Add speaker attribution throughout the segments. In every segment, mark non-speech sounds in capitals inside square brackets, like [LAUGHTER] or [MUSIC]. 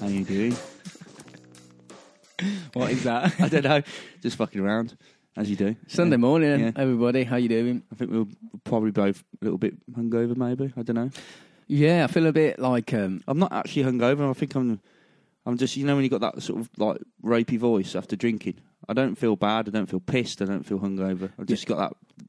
Speaker 1: How
Speaker 2: [LAUGHS]
Speaker 1: you doing? what is that? I don't know. Just fucking around, as you do.
Speaker 2: Sunday morning,
Speaker 1: Yeah.
Speaker 2: everybody. How you doing?
Speaker 1: I think we were probably both a little bit hungover, maybe. I don't know.
Speaker 2: Yeah, I feel a bit like um,
Speaker 1: I'm not actually hungover. I think I'm. I'm just, you know, when you got that sort of like rapey voice after drinking. I don't feel bad. I don't feel pissed. I don't feel hungover. I've just got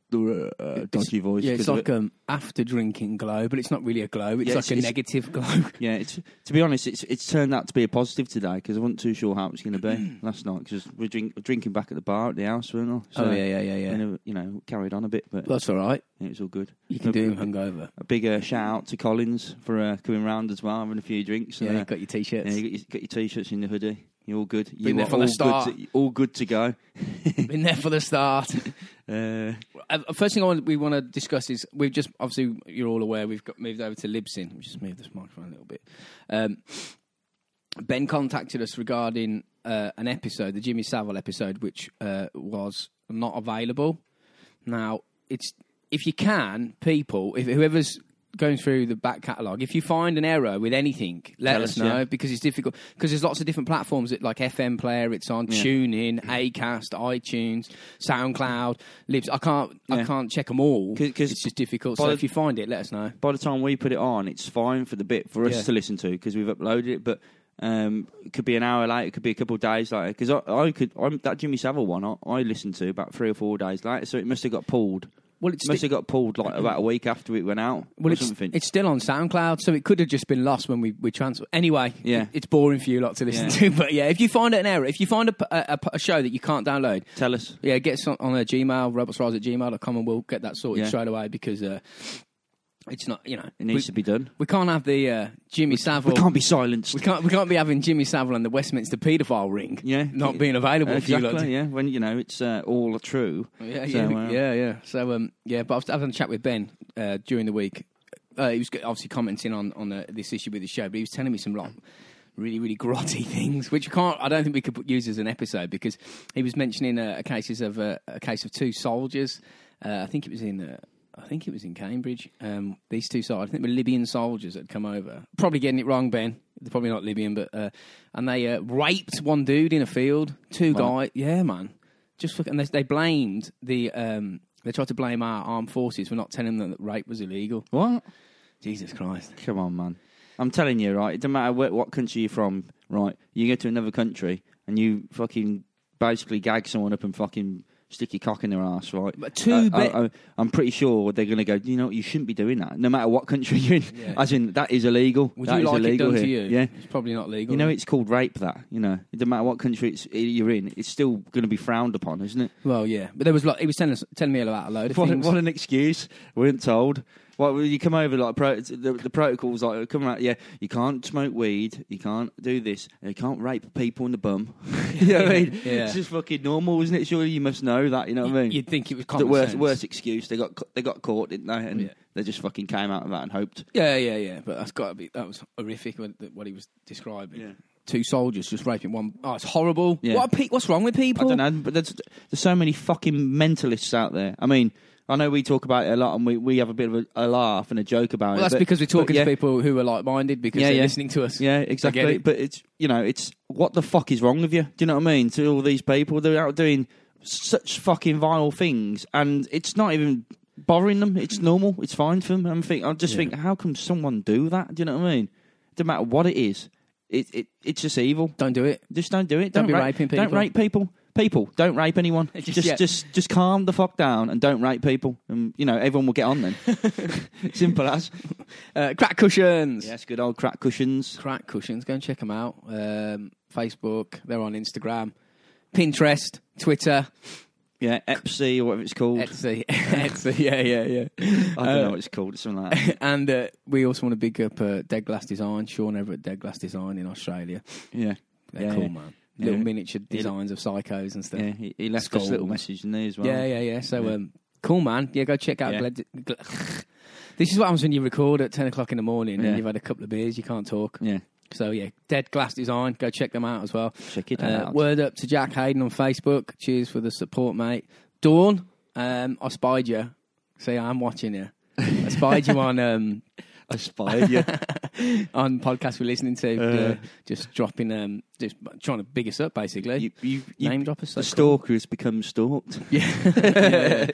Speaker 1: that uh, dodgy voice.
Speaker 2: yeah,
Speaker 1: 'cause
Speaker 2: it's
Speaker 1: of
Speaker 2: like
Speaker 1: it.
Speaker 2: um, after drinking glow, but it's not really a glow. It's
Speaker 1: Yeah,
Speaker 2: like
Speaker 1: it's-
Speaker 2: a
Speaker 1: it's-
Speaker 2: negative glow.
Speaker 1: [LAUGHS] yeah. It's to be honest, it's it's turned out to be a positive today because I wasn't too sure how it was going
Speaker 2: [CLEARS THROAT]
Speaker 1: to be last night because we're drink, drinking back at the bar at the house, weren't we? So,
Speaker 2: oh yeah, yeah, yeah, yeah.
Speaker 1: we never- you know, carried on a bit, but
Speaker 2: That's all right.
Speaker 1: it was all good. uh,
Speaker 2: You can
Speaker 1: Okay.
Speaker 2: do hungover.
Speaker 1: A big uh, shout out to Collins for uh, coming round as well, having a few drinks.
Speaker 2: Yeah,
Speaker 1: And,
Speaker 2: you
Speaker 1: uh,
Speaker 2: got your
Speaker 1: yeah,
Speaker 2: t-shirts.
Speaker 1: you got your, got your t-shirts in the hoodie. You're all good. You
Speaker 2: there
Speaker 1: are
Speaker 2: from the
Speaker 1: all
Speaker 2: start.
Speaker 1: Good to, all good to go.
Speaker 2: [LAUGHS] Been there for the start.
Speaker 1: Uh,
Speaker 2: Uh, First thing I want, we want to discuss is we've just obviously you're all aware we've got moved over to Libsyn. Let me just move this microphone a little bit. Um, ben contacted us regarding uh, an episode, the Jimmy Savile episode, which uh, was not available. Now it's if you can, people, if whoever's going through the back catalogue, if you find an error with anything, let
Speaker 1: Tell
Speaker 2: us,
Speaker 1: us,
Speaker 2: know
Speaker 1: yeah.
Speaker 2: because it's difficult because there's lots of different platforms that like FM Player, it's on
Speaker 1: Yeah.
Speaker 2: TuneIn, Acast, iTunes, SoundCloud, Libs. I can't I
Speaker 1: Yeah.
Speaker 2: can't check them all
Speaker 1: 'Cause- 'cause
Speaker 2: it's just difficult.
Speaker 1: by
Speaker 2: So
Speaker 1: the-
Speaker 2: if you find it, let us know.
Speaker 1: by the time we put it on, it's fine for the bit for us
Speaker 2: Yeah.
Speaker 1: to listen to because we've uploaded it. But um, it could be an hour later, it could be a couple of days later. Because I, I could I'm, that Jimmy Savile one, I, I listened to about three or four days later, so it must have got pulled.
Speaker 2: Well, it's
Speaker 1: must have got pulled like about a week after it went out
Speaker 2: well,
Speaker 1: or
Speaker 2: it's,
Speaker 1: something.
Speaker 2: it's still on SoundCloud, so it could have just been lost when we, we transfer. Anyway,
Speaker 1: Yeah.
Speaker 2: it- it's boring for you lot to listen
Speaker 1: Yeah.
Speaker 2: to, [LAUGHS] but yeah, if you find an error, if you find a, p- a- a p- a show that you can't download,
Speaker 1: Tell us.
Speaker 2: yeah, get us on, on a Gmail, robotsrise at gmail.com, and we'll get that sorted
Speaker 1: Yeah.
Speaker 2: straight away because uh, it's not, you know,
Speaker 1: It
Speaker 2: we,
Speaker 1: needs to be done.
Speaker 2: we can't have the uh, Jimmy Savile.
Speaker 1: We can't be silenced.
Speaker 2: we can't we can't be having Jimmy Savile and the Westminster paedophile ring
Speaker 1: Yeah.
Speaker 2: not being available
Speaker 1: Uh,
Speaker 2: for you lot to-
Speaker 1: exactly. Yeah, when you know it's uh, all true.
Speaker 2: Yeah,
Speaker 1: So,
Speaker 2: yeah,
Speaker 1: uh,
Speaker 2: yeah, yeah. So, um, yeah, but I was having a chat with Ben uh, during the week. Uh, he was g- obviously commenting on on uh, this issue with the show, but he was telling me some like really, really grotty [LAUGHS] things, which you can't. I don't think we could put- use as an episode because he was mentioning uh, cases of uh, a case of two soldiers. Uh, I think it was in. Uh, I think it was in Cambridge. Um, these two soldiers, I think they were Libyan soldiers that had come over. Probably getting it wrong, Ben. They're probably not Libyan, but uh, and they uh, raped one dude in a field. Two
Speaker 1: Wow.
Speaker 2: guys, yeah, man just fucking. They, they blamed the. Um, they tried to blame our armed forces for not telling them that rape was illegal.
Speaker 1: What?
Speaker 2: Jesus Christ!
Speaker 1: Come on, man. I'm telling you, right? It doesn't matter wh- what country you're from, right? You go to another country and you fucking basically gag someone up and fucking stick your cock in their ass, right? Uh,
Speaker 2: But two
Speaker 1: I,
Speaker 2: bit-
Speaker 1: I, am pretty sure they're going to go. You know, you shouldn't be doing that, no matter what country [LAUGHS] you're in.
Speaker 2: Yeah.
Speaker 1: As in, that is illegal.
Speaker 2: Would
Speaker 1: That
Speaker 2: you
Speaker 1: is
Speaker 2: like it
Speaker 1: illegal
Speaker 2: done to you?
Speaker 1: here. Yeah.
Speaker 2: it's probably not legal.
Speaker 1: You know, it's called rape. That you know, it doesn't matter what country it's, you're in, it's still going to be frowned upon, isn't it?
Speaker 2: well, yeah, but there was like he was telling us, telling me about a load of
Speaker 1: What,
Speaker 2: things.
Speaker 1: what an excuse. We weren't told. Well, when you come over, like, pro, the, the protocol's like, come out, yeah, you can't smoke weed, you can't do this, and you can't rape people in the bum. [LAUGHS] you know what I mean?
Speaker 2: Yeah.
Speaker 1: It's just fucking normal, isn't it? Surely you must know that, you know what I mean?
Speaker 2: You'd think it was
Speaker 1: the
Speaker 2: common
Speaker 1: worst,
Speaker 2: sense.
Speaker 1: worst excuse. They got, cu- they got caught, didn't they? And
Speaker 2: Yeah.
Speaker 1: they just fucking came out of that and hoped.
Speaker 2: Yeah, yeah, yeah. But that's got to be that was horrific. What, what he was describing.
Speaker 1: Yeah.
Speaker 2: Two soldiers just raping one. Oh, it's horrible.
Speaker 1: Yeah.
Speaker 2: What are pe- what's wrong with
Speaker 1: I
Speaker 2: people?
Speaker 1: don't know, but there's, there's so many fucking mentalists out there. I mean, I know we talk about it a lot and we, we have a bit of a, a laugh and a joke about
Speaker 2: Well,
Speaker 1: it.
Speaker 2: that's
Speaker 1: but-
Speaker 2: because we're
Speaker 1: but
Speaker 2: talking
Speaker 1: yeah.
Speaker 2: to people who are like-minded because
Speaker 1: Yeah,
Speaker 2: they're
Speaker 1: yeah.
Speaker 2: listening to us.
Speaker 1: Yeah, exactly.
Speaker 2: it.
Speaker 1: But it's you know, it's what the fuck is wrong with you? Do you know what I mean? To all these people, they're out doing such fucking vile things, and it's not even bothering them. It's normal. It's fine for them. I'm think I just
Speaker 2: Yeah.
Speaker 1: think, how can someone do that? Do you know what I mean? Doesn't matter what it is. It, it it's just evil.
Speaker 2: Don't do it.
Speaker 1: Just don't do it.
Speaker 2: Don't
Speaker 1: Don't,
Speaker 2: be
Speaker 1: ra-
Speaker 2: raping
Speaker 1: Don't
Speaker 2: people.
Speaker 1: rape people. People, don't
Speaker 2: [LAUGHS]
Speaker 1: rape anyone.
Speaker 2: Just-
Speaker 1: Just,
Speaker 2: yeah.
Speaker 1: just, just, calm the fuck down and don't rape people. And you know, everyone will get
Speaker 2: [LAUGHS]
Speaker 1: on then. Simple as.
Speaker 2: Uh, crack cushions.
Speaker 1: Yes, good old crack cushions.
Speaker 2: Crack Cushions. Go and check them out. Um, Facebook. They're on Instagram, Pinterest, Twitter,
Speaker 1: Yeah, Epsi or whatever it's called.
Speaker 2: Etsy. [LAUGHS] Etsy. Yeah, yeah, yeah.
Speaker 1: I don't know what it's called. It's something
Speaker 2: [LAUGHS]
Speaker 1: like that.
Speaker 2: And uh, we also want to big up uh, Dead Glass Design, Sean over at Dead Glass Design in Australia.
Speaker 1: yeah.
Speaker 2: They're
Speaker 1: Yeah,
Speaker 2: cool,
Speaker 1: yeah.
Speaker 2: man.
Speaker 1: Yeah.
Speaker 2: Little miniature designs of psychos and stuff.
Speaker 1: Yeah,
Speaker 2: Yeah,
Speaker 1: he, he left us
Speaker 2: Skulls.
Speaker 1: a little message in there as well.
Speaker 2: yeah, yeah. So,
Speaker 1: Yeah.
Speaker 2: Um, cool, man. Yeah, go check out.
Speaker 1: Yeah.
Speaker 2: Glad- [LAUGHS] Gl- this is what happens when you record at 10 o'clock in the morning
Speaker 1: Yeah.
Speaker 2: and you've had a couple of beers, you can't talk.
Speaker 1: Yeah.
Speaker 2: So yeah, Dead Glass Design. Go check them out as well.
Speaker 1: Check it
Speaker 2: Uh,
Speaker 1: out.
Speaker 2: Word up to Jack Hayden on Facebook. Cheers for the support, mate. Dawn, um, I spied you. See, I'm watching you. I spied
Speaker 1: [LAUGHS]
Speaker 2: you on um, [LAUGHS]
Speaker 1: I spied you.
Speaker 2: on podcast we're listening to. Uh,
Speaker 1: Uh.
Speaker 2: just dropping, um, just trying to big us up, basically.
Speaker 1: you, you, you-
Speaker 2: Name drop us. so
Speaker 1: the stalker has become stalked.
Speaker 2: cool. [LAUGHS]
Speaker 1: [LAUGHS]
Speaker 2: Yeah.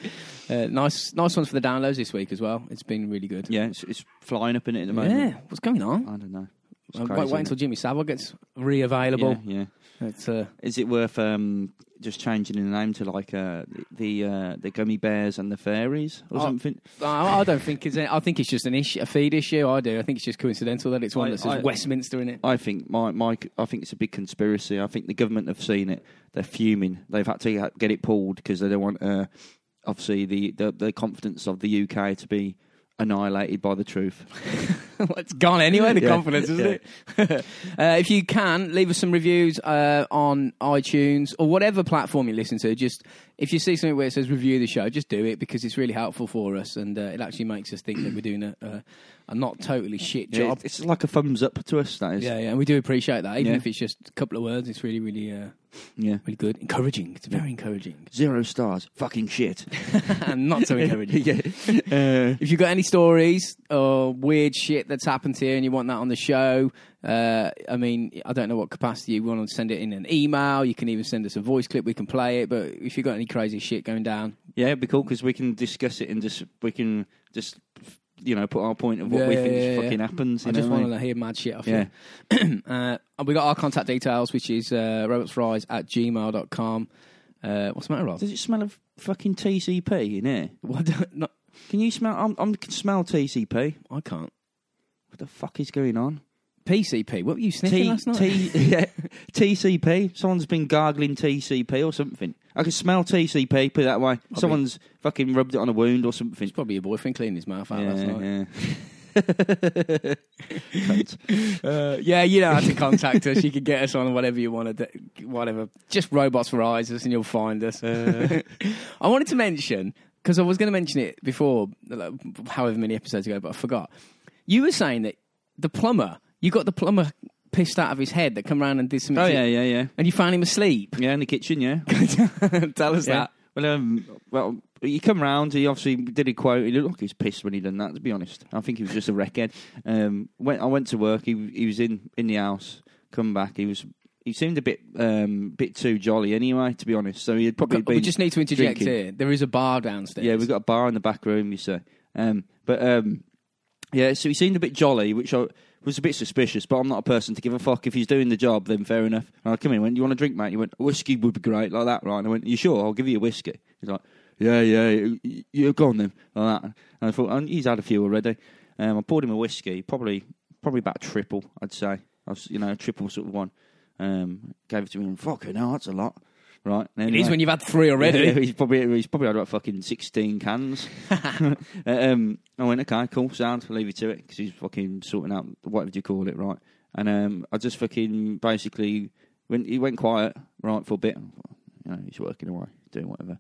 Speaker 2: uh, nice, nice ones for the downloads this week as well. It's been really good.
Speaker 1: Yeah, it's, it's flying up in it at the
Speaker 2: Yeah,
Speaker 1: moment.
Speaker 2: what's going on?
Speaker 1: I don't know. It's
Speaker 2: Uh, wait,
Speaker 1: crazy,
Speaker 2: wait
Speaker 1: isn't
Speaker 2: until
Speaker 1: it?
Speaker 2: Jimmy Savile gets re-available.
Speaker 1: Yeah, yeah.
Speaker 2: It's, uh,
Speaker 1: Is it worth um, just changing the name to like uh, the uh, the gummy bears and the fairies or
Speaker 2: Oh,
Speaker 1: something?
Speaker 2: I I don't think it's. Any, I think it's just an issue, a feed issue. I do. I think it's just coincidental that it's one
Speaker 1: I-
Speaker 2: that says
Speaker 1: I-
Speaker 2: Westminster in it. [LAUGHS]
Speaker 1: I think my, my I think it's a big conspiracy. I think the government have seen it. They're fuming. They've had to ha- get it pulled because they don't want uh, obviously the, the the confidence of the UK to be annihilated by
Speaker 2: [LAUGHS]
Speaker 1: the truth.
Speaker 2: it's gone anyway. The
Speaker 1: Yeah.
Speaker 2: confidence, isn't it? [LAUGHS] uh, if you can, leave us some reviews uh, on iTunes or whatever platform you listen to. Just if you see something where it says review the show, just do it because it's really helpful for us and uh, it actually makes us think that we're doing a, a, a not totally shit
Speaker 1: Yeah,
Speaker 2: job.
Speaker 1: it's, it's like a thumbs up to us. That is.
Speaker 2: Yeah, yeah, and we do appreciate that. Even
Speaker 1: Yeah.
Speaker 2: if it's just a couple of words, it's really, really, uh,
Speaker 1: Yeah.
Speaker 2: really good. Encouraging. It's very encouraging. [LAUGHS]
Speaker 1: Zero stars. Fucking shit.
Speaker 2: and not
Speaker 1: [LAUGHS]
Speaker 2: so encouraging.
Speaker 1: yeah. Uh,
Speaker 2: If you've got any stories or weird shit that's happened to you and you want that on the show, uh, I mean, I don't know what capacity you want to send it in an email. You can even send us a voice clip. We can play it. But if you've got any crazy shit going down,
Speaker 1: yeah, it'd be cool because we can discuss it and just we can just you know put our point of what
Speaker 2: Yeah,
Speaker 1: we
Speaker 2: yeah,
Speaker 1: think
Speaker 2: yeah,
Speaker 1: fucking happens. You
Speaker 2: I
Speaker 1: know
Speaker 2: just
Speaker 1: what I
Speaker 2: want
Speaker 1: mean?
Speaker 2: to hear mad shit off
Speaker 1: Yeah.
Speaker 2: you. [CLEARS THROAT] uh, and we got our contact details, which is uh, robotsfries at gmail.com. Uh, what's the matter, Rob?
Speaker 1: Does it smell of fucking TCP in here?
Speaker 2: What do- no,
Speaker 1: Can you smell? I'm, I'm can smell TCP.
Speaker 2: I can't.
Speaker 1: What the fuck is going on?
Speaker 2: PCP, what were you sniffing
Speaker 1: T,
Speaker 2: last night?
Speaker 1: T, [LAUGHS] yeah, TCP. Someone's been gargling TCP or something. I can smell TCP. Put it that way. Someone's fucking rubbed it on a wound or something.
Speaker 2: it's probably your boyfriend cleaning his mouth out last night.
Speaker 1: yeah. [LAUGHS]
Speaker 2: Uh, yeah, you don't have to contact us. You can get us on whatever you want to, do, whatever. Just robots for eyes, us, and you'll find us.
Speaker 1: Uh.
Speaker 2: [LAUGHS] I wanted to mention because I was going to mention it before, like, however many episodes ago, but I forgot. You were saying that the plumber, you got the plumber pissed out of his head that come round and did something,
Speaker 1: Oh
Speaker 2: to-
Speaker 1: yeah, yeah, yeah,
Speaker 2: and you found him
Speaker 1: [LAUGHS]
Speaker 2: asleep.
Speaker 1: yeah. In the kitchen, yeah.
Speaker 2: Tell us that.
Speaker 1: Well, um, well, he come round. He obviously did a quote. He looked like he was pissed when he done that. To be honest, I think he was just a wreckhead. Um, went, I went to work. He he was in in the house. Come back. He was. He seemed a bit um bit too jolly anyway. To be honest, so he had probably
Speaker 2: We
Speaker 1: been.
Speaker 2: just need to interject
Speaker 1: drinking.
Speaker 2: here. There is a bar downstairs.
Speaker 1: yeah, we've got a bar in the back room. You say. Um, but um, yeah. So he seemed a bit jolly, which I. Was a bit suspicious, but I'm not a person to give a fuck. If he's doing the job, then fair enough. And I come in, and went, "You want a drink, mate?" He went, "Whiskey would be great, like that, right?" And I went, "You sure? I'll give you a whiskey." He's like, yeah, yeah, you- you go on then, like that. And I thought, oh, he's had a few already. Um, I poured him a whiskey, probably probably about a triple, I'd say. I was, you know, a triple sort of one. Um, gave it to him, and fucking hell, that's a lot, right? And
Speaker 2: It is when you've had three already. [LAUGHS]
Speaker 1: yeah, he's probably he's probably had about fucking sixteen cans. [LAUGHS] um, I went okay, cool, sound. I'll leave you to it because he's fucking sorting out what do you call it, right? And um, I just fucking basically went. He went quiet right for a bit. You know, he's working away, doing whatever.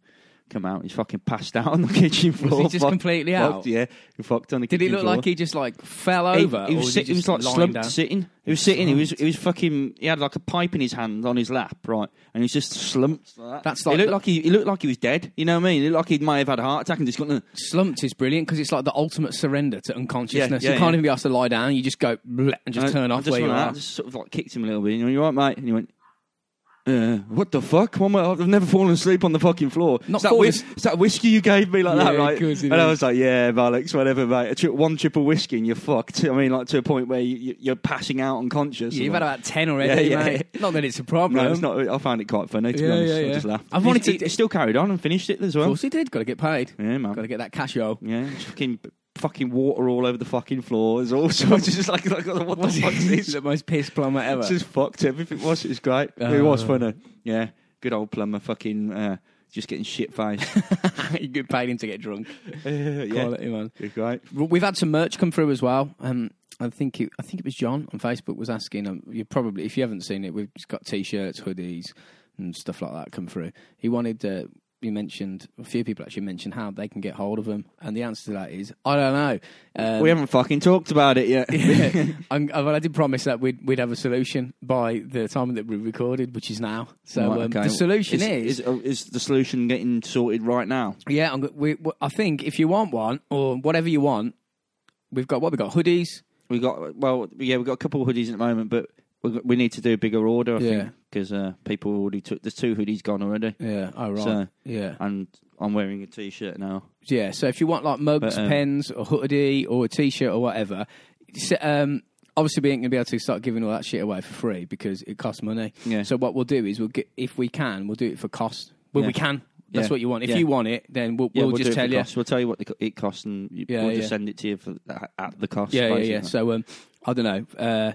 Speaker 1: Come out, he's fucking passed out on the [LAUGHS] kitchen
Speaker 2: Was
Speaker 1: floor.
Speaker 2: he just
Speaker 1: fucked-
Speaker 2: completely
Speaker 1: fucked,
Speaker 2: out?
Speaker 1: yeah, he fucked on the
Speaker 2: Did
Speaker 1: kitchen
Speaker 2: he look
Speaker 1: floor.
Speaker 2: like he just like fell
Speaker 1: He-
Speaker 2: over?
Speaker 1: He,
Speaker 2: or
Speaker 1: was, sit- he
Speaker 2: just
Speaker 1: was like
Speaker 2: lying
Speaker 1: slumped,
Speaker 2: down?
Speaker 1: sitting. He was sitting. He was he was fucking. He had like a pipe in his hand on his lap, right? And he was just slumped. Like that.
Speaker 2: That's
Speaker 1: he
Speaker 2: like
Speaker 1: looked
Speaker 2: the-
Speaker 1: like he, he looked like he was dead. You know what I mean? He looked like he might have had a heart attack and just got. "Ugh."
Speaker 2: slumped is brilliant because it's like the ultimate surrender to unconsciousness.
Speaker 1: Yeah, yeah,
Speaker 2: you can't
Speaker 1: yeah.
Speaker 2: even be asked to lie down. You just go bleh, and just
Speaker 1: And I-
Speaker 2: turn
Speaker 1: I
Speaker 2: off
Speaker 1: just
Speaker 2: where you
Speaker 1: went like
Speaker 2: are.
Speaker 1: that, Just sort of like kicked him a little bit. And he went, "You all right, mate?" And he went. Uh, what the fuck? One way- I've never fallen asleep on the fucking floor.
Speaker 2: Not
Speaker 1: it's, that
Speaker 2: fallen
Speaker 1: whis- it's that whiskey you gave me like that,
Speaker 2: Yeah,
Speaker 1: right?
Speaker 2: of course it
Speaker 1: And I
Speaker 2: is.
Speaker 1: was like, yeah, Alex, whatever, mate. A tri- one triple whiskey and you're fucked. [LAUGHS] I mean, like to a point where you- you- you're passing out unconscious.
Speaker 2: Yeah, you've
Speaker 1: And
Speaker 2: had
Speaker 1: like-
Speaker 2: about ten already,
Speaker 1: Yeah, yeah.
Speaker 2: mate. Not that it's a problem.
Speaker 1: No, it's not. I found it quite funny to be
Speaker 2: Um, Yeah,
Speaker 1: honest.
Speaker 2: yeah,
Speaker 1: I
Speaker 2: yeah.
Speaker 1: just laughed.
Speaker 2: I've wanted
Speaker 1: He's-
Speaker 2: to-
Speaker 1: he still carried on and finished it as
Speaker 2: Of
Speaker 1: well.
Speaker 2: course he did. Got to get paid.
Speaker 1: Yeah, man.
Speaker 2: Got to get that cash, yo.
Speaker 1: Yeah, it's fucking fucking water all over the fucking floor.
Speaker 2: [LAUGHS]
Speaker 1: There's all sorts. It's just like, like [LAUGHS] what the fuck is this?
Speaker 2: the most piss plumber ever? Uh.
Speaker 1: It's just fucked. Everything was. It was great. it was funny. Yeah, good old plumber. Fucking uh, just getting
Speaker 2: [LAUGHS]
Speaker 1: shit faced.
Speaker 2: [LAUGHS] you get paid him to get drunk.
Speaker 1: yeah,
Speaker 2: Quality, man.
Speaker 1: you're great.
Speaker 2: We've had some merch come through as well. Um, I think it, I think it was John on Facebook was asking. Um, you probably, if you haven't seen it, we've just got t-shirts, hoodies, and stuff like that come through. He wanted uh, you mentioned, a few people actually mentioned how they can get hold of them, and the answer to that is I don't know. Um,
Speaker 1: we haven't fucking talked about it yet.
Speaker 2: [LAUGHS] I'm, I- well, I did promise that we'd we'd have a solution by the time that we recorded, which is now. So um,
Speaker 1: Right, okay.
Speaker 2: the solution
Speaker 1: is
Speaker 2: is,
Speaker 1: is, uh, is the solution getting sorted right now?
Speaker 2: yeah, I'm, go- we, we- I think if you want one or whatever you want, we've got what we got hoodies.
Speaker 1: We got well, yeah, we got a couple of hoodies at the moment, but we, we need to do a bigger order, I
Speaker 2: Yeah.
Speaker 1: think, because uh, people already took. There's two hoodies gone already,
Speaker 2: Yeah, oh right.
Speaker 1: So-
Speaker 2: yeah,
Speaker 1: and I'm wearing a t-shirt now.
Speaker 2: yeah. So if you want like mugs,
Speaker 1: But, um,
Speaker 2: pens, or hoodie, or a t-shirt, or whatever, s- um, obviously we ain't gonna be able to start giving all that shit away for free because it costs money.
Speaker 1: Yeah.
Speaker 2: So what we'll do is we'll get if we can, we'll do it for cost. Well,
Speaker 1: Yeah.
Speaker 2: we can. That's
Speaker 1: Yeah.
Speaker 2: what you want. If
Speaker 1: Yeah.
Speaker 2: you want it, then we'll,
Speaker 1: Yeah,
Speaker 2: we'll,
Speaker 1: do
Speaker 2: just
Speaker 1: it for
Speaker 2: tell you.
Speaker 1: cost. We'll tell you what the, co- it costs, and you,
Speaker 2: Yeah,
Speaker 1: we'll
Speaker 2: yeah.
Speaker 1: just send it to you for at the cost.
Speaker 2: Yeah, yeah,
Speaker 1: basically.
Speaker 2: yeah. So um, I don't know. Uh,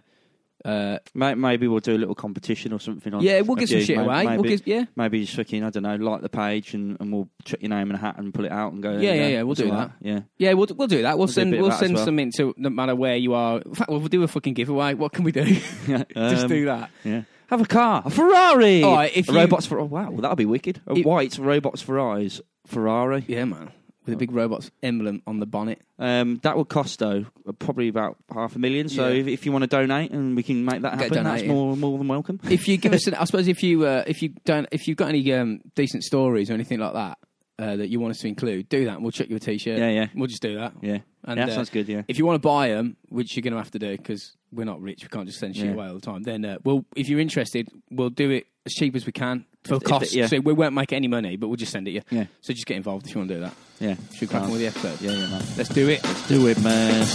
Speaker 2: uh,
Speaker 1: May- maybe we'll do a little competition or something. On
Speaker 2: yeah, we'll
Speaker 1: a
Speaker 2: give some
Speaker 1: few.
Speaker 2: shit
Speaker 1: May-
Speaker 2: away.
Speaker 1: Maybe,
Speaker 2: We'll give, yeah.
Speaker 1: maybe just fucking I don't know, like the page, and, and we'll chuck your name in a hat and pull it out and go. there
Speaker 2: Yeah,
Speaker 1: you
Speaker 2: yeah,
Speaker 1: go.
Speaker 2: yeah, we'll do
Speaker 1: Something
Speaker 2: that.
Speaker 1: like Yeah,
Speaker 2: Yeah, we'll we'll do that. We'll
Speaker 1: do a
Speaker 2: send
Speaker 1: bit of
Speaker 2: we'll
Speaker 1: that as
Speaker 2: send
Speaker 1: well.
Speaker 2: some in to no matter where you are. In fact, we'll do a fucking giveaway. What can we
Speaker 1: [LAUGHS]
Speaker 2: do? Just
Speaker 1: Um,
Speaker 2: do that.
Speaker 1: Yeah. Have a car, a Ferrari.
Speaker 2: All right, if
Speaker 1: a
Speaker 2: you-
Speaker 1: robots for oh wow, that'd be wicked. A
Speaker 2: If-
Speaker 1: white robots Ferraris Ferrari.
Speaker 2: Yeah, man. With a
Speaker 1: uh,
Speaker 2: big robot's emblem on the bonnet.
Speaker 1: Um, that would cost though probably about half a million. So
Speaker 2: Yeah.
Speaker 1: if, if you want to donate and we can make that
Speaker 2: Get
Speaker 1: happen, that's
Speaker 2: donated.
Speaker 1: more more than welcome.
Speaker 2: If you give us, an, I suppose if you uh, if you don't if you've got any um, decent stories or anything like that uh, that you want us to include, do that. and We'll check your t-shirt.
Speaker 1: Yeah, yeah,
Speaker 2: We'll just do that.
Speaker 1: yeah.
Speaker 2: And,
Speaker 1: yeah that
Speaker 2: uh,
Speaker 1: sounds good. Yeah.
Speaker 2: if you want to buy them, which you're going to have to do because we're not rich, we can't just send shit
Speaker 1: Yeah.
Speaker 2: away all the time. Then, uh, well, if you're interested, we'll do it as cheap as we can for
Speaker 1: If- if
Speaker 2: cost.
Speaker 1: it- yeah.
Speaker 2: So we won't make any money, but we'll just send it you.
Speaker 1: Yeah.
Speaker 2: So just get involved if you want to do that.
Speaker 1: Yeah.
Speaker 2: Should we crack on with the episode?
Speaker 1: Yeah, yeah, man.
Speaker 2: Let's do it.
Speaker 1: Do it, man.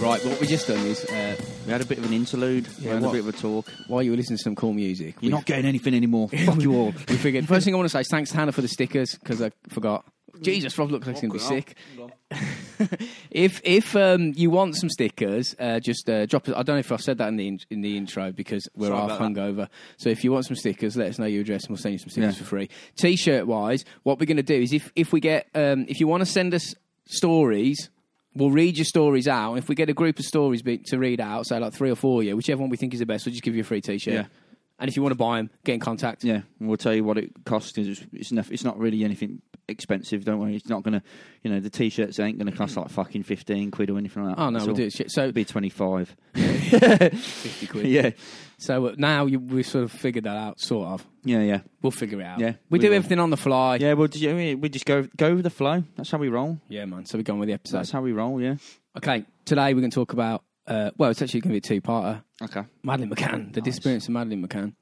Speaker 2: Right, what we just done is uh,
Speaker 1: We had a bit of an interlude.
Speaker 2: Yeah,
Speaker 1: we had
Speaker 2: what?
Speaker 1: a bit of a talk.
Speaker 2: while you were listening to some cool music,
Speaker 1: You're not getting anything anymore. [LAUGHS] Fuck you all.
Speaker 2: we
Speaker 1: [LAUGHS]
Speaker 2: figured. First thing I want to say is thanks to Hannah for the stickers because I forgot.
Speaker 1: Mm.
Speaker 2: Jesus, Rob looks like he's going to be sick. [LAUGHS] if if um, you want some stickers, uh, just uh, drop. us- I don't know if I said that in the in, in the intro because we're
Speaker 1: Sorry
Speaker 2: half
Speaker 1: about that.
Speaker 2: hungover. So if you want some stickers, let us know your address and we'll send you some stickers
Speaker 1: Yeah.
Speaker 2: for free. T-shirt wise, what we're going to do is if if we get um, if you want to send us stories. We'll read your stories out. If we get a group of stories be- to read out, say like three or four, yeah, whichever one we think is the best, we'll just give you a free T-shirt.
Speaker 1: Yeah.
Speaker 2: And if you want to buy them, get in contact.
Speaker 1: Yeah, and we'll tell you what it costs. 'cause It's it's, noth- it's not really anything expensive. Don't worry. It's not gonna. You know, the t-shirts ain't gonna cost like fucking fifteen quid or anything like that.
Speaker 2: Oh no,
Speaker 1: It's
Speaker 2: we'll
Speaker 1: all-
Speaker 2: do it. shit. So
Speaker 1: It'd be twenty-five. [LAUGHS]
Speaker 2: [LAUGHS] fifty quid.
Speaker 1: yeah,
Speaker 2: So uh, now you, we sort of figured that out, sort of.
Speaker 1: yeah, yeah,
Speaker 2: We'll figure it out.
Speaker 1: Yeah,
Speaker 2: we,
Speaker 1: we
Speaker 2: do
Speaker 1: will.
Speaker 2: everything on the fly.
Speaker 1: yeah. Well, do you- we just go go with the flow. That's how we roll.
Speaker 2: Yeah, man. So we're going with the episode.
Speaker 1: That's how we roll. Yeah.
Speaker 2: Okay, today we're going to talk about. Uh, well, it's actually going to be a two-parter.
Speaker 1: Okay.
Speaker 2: Madeline McCann, the
Speaker 1: Nice.
Speaker 2: disappearance of Madeline McCann.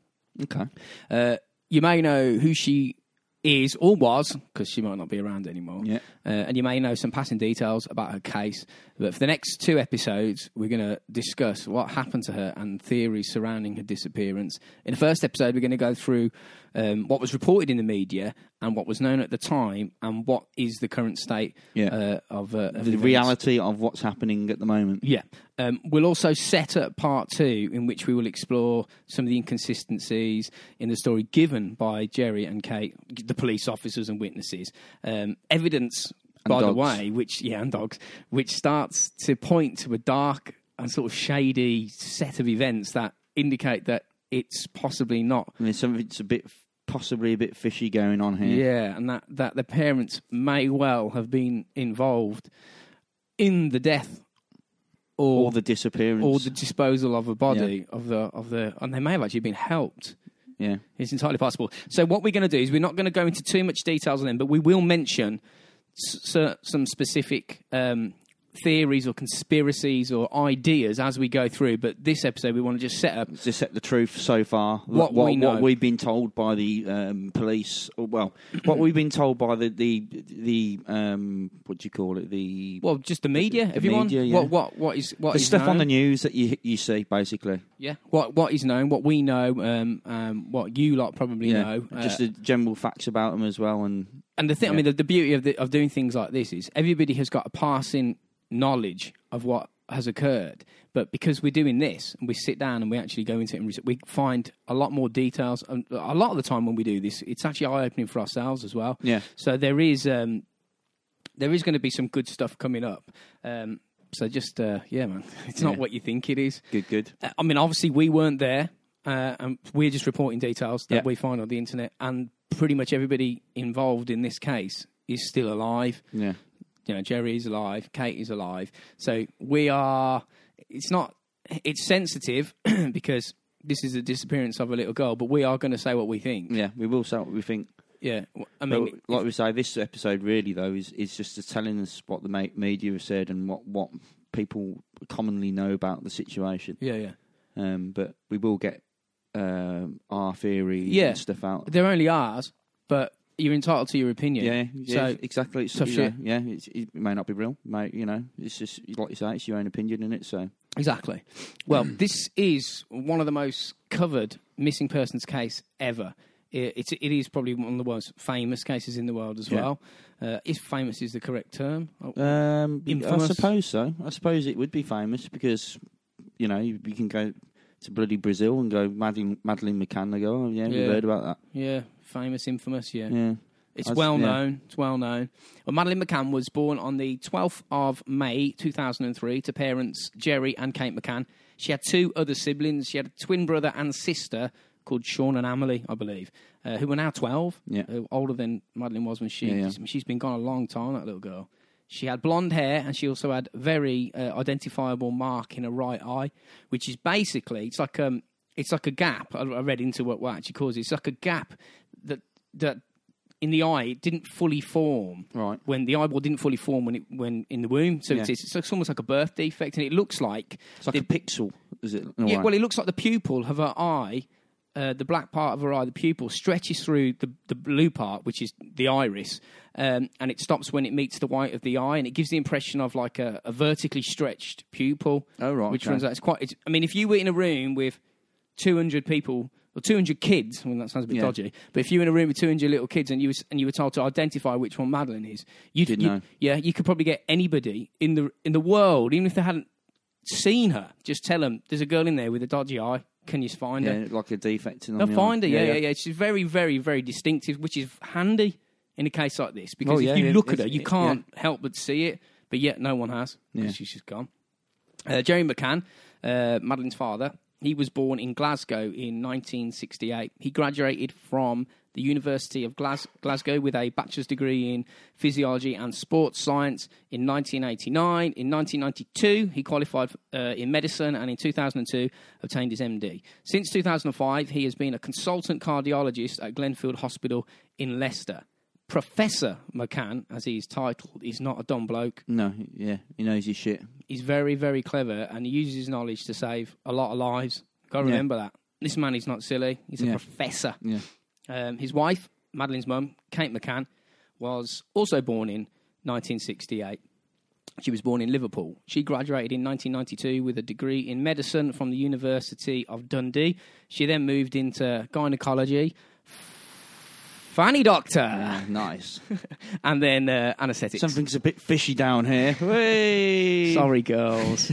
Speaker 1: Okay.
Speaker 2: Uh, you may know who she is or was because she might not be around anymore.
Speaker 1: Yeah.
Speaker 2: Uh, and you may know some passing details about her case. But for the next two episodes, we're going to discuss what happened to her and theories surrounding her disappearance. In the first episode, we're going to go through um, what was reported in the media and what was known at the time and what is the current state
Speaker 1: Yeah.
Speaker 2: uh, of, uh, of
Speaker 1: The
Speaker 2: events.
Speaker 1: reality of what's happening at the moment.
Speaker 2: Yeah. Um, we'll also set up part two, in which we will explore some of the inconsistencies in the story given by Jerry and Kate, the police officers and witnesses. Um, evidence, by the
Speaker 1: dogs.
Speaker 2: way, which, yeah, and dogs, which starts to point to a dark and sort of shady set of events that indicate that it's possibly not
Speaker 1: I mean, something's a bit possibly a bit fishy going on here.
Speaker 2: yeah, and that, that the parents may well have been involved in the death or,
Speaker 1: Or the disappearance.
Speaker 2: or the disposal of a body of the of the and they may have actually been helped.
Speaker 1: yeah.
Speaker 2: It's entirely possible. So what we're going to do is we're not going to go into too much details on them, but we will mention s- cer- some specific um, theories or conspiracies or ideas as we go through. But this episode, we want to just set up
Speaker 1: to set the truth so far.
Speaker 2: What we know.
Speaker 1: what we've been told by the um, police, or, well, [CLEARS THROAT] what we've been told by the the the um, what do you call it? The
Speaker 2: well, just the media,
Speaker 1: The
Speaker 2: everyone.
Speaker 1: media, yeah.
Speaker 2: What what what is what
Speaker 1: the
Speaker 2: is
Speaker 1: stuff
Speaker 2: known.
Speaker 1: on the news that you you see basically.
Speaker 2: yeah. What what is known, what we know, um, um, what you lot probably
Speaker 1: yeah,
Speaker 2: know, uh,
Speaker 1: just the general facts about them as well, and
Speaker 2: and the thing. I
Speaker 1: yeah.
Speaker 2: mean, the, the beauty of the, of doing things like this is everybody has got a passing knowledge of what has occurred, but because we're doing this and we sit down and we actually go into it and research, we find a lot more details. And a lot of the time when we do this, it's actually eye opening for ourselves as well.
Speaker 1: yeah,
Speaker 2: So there is um, there is going to be some good stuff coming up. Um, so just uh, yeah, man, [LAUGHS] it's not
Speaker 1: Yeah.
Speaker 2: what you think it is.
Speaker 1: good, good.
Speaker 2: Uh, I mean, obviously we weren't there, uh, and we're just reporting details that
Speaker 1: Yeah.
Speaker 2: we find on the internet, and pretty much everybody involved in this case is still alive.
Speaker 1: Yeah,
Speaker 2: You know, Jerry's alive, Kate is alive. So we are. It's not. It's sensitive [CLEARS THROAT] because this is the disappearance of a little girl, but we are going to say what we think.
Speaker 1: yeah, we will say what we think.
Speaker 2: Yeah, I
Speaker 1: But
Speaker 2: mean,
Speaker 1: Mm. like we say, this episode really though is is just to telling us what the ma- media has said and what what people commonly know about the situation.
Speaker 2: yeah, yeah.
Speaker 1: Um, but we will get um, our theory
Speaker 2: Yeah.
Speaker 1: and stuff out.
Speaker 2: They're only ours, but you're entitled to your opinion.
Speaker 1: Yeah, yeah,
Speaker 2: So-
Speaker 1: exactly. It's,
Speaker 2: Tough
Speaker 1: you know,
Speaker 2: shit.
Speaker 1: yeah, it's, it may not be real, mate. You know, it's just like you say, it's your own opinion in it. So
Speaker 2: Exactly. Well, [CLEARS THROAT] this is one of the most covered missing persons case ever. I- It's, it is probably one of the most famous cases in the world as
Speaker 1: Yeah.
Speaker 2: well. Uh, if famous is the correct term, Oh,
Speaker 1: um, I
Speaker 2: Infamous.
Speaker 1: suppose so. I suppose it would be famous because you know you, you can go to bloody Brazil and go Madeline, Madeline McCann. They go, oh yeah, we
Speaker 2: Yeah.
Speaker 1: heard about
Speaker 2: yeah, famous, infamous, yeah.
Speaker 1: that. Yeah,
Speaker 2: It's
Speaker 1: That's-
Speaker 2: well
Speaker 1: yeah.
Speaker 2: known. It's well known. Well, Madeline McCann was born on the 12th of May 2003 to parents Jerry and Kate McCann. She had two other siblings. She had a twin brother and sister called Sean and Amelie, I believe, uh, who are now 12,
Speaker 1: Yeah.
Speaker 2: uh, older than Madeline was when she.
Speaker 1: Yeah, yeah.
Speaker 2: She's been gone a long time, that little girl. She had blonde hair and she also had very uh, identifiable mark in her right eye, which is basically it's like um it's like a gap. I, I read into what, what actually causes it. it's like a gap that that in the eye it didn't fully form
Speaker 1: right.
Speaker 2: when the eyeball didn't fully form when it when in the womb. So
Speaker 1: Yeah.
Speaker 2: it's, it's it's almost like a birth defect, and it looks like
Speaker 1: It's like a pixel, is it? in a
Speaker 2: yeah,
Speaker 1: way?
Speaker 2: well, it looks like the pupil of her eye, uh, the black part of her eye, the pupil stretches through the, the blue part, which is the iris, um, and it stops when it meets the white of the eye, and it gives the impression of like a, a vertically stretched pupil.
Speaker 1: Oh, right,
Speaker 2: Which
Speaker 1: okay.
Speaker 2: runs out. It's quite. It's, I mean, if you were in a room with 200 people. Or 200 kids, I mean, that sounds a bit
Speaker 1: Yeah.
Speaker 2: dodgy, but if you were in a room with 200 little kids and you, was, and you were told to identify which one Madeline is, you'd,
Speaker 1: Didn't
Speaker 2: you
Speaker 1: know.
Speaker 2: yeah, you could probably get anybody in the, in the world, even if they hadn't seen her, just tell them there's a girl in there with a dodgy eye. Can you find her?
Speaker 1: yeah, like a defect in
Speaker 2: They'll
Speaker 1: the
Speaker 2: find her. Yeah, yeah, yeah, She's very, very, very distinctive, which is handy in a case like this because
Speaker 1: Oh, yeah,
Speaker 2: if you
Speaker 1: yeah.
Speaker 2: look at her,
Speaker 1: It's-
Speaker 2: you
Speaker 1: it-
Speaker 2: can't help but see it. But yet, no one has because
Speaker 1: Yeah.
Speaker 2: she's just gone. Uh, Jerry McCann, uh, Madeline's father, he was born in Glasgow in 1968. He graduated from the University of Glas- Glasgow with a bachelor's degree in physiology and sports science in 1989. In 1992, he qualified uh, in medicine and in 2002 obtained his MD. Since 2005, he has been a consultant cardiologist at Glenfield Hospital in Leicester. Professor McCann, as he is titled, is not a dumb bloke
Speaker 1: No, yeah, he knows his shit.
Speaker 2: he's very, very clever and he uses his knowledge to save a lot of lives. Got to
Speaker 1: Yeah.
Speaker 2: remember that. This man is not silly. He's a
Speaker 1: Yeah.
Speaker 2: professor. [SIGHS]
Speaker 1: Yeah.
Speaker 2: Um, his wife, Madeline's mum, Kate McCann, was also born in 1968. She was born in Liverpool. She graduated in 1992 with a degree in medicine from the University of Dundee. She then moved into gynecology, fanny doctor,
Speaker 1: Ah, nice.
Speaker 2: and then uh, anaesthetics.
Speaker 1: Something's a bit fishy
Speaker 2: [LAUGHS]
Speaker 1: down here. Whey!
Speaker 2: Sorry,
Speaker 1: [LAUGHS]
Speaker 2: girls.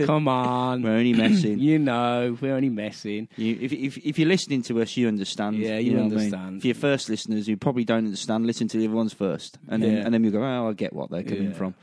Speaker 2: Come on.
Speaker 1: We're only messing.
Speaker 2: You know, we're only messing.
Speaker 1: you, if, if, if you're listening to us, you understand.
Speaker 2: Yeah, you
Speaker 1: know what I mean?
Speaker 2: understand.
Speaker 1: For your first listeners who probably don't understand, listen to the other ones first. And then
Speaker 2: Yeah.
Speaker 1: and then you go, oh, I get what they're coming
Speaker 2: Yeah.
Speaker 1: from.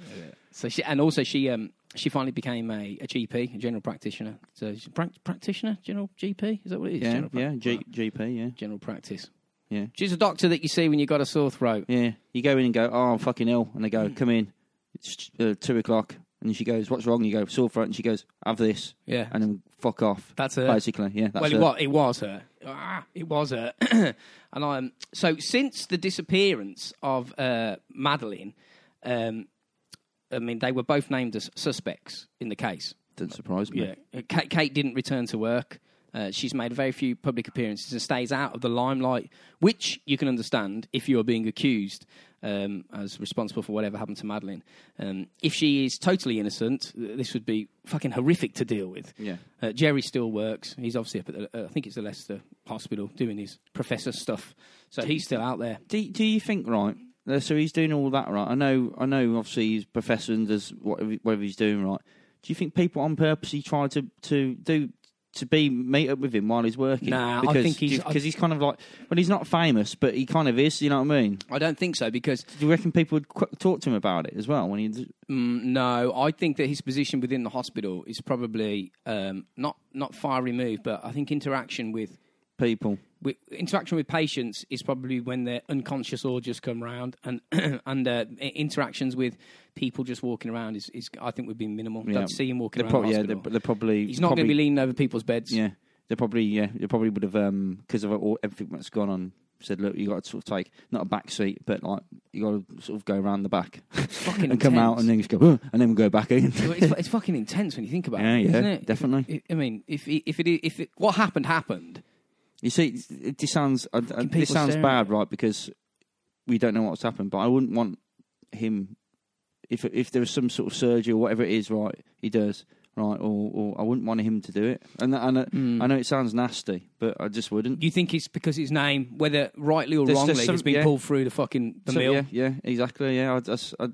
Speaker 2: So she, and also she, um, she finally became a, a GP, a general practitioner. So she's prac- practitioner, general GP, is that what it is?
Speaker 1: Yeah,
Speaker 2: general prac-
Speaker 1: yeah, G,
Speaker 2: right.
Speaker 1: GP, yeah.
Speaker 2: general practice.
Speaker 1: Yeah.
Speaker 2: She's a doctor that you see when you got a sore throat.
Speaker 1: Yeah. You go in and go, oh, I'm fucking ill. And they go, come in. It's uh, two o'clock. And she goes, what's wrong? You go, sore throat. And she goes, have this.
Speaker 2: Yeah,
Speaker 1: And then fuck off.
Speaker 2: that's her.
Speaker 1: Basically, yeah.
Speaker 2: well,
Speaker 1: That's her.
Speaker 2: it was, it was her. Ah, it was her. [CLEARS THROAT] and um, so since the disappearance of uh, Madeline, um, I mean, they were both named as suspects in the case.
Speaker 1: Doesn't surprise me.
Speaker 2: Yeah. Uh, Kate, Kate didn't return to work. Uh, she's made very few public appearances and stays out of the limelight, which you can understand if you are being accused um, as responsible for whatever happened to Madeline. Um, if she is totally innocent, th- this would be fucking horrific to deal with.
Speaker 1: Yeah.
Speaker 2: Uh, Jerry still works. He's obviously up at the, uh, I think it's the Leicester Hospital doing his professor stuff. So he's still out there.
Speaker 1: Do Do you think right? uh, So he's doing all that right. I know. I know. Obviously, he's professor and does whatever, whatever he's doing right. Do you think people on purpose he try to to do to be meet up with him while he's working?
Speaker 2: Nah, I
Speaker 1: because,
Speaker 2: think he's-
Speaker 1: because he's kind of like well, he's not famous, but he kind of is. You know what I mean?
Speaker 2: I don't think so because
Speaker 1: Do you reckon people would qu- talk to him about it as well when he?
Speaker 2: Mm, no, I think that his position within the hospital is probably um, not not far removed, but I think interaction with,
Speaker 1: people?
Speaker 2: with interaction with patients is probably when they're unconscious or just come round, and [CLEARS THROAT] and uh, i- interactions with people just walking around is, is I think would be minimal.
Speaker 1: Yeah.
Speaker 2: Don't see him walking
Speaker 1: They're
Speaker 2: around.
Speaker 1: probably
Speaker 2: the
Speaker 1: yeah. They're,
Speaker 2: hospital.
Speaker 1: they're probably
Speaker 2: He's not going to
Speaker 1: probably-
Speaker 2: be leaning over people's beds.
Speaker 1: Yeah, they probably yeah they probably would have um because of all, everything that's gone on said look you got to sort of take not a back seat but like you got to sort of go around the back
Speaker 2: Fucking
Speaker 1: and come out
Speaker 2: intense.
Speaker 1: and then just go "Huh," and then go back again.
Speaker 2: Well, it's, it's fucking intense when you think about
Speaker 1: [LAUGHS] yeah,
Speaker 2: it, isn't
Speaker 1: yeah,
Speaker 2: it?
Speaker 1: definitely.
Speaker 2: I- I mean, if it- if it i- if it, what happened happened,
Speaker 1: You see, it, it just sounds I, I,
Speaker 2: people
Speaker 1: this sounds
Speaker 2: staring
Speaker 1: bad, right? Because we don't know what's happened, but I wouldn't want him if if there was some sort of surgery or whatever it is, right? He does. Right, or, or I wouldn't want him to do it, and I know, I know it sounds nasty, but I just wouldn't.
Speaker 2: you think it's because his name, whether rightly or
Speaker 1: There's-
Speaker 2: wrongly,
Speaker 1: there's some-
Speaker 2: has been
Speaker 1: yeah.
Speaker 2: pulled through the fucking the
Speaker 1: So,
Speaker 2: mill.
Speaker 1: Yeah, yeah, exactly. Yeah, I, that's- I,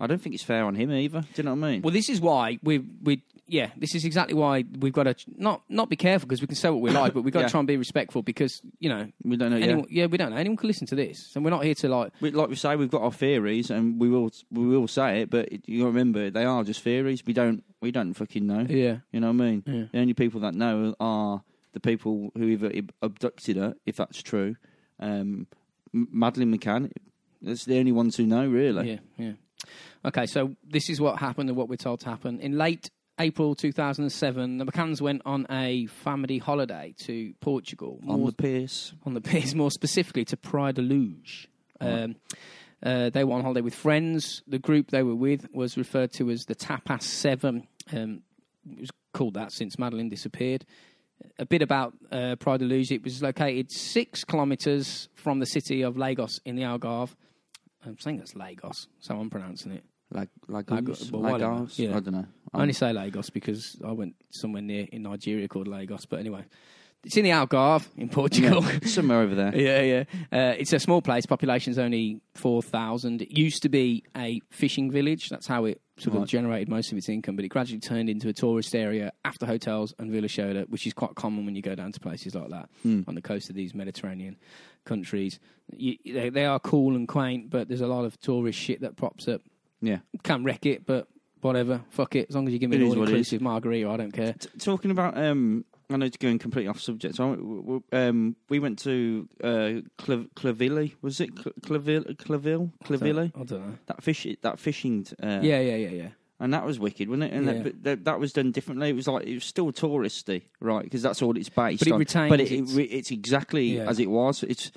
Speaker 1: I don't think it's fair on him either. Do you know what I mean?
Speaker 2: Well, this is why we we yeah, this is exactly why we've got to not not be careful because we can say what we like, but we've got
Speaker 1: [COUGHS] Yeah.
Speaker 2: to try and be respectful because you know
Speaker 1: we don't know.
Speaker 2: anyone,
Speaker 1: Yeah.
Speaker 2: yeah. we don't know anyone can listen to this, and we're not here to like
Speaker 1: We, like we say, we've got our theories, and we will we will say it. But it, you gotta remember, they are just theories. We don't we don't fucking know.
Speaker 2: yeah
Speaker 1: You know what I mean?
Speaker 2: Yeah.
Speaker 1: The only people that know are the people who either ab- abducted her, if that's true. Um, M- Madeline McCann. That's the only ones who know, really.
Speaker 2: yeah yeah. Okay, so this is what happened and what we're told to happen in late. April 2007, the McCanns went on a family holiday to Portugal.
Speaker 1: On
Speaker 2: more
Speaker 1: the piss.
Speaker 2: on the piers, more specifically to Praia de Luge. Um, uh, they were on holiday with friends. The group they were with was referred to as the Tapas Seven. Um, it was called that since Madeline disappeared. A bit about uh, Praia de Luge. It was located six kilometres from the city of Lagos in the Algarve. I'm saying that's Lagos, so I'm pronouncing it.
Speaker 1: Like, like,
Speaker 2: Like- well, I don't know. Yeah.
Speaker 1: I don't know.
Speaker 2: I [LAUGHS] only say Lagos because I went somewhere near in Nigeria called Lagos. But anyway, it's in the Algarve in Portugal.
Speaker 1: somewhere over
Speaker 2: [LAUGHS]
Speaker 1: there.
Speaker 2: Yeah, yeah. Uh, it's a small place. Population's only four thousand. It used to be a fishing village. That's how it sort
Speaker 1: Right.
Speaker 2: of generated most of its income. But it gradually turned into a tourist area after hotels and Villa Shoda, which is quite common when you go down to places like that
Speaker 1: Hmm.
Speaker 2: on the coast of these Mediterranean countries. You, they, they are cool and quaint, but there's a lot of tourist shit that pops up.
Speaker 1: Yeah.
Speaker 2: Can't wreck it, but whatever. Fuck it. As long as you give me
Speaker 1: It
Speaker 2: an
Speaker 1: is what it is.
Speaker 2: all-inclusive margarita, I don't care.
Speaker 1: T- talking about um I know it's going completely off subject. So I, w- w- um, we went to uh, Cla- Claville. Was it Cla- Claville? Claville? Claville?
Speaker 2: I don't know.
Speaker 1: That fish. That fishing. Uh,
Speaker 2: Yeah, yeah, yeah, yeah.
Speaker 1: And that was wicked, wasn't it? And
Speaker 2: Yeah.
Speaker 1: that, but that, that was done differently. It was like it was still touristy, right? Because that's all it's based.
Speaker 2: But it
Speaker 1: on.
Speaker 2: retains
Speaker 1: But it, it
Speaker 2: its-
Speaker 1: re- it's exactly
Speaker 2: Yeah.
Speaker 1: as it was. It's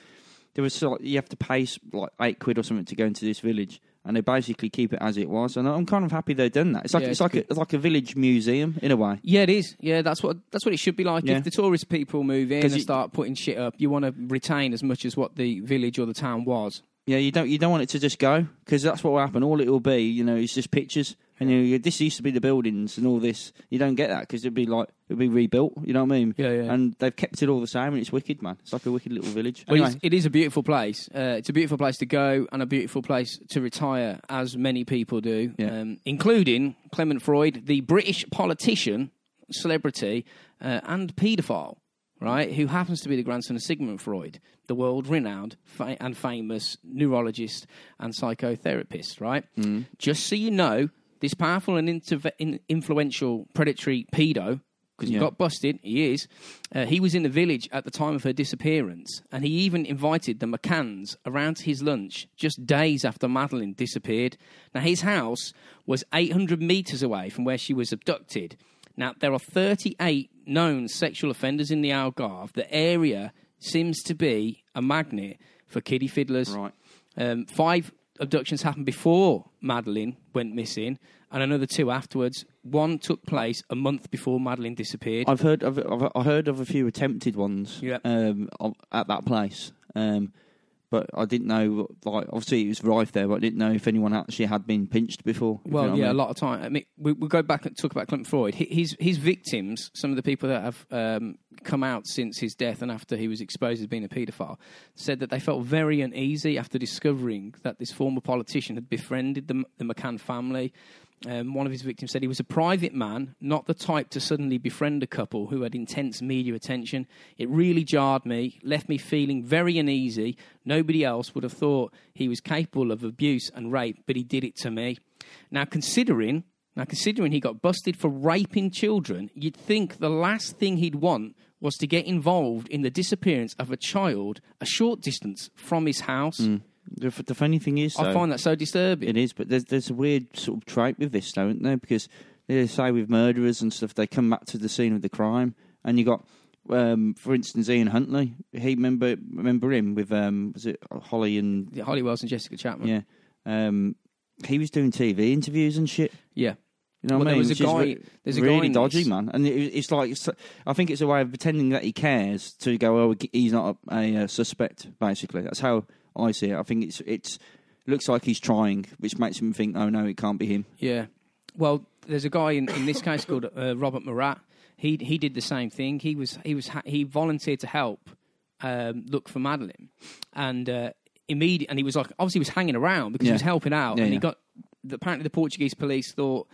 Speaker 1: there was sort of- you have to pay s- like eight quid or something to go into this village. And they basically keep it as it was, and I'm kind of happy they've done that. It's like
Speaker 2: Yeah,
Speaker 1: it's,
Speaker 2: it's
Speaker 1: like a, like a village museum in a way.
Speaker 2: Yeah, it is. Yeah, that's what that's what it should be like.
Speaker 1: Yeah.
Speaker 2: If the tourist people move in
Speaker 1: 'Cause
Speaker 2: and
Speaker 1: it-
Speaker 2: start putting shit up, you want to retain as much as what the village or the town was.
Speaker 1: Yeah, you don't you don't want it to just go because that's what will happen. All it will be, you know, is just pictures. And you know, this used to be the buildings and all this. You don't get that because it'd be like it'd be rebuilt. You know what I mean?
Speaker 2: Yeah, yeah.
Speaker 1: And they've kept it all the same, and it's wicked, man. It's like a wicked little village.
Speaker 2: Well,
Speaker 1: Anyway,
Speaker 2: it's, it is a beautiful place. Uh, it's a beautiful place to go and a beautiful place to retire, as many people do,
Speaker 1: Yeah.
Speaker 2: um, including Clement Freud, the British politician, celebrity, uh, and paedophile, right? Who happens to be the grandson of Sigmund Freud, the world renowned fa- and famous neurologist and psychotherapist, right?
Speaker 1: Mm.
Speaker 2: Just so you know, this powerful and interve- in- influential predatory pedo because he
Speaker 1: Yeah.
Speaker 2: got busted. He is. Uh, he was in the village at the time of her disappearance, and he even invited the McCanns around to his lunch just days after Madeline disappeared. Now, his house was 800 metres away from where she was abducted. Now, there are 38 known sexual offenders in the Algarve. The area seems to be a magnet for kiddie fiddlers.
Speaker 1: Right.
Speaker 2: Um, five abductions happened before Madeline went missing, and another two afterwards. One took place a month before Madeline disappeared.
Speaker 1: I've heard of I've, I heard of a few attempted ones
Speaker 2: Yeah.
Speaker 1: um, of- at that place, um, but I didn't know. Like obviously it was rife there, but I didn't know if anyone actually had been pinched before. if you know
Speaker 2: Well,
Speaker 1: what I
Speaker 2: yeah, a
Speaker 1: mean.
Speaker 2: lot of time. I mean, we, we'll go back and talk about Clinton Freud. Hi- His his victims, some of the people that have um, come out since his death and after he was exposed as being a paedophile, said that they felt very uneasy after discovering that this former politician had befriended the, M- the McCann family. Um, one of his victims said he was a private man, not the type to suddenly befriend a couple who had intense media attention. It really jarred me, left me feeling very uneasy. Nobody else would have thought he was capable of abuse and rape, but he did it to me. Now, considering now considering he got busted for raping children, you'd think the last thing he'd want was to get involved in the disappearance of a child a short distance from his house.
Speaker 1: The, f- the funny thing is,
Speaker 2: I
Speaker 1: though,
Speaker 2: find that so disturbing.
Speaker 1: it is, but there's there's a weird sort of trait with this, though, isn't there? Because they say with murderers and stuff, they come back to the scene of the crime, and you got. Um, for instance, Ian Huntley, he remember remember him with um, was it Holly and
Speaker 2: Yeah, Holly Wells and Jessica Chapman.
Speaker 1: yeah, um, he was doing TV interviews and shit.
Speaker 2: Yeah.
Speaker 1: You know
Speaker 2: Well,
Speaker 1: what I
Speaker 2: there
Speaker 1: mean?
Speaker 2: was a
Speaker 1: Which is
Speaker 2: guy-
Speaker 1: re-
Speaker 2: there's a guy
Speaker 1: really
Speaker 2: in
Speaker 1: dodgy
Speaker 2: this-
Speaker 1: man, and it, it's like it's, I think it's a way of pretending that he cares to go. Oh, he's not a, a, uh suspect. Basically, that's how I see it. I think it's it's looks like he's trying, which makes him think, oh no, it can't be him.
Speaker 2: Yeah. Well, there's a guy in, in this case called uh, Robert Murat. He he did the same thing. He was he was ha- he volunteered to help um, look for Madeline, and uh, immediate and he was like obviously he was hanging around because he
Speaker 1: Yeah.
Speaker 2: was helping out,
Speaker 1: Yeah,
Speaker 2: and he
Speaker 1: yeah.
Speaker 2: got the, apparently the Portuguese police thought.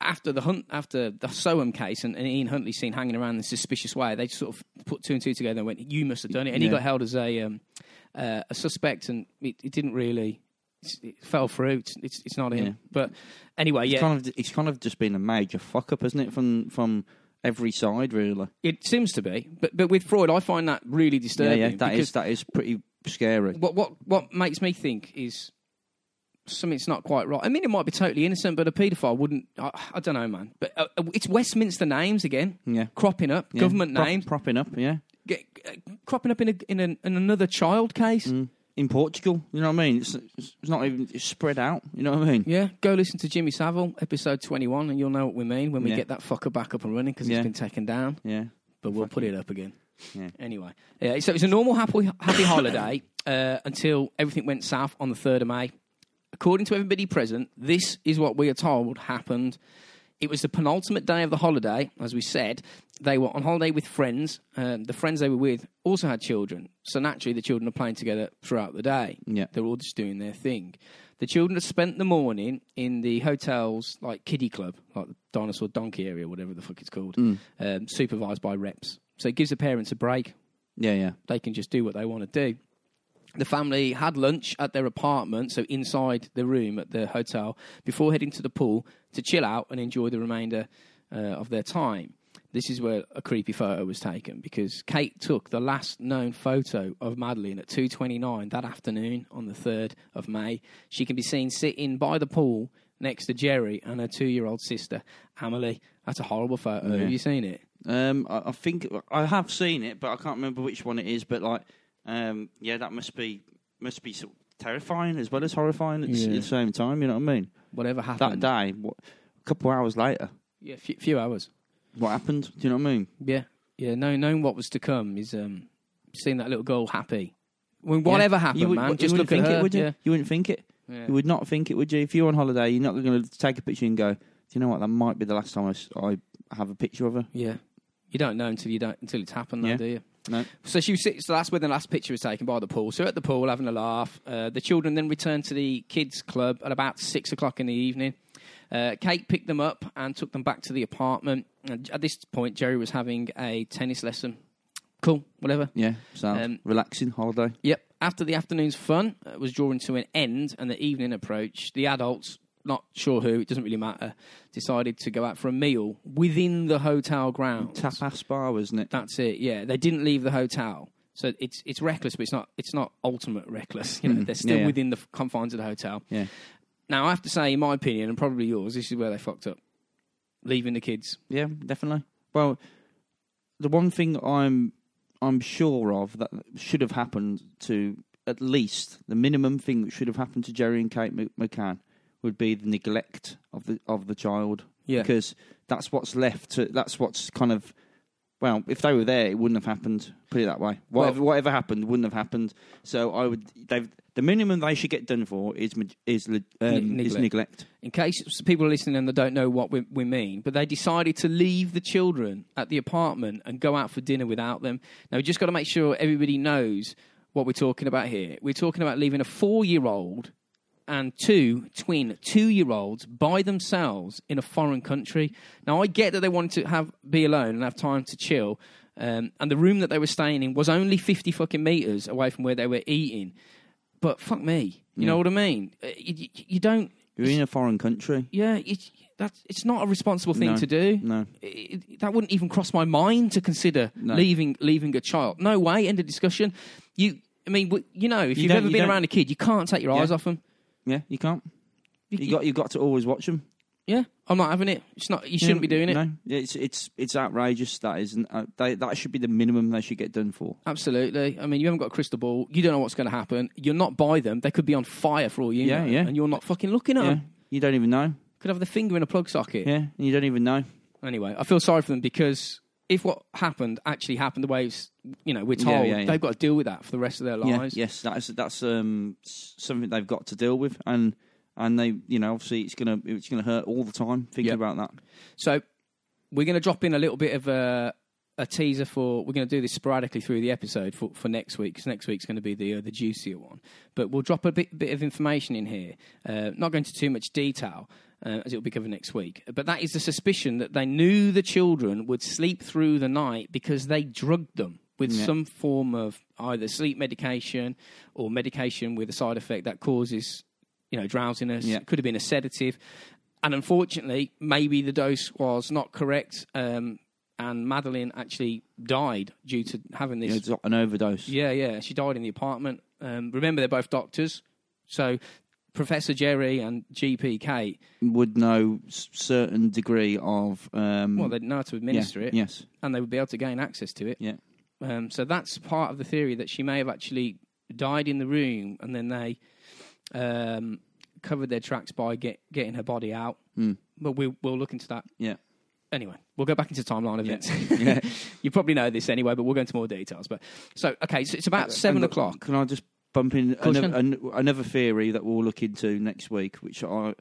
Speaker 2: After the hunt, after the Soham case and, and Ian Huntley seen hanging around in a suspicious way, they sort of put two and two together and went, "You must have done it." And he
Speaker 1: Yeah.
Speaker 2: got held as a um, uh, a suspect, and it, it didn't really it fell through. It's it's, it's not him.
Speaker 1: Yeah.
Speaker 2: But anyway,
Speaker 1: It's
Speaker 2: yeah,
Speaker 1: kind of it's kind of just been a major fuck up, isn't it? From from every side, really.
Speaker 2: it seems to be. But but with Freud, I find that really disturbing.
Speaker 1: yeah, yeah. That
Speaker 2: because
Speaker 1: is that is pretty scary.
Speaker 2: what what what makes me think is something's not quite right. I mean, it might be totally innocent, but a paedophile wouldn't. I, I don't know, man. But uh, it's Westminster names again.
Speaker 1: Yeah.
Speaker 2: Cropping up,
Speaker 1: Yeah.
Speaker 2: government
Speaker 1: Prop-
Speaker 2: names,
Speaker 1: propping up, yeah.
Speaker 2: get, uh, cropping up in a, in, an in another child case.
Speaker 1: Mm. In Portugal, you know what I mean? It's, it's not even it's spread out. You know what I mean?
Speaker 2: Yeah, go listen to Jimmy Savile, episode twenty-one, and you'll know what we mean when we
Speaker 1: Yeah.
Speaker 2: get that fucker back up and running because
Speaker 1: Yeah.
Speaker 2: he's been taken down.
Speaker 1: Yeah.
Speaker 2: but we'll put it up again.
Speaker 1: Yeah.
Speaker 2: Anyway, yeah, so it was a normal happy, happy holiday uh, until everything went south on the 3rd of May. According to everybody present, this is what we are told happened. It was the penultimate day of the holiday, as we said. They were on holiday with friends. Um, the friends they were with also had children. So naturally, the children are playing together throughout the day.
Speaker 1: Yeah.
Speaker 2: They're all just doing their thing. The children had spent the morning in the hotel's like kiddie club, like the dinosaur donkey area, whatever the fuck it's called, um, supervised by reps. So it gives the parents a break.
Speaker 1: Yeah, yeah.
Speaker 2: They can just do what they want to do. The family had lunch at their apartment, so inside the room at the hotel, before heading to the pool to chill out and enjoy the remainder uh, of their time. This is where a creepy photo was taken because Kate took the last known photo of Madeline at 2:29 that afternoon on the 3rd of May. She can be seen sitting by the pool next to Jerry and her 2-year-old sister Amelie. That's a horrible photo. Have you seen it?
Speaker 1: Um, I, I think I have seen it, but I can't remember which one it is. But like, um, yeah, that must be must be sort of terrifying as well as horrifying at, the s-
Speaker 2: Yeah. Mm.
Speaker 1: at the same time. You know what I mean?
Speaker 2: Whatever
Speaker 1: That
Speaker 2: happened?
Speaker 1: day, what, a couple of hours later,
Speaker 2: Yeah, few, few hours.
Speaker 1: what happened? Do you know what I mean?
Speaker 2: Yeah, yeah. Knowing, knowing what was to come is um, seeing that little girl happy. When whatever
Speaker 1: Yeah.
Speaker 2: happened,
Speaker 1: you would,
Speaker 2: man,
Speaker 1: you
Speaker 2: just
Speaker 1: wouldn't
Speaker 2: look at
Speaker 1: think
Speaker 2: her.
Speaker 1: it, would you?
Speaker 2: yeah.
Speaker 1: You wouldn't think it.
Speaker 2: Yeah.
Speaker 1: You would not think it, would you? If you're on holiday, you're not going to take a picture and go, "Do you know what? That might be the last time I s- I, have a picture of her."
Speaker 2: Yeah. you don't know until you don't until it's happened, though,
Speaker 1: Yeah.
Speaker 2: do you?
Speaker 1: No.
Speaker 2: So she was sit- so that's where the last picture was taken by the pool. So at the pool, having a laugh. Uh, the children then returned to the kids' club at about six o'clock in the evening. Uh, Kate picked them up and took them back to the apartment. And at this point, Jerry was having a tennis lesson. Cool, whatever.
Speaker 1: Yeah. So
Speaker 2: Um,
Speaker 1: relaxing holiday.
Speaker 2: Yep. After the afternoon's fun uh, was drawing to an end and the evening approached, the adults, not sure who, it doesn't really matter, decided to go out for a meal within the hotel grounds.
Speaker 1: Tapas bar, wasn't it?
Speaker 2: That's it. Yeah, they didn't leave the hotel, so it's it's reckless, but it's not it's not ultimate reckless. You know, they're still
Speaker 1: Hmm. Yeah, yeah.
Speaker 2: within the f- confines of the hotel.
Speaker 1: Yeah.
Speaker 2: Now, I have to say, in my opinion, and probably yours, this is where they fucked up, leaving the kids.
Speaker 1: Yeah, definitely. Well, the one thing I'm I'm sure of that should have happened to at least the minimum thing that should have happened to Jerry and Kate Mc- McCann would be the neglect of the of the child.
Speaker 2: Yeah.
Speaker 1: Because that's what's left. To, that's what's kind of. Well, if they were there, it wouldn't have happened. Put it that way. Whatever, whatever happened wouldn't have happened. So I would. They've, the minimum they should get done for is ma- is le- um,
Speaker 2: Ne-
Speaker 1: is
Speaker 2: neglect.
Speaker 1: neglect.
Speaker 2: in case people are listening and they don't know what we, we mean, but they decided to leave the children at the apartment and go out for dinner without them. Now, we just got to make sure everybody knows what we're talking about here. We're talking about leaving a four year old and two twin two year olds by themselves in a foreign country. Now, I get that they wanted to have be alone and have time to chill. Um, and the room that they were staying in was only 50 fucking meters away from where they were eating. But fuck me. You know what I mean? Uh, You, you- you don't.
Speaker 1: You're in a foreign country.
Speaker 2: Yeah, it's that's it's not a responsible thing
Speaker 1: No,
Speaker 2: to do.
Speaker 1: no.
Speaker 2: It- it- that wouldn't even cross my mind to consider leaving leaving a child. No way. End of discussion. You, I mean, w- you know, if
Speaker 1: You
Speaker 2: you have
Speaker 1: don't-
Speaker 2: ever
Speaker 1: you
Speaker 2: been
Speaker 1: don't-
Speaker 2: around a kid, you can't take your eyes
Speaker 1: Yeah.
Speaker 2: off them.
Speaker 1: Yeah, you can't. You got you got to always watch them.
Speaker 2: yeah, I'm not having it. It's not. You shouldn't be doing it.
Speaker 1: No, Yeah, it's it's it's outrageous. That isn't. Uh, they, that should be the minimum they should get done for.
Speaker 2: Absolutely. I mean, you haven't got a crystal ball. You don't know what's going to happen. You're not by them. They could be on fire for all you
Speaker 1: Yeah,
Speaker 2: know,
Speaker 1: yeah.
Speaker 2: and you're not fucking looking at
Speaker 1: Yeah,
Speaker 2: them.
Speaker 1: you don't even know.
Speaker 2: Could have the finger in a plug socket.
Speaker 1: Yeah, you don't even know.
Speaker 2: anyway, I feel sorry for them because if what happened actually happened the way it's, you know we're
Speaker 1: Yeah,
Speaker 2: told,
Speaker 1: yeah, yeah.
Speaker 2: they've got to deal with that for the rest of their
Speaker 1: Yeah,
Speaker 2: lives.
Speaker 1: yes, that's that's um s- something they've got to deal with, and and they you know obviously it's gonna it's gonna hurt all the time thinking
Speaker 2: Yeah.
Speaker 1: about that.
Speaker 2: So we're going to drop in a little bit of a, a teaser for. We're going to do this sporadically through the episode for, for next week because next week's going to be the uh, the juicier one. But we'll drop a bit bit of information in here. Uh, not going into too much detail. Uh, as it will be covered next week, but that is the suspicion that they knew the children would sleep through the night because they drugged them with some form of either sleep medication or medication with a side effect that causes, you know, drowsiness.
Speaker 1: Yeah.
Speaker 2: Could have been a sedative, and unfortunately, maybe the dose was not correct, um, and Madeline actually died due to having this.
Speaker 1: It's an overdose.
Speaker 2: Yeah, yeah, she died in the apartment. Um, remember, they're both doctors, so Professor Jerry and GP Kate.
Speaker 1: Would know s- certain degree of um.
Speaker 2: Well, they'd know how to administer it,
Speaker 1: Yes.
Speaker 2: and they would be able to gain access to it.
Speaker 1: Yeah.
Speaker 2: Um, so that's part of the theory that she may have actually died in the room, and then they um, covered their tracks by get, getting her body out. But we, we'll look into that
Speaker 1: mm, Yeah.
Speaker 2: anyway, we'll go back into timeline events. [LAUGHS]
Speaker 1: Yeah.
Speaker 2: you probably know this anyway, but we'll go into more details. But so okay, so it's about seven
Speaker 1: And
Speaker 2: o'clock.
Speaker 1: Can I just bump in
Speaker 2: course
Speaker 1: another, an, another theory that we'll look into next week, which I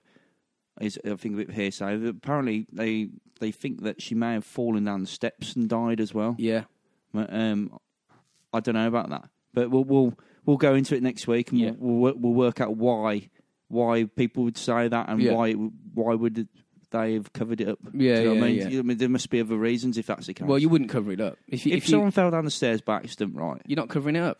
Speaker 1: is I think a bit hearsay. but Apparently, they they think that she may have fallen down the steps and died as well.
Speaker 2: Yeah,
Speaker 1: But, Um, I don't know about that, but we'll we'll we'll go into it next week and
Speaker 2: Yeah.
Speaker 1: we'll, we'll we'll work out why why people would say that and
Speaker 2: Yeah.
Speaker 1: why it w- why would they have covered it up.
Speaker 2: Yeah,
Speaker 1: Do you know what I
Speaker 2: yeah,
Speaker 1: mean?
Speaker 2: yeah.
Speaker 1: I mean, there must be other reasons if that's the case.
Speaker 2: well, you wouldn't cover it up if you,
Speaker 1: if,
Speaker 2: if, you,
Speaker 1: someone fell down the stairs by accident, right?
Speaker 2: you're not covering it up.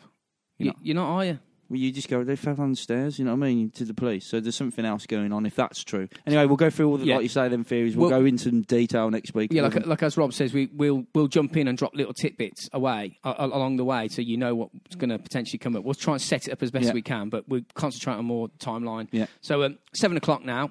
Speaker 2: You're
Speaker 1: You're not.
Speaker 2: not, you're not are you?
Speaker 1: Well, you just go, they fell down the stairs, you know what I mean, to the police. So there's something else going on if that's true. Anyway, we'll go through all the,
Speaker 2: Yeah.
Speaker 1: like you say, them theories. We'll,
Speaker 2: Well-
Speaker 1: go into them detail next week.
Speaker 2: Yeah, like, like as Rob says, we, we'll we'll jump in and drop little tidbits away uh, along the way, so you know what's going to potentially come up. We'll try and set it up as best
Speaker 1: Yeah.
Speaker 2: we can, but we'll concentrate on more timeline.
Speaker 1: Yeah.
Speaker 2: So um, seven o'clock now.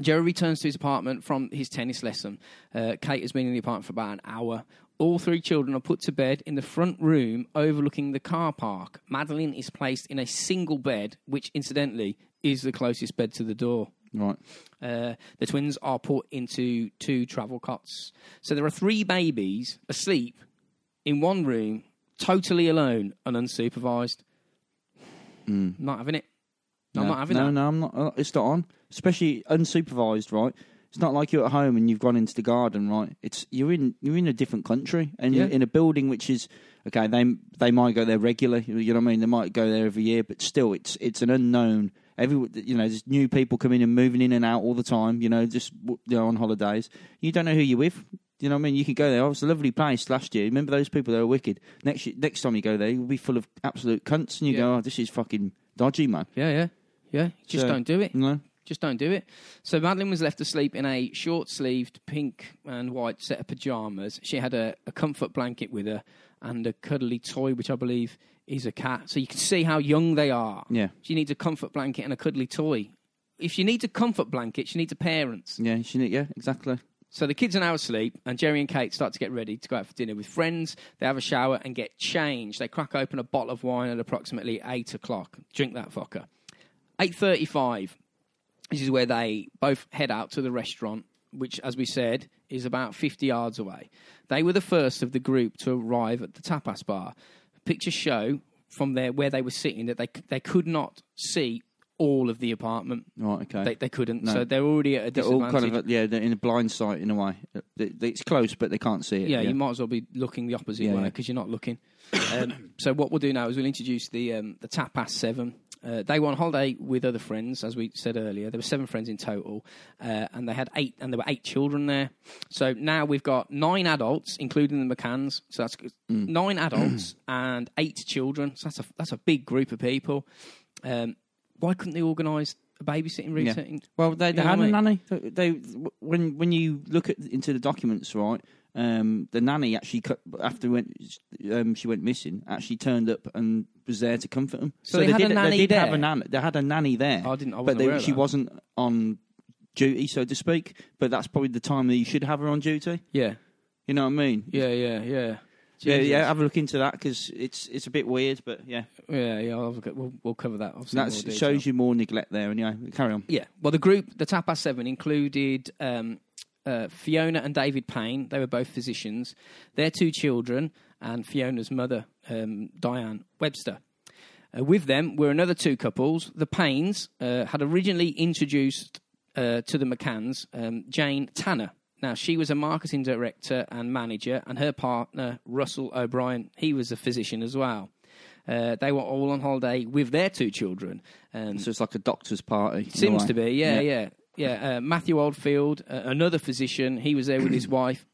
Speaker 2: Jerry returns to his apartment from his tennis lesson. Uh, Kate has been in the apartment for about an hour. All three children are put to bed in the front room overlooking the car park. Madeline is placed in a single bed, which incidentally is the closest bed to the door.
Speaker 1: right.
Speaker 2: Uh, the twins are put into two travel cots. So there are three babies asleep in one room, totally alone and unsupervised. Not having it. I'm
Speaker 1: Hmm. no,
Speaker 2: not having
Speaker 1: no,
Speaker 2: that.
Speaker 1: No, I'm not. uh, It's not on. Especially unsupervised, right? It's not like you're at home and you've gone into the garden, right? It's you're in you're in a different country and you're
Speaker 2: Yeah.
Speaker 1: in a building which is okay. They they might go there regularly. You know what I mean? They might go there every year, but still, it's it's an unknown. Every you know, there's new people coming and moving in and out all the time. You know, just you know, on holidays, you don't know who you're with. You know what I mean? You could go there. Oh, it's a lovely place last year. Remember those people that were wicked. Next year, next time you go there, you'll be full of absolute cunts, and you
Speaker 2: Yeah.
Speaker 1: go, "Oh, this is fucking dodgy, man."
Speaker 2: Yeah, yeah, yeah. Just
Speaker 1: So-
Speaker 2: don't do it.
Speaker 1: You know?
Speaker 2: Just don't do it. So Madeline was left asleep in a short-sleeved pink and white set of pajamas. She had a, a comfort blanket with her and a cuddly toy, which I believe is a cat. So you can see how young they are.
Speaker 1: Yeah.
Speaker 2: She needs a comfort blanket and a cuddly toy. If she needs a comfort blanket, she needs a parent.
Speaker 1: Yeah, she, yeah, exactly.
Speaker 2: So the kids are now asleep, and Jerry and Kate start to get ready to go out for dinner with friends. They have a shower and get changed. They crack open a bottle of wine at approximately eight o'clock. Drink that fucker. Eight thirty-five. This is where they both head out to the restaurant, which, as we said, is about 50 yards away. They were the first of the group to arrive at the tapas bar. Pictures show from there where they were sitting that they c- they could not see all of the apartment.
Speaker 1: Right, okay.
Speaker 2: They, they couldn't,
Speaker 1: No.
Speaker 2: so they're already at a
Speaker 1: They're all
Speaker 2: disadvantage.
Speaker 1: kind of yeah, they're in a blind sight in a way. Uh, They- they- It's close, but they can't see it.
Speaker 2: yeah, you might as well be looking the opposite
Speaker 1: Yeah,
Speaker 2: way
Speaker 1: yeah.
Speaker 2: because you're not looking. Um, so what we'll do now is we'll introduce the um, the tapas seven. Uh, they were on holiday with other friends, as we said earlier. There were seven friends in total, uh, and they had eight, and there were eight children there. So now we've got nine adults, including the McCanns. So that's good.
Speaker 1: Mm. [CLEARS THROAT]
Speaker 2: nine adults and eight children. So that's a that's a big group of people. Um, why couldn't they organise a babysitting
Speaker 1: Yeah.
Speaker 2: routine?
Speaker 1: Well, they, they
Speaker 2: You know
Speaker 1: had
Speaker 2: what
Speaker 1: a
Speaker 2: I
Speaker 1: nanny. They, they- when when you look at into the documents, right? Um, the nanny actually cut, after went um, she went missing. Actually turned up and was there to comfort them.
Speaker 2: So they had a
Speaker 1: did,
Speaker 2: nanny
Speaker 1: they did have
Speaker 2: there?
Speaker 1: a nanny. They had a nanny there.
Speaker 2: I didn't. I wasn't
Speaker 1: but they,
Speaker 2: aware of
Speaker 1: she
Speaker 2: that.
Speaker 1: wasn't on duty, so to speak. But that's probably the time that you should have her on duty.
Speaker 2: Yeah,
Speaker 1: You know what I mean?
Speaker 2: yeah, yeah, yeah.
Speaker 1: Yeah,
Speaker 2: Jesus.
Speaker 1: yeah. Have a look into that because it's it's a bit weird, but yeah,
Speaker 2: Yeah, yeah, I'll, we'll, we'll cover that. Obviously,
Speaker 1: that shows you more neglect there. Anyway, carry on.
Speaker 2: Yeah, well, the group, the Tapas Seven, included um, uh, Fiona and David Payne. They were both physicians. Their two children and Fiona's mother, um, Diane Webster. Uh, with them were another two couples. The Paynes uh, had originally introduced uh, to the McCanns um, Jane Tanner. Now, she was a marketing director and manager, and her partner, Russell O'Brien, he was a physician as well. Uh, they were all on holiday with their two children. Um,
Speaker 1: So it's like a doctor's party. in a
Speaker 2: Seems
Speaker 1: way.
Speaker 2: to be, yeah,
Speaker 1: Yeah.
Speaker 2: yeah, yeah. Uh, Matthew Oldfield, uh, another physician, he was there with his wife,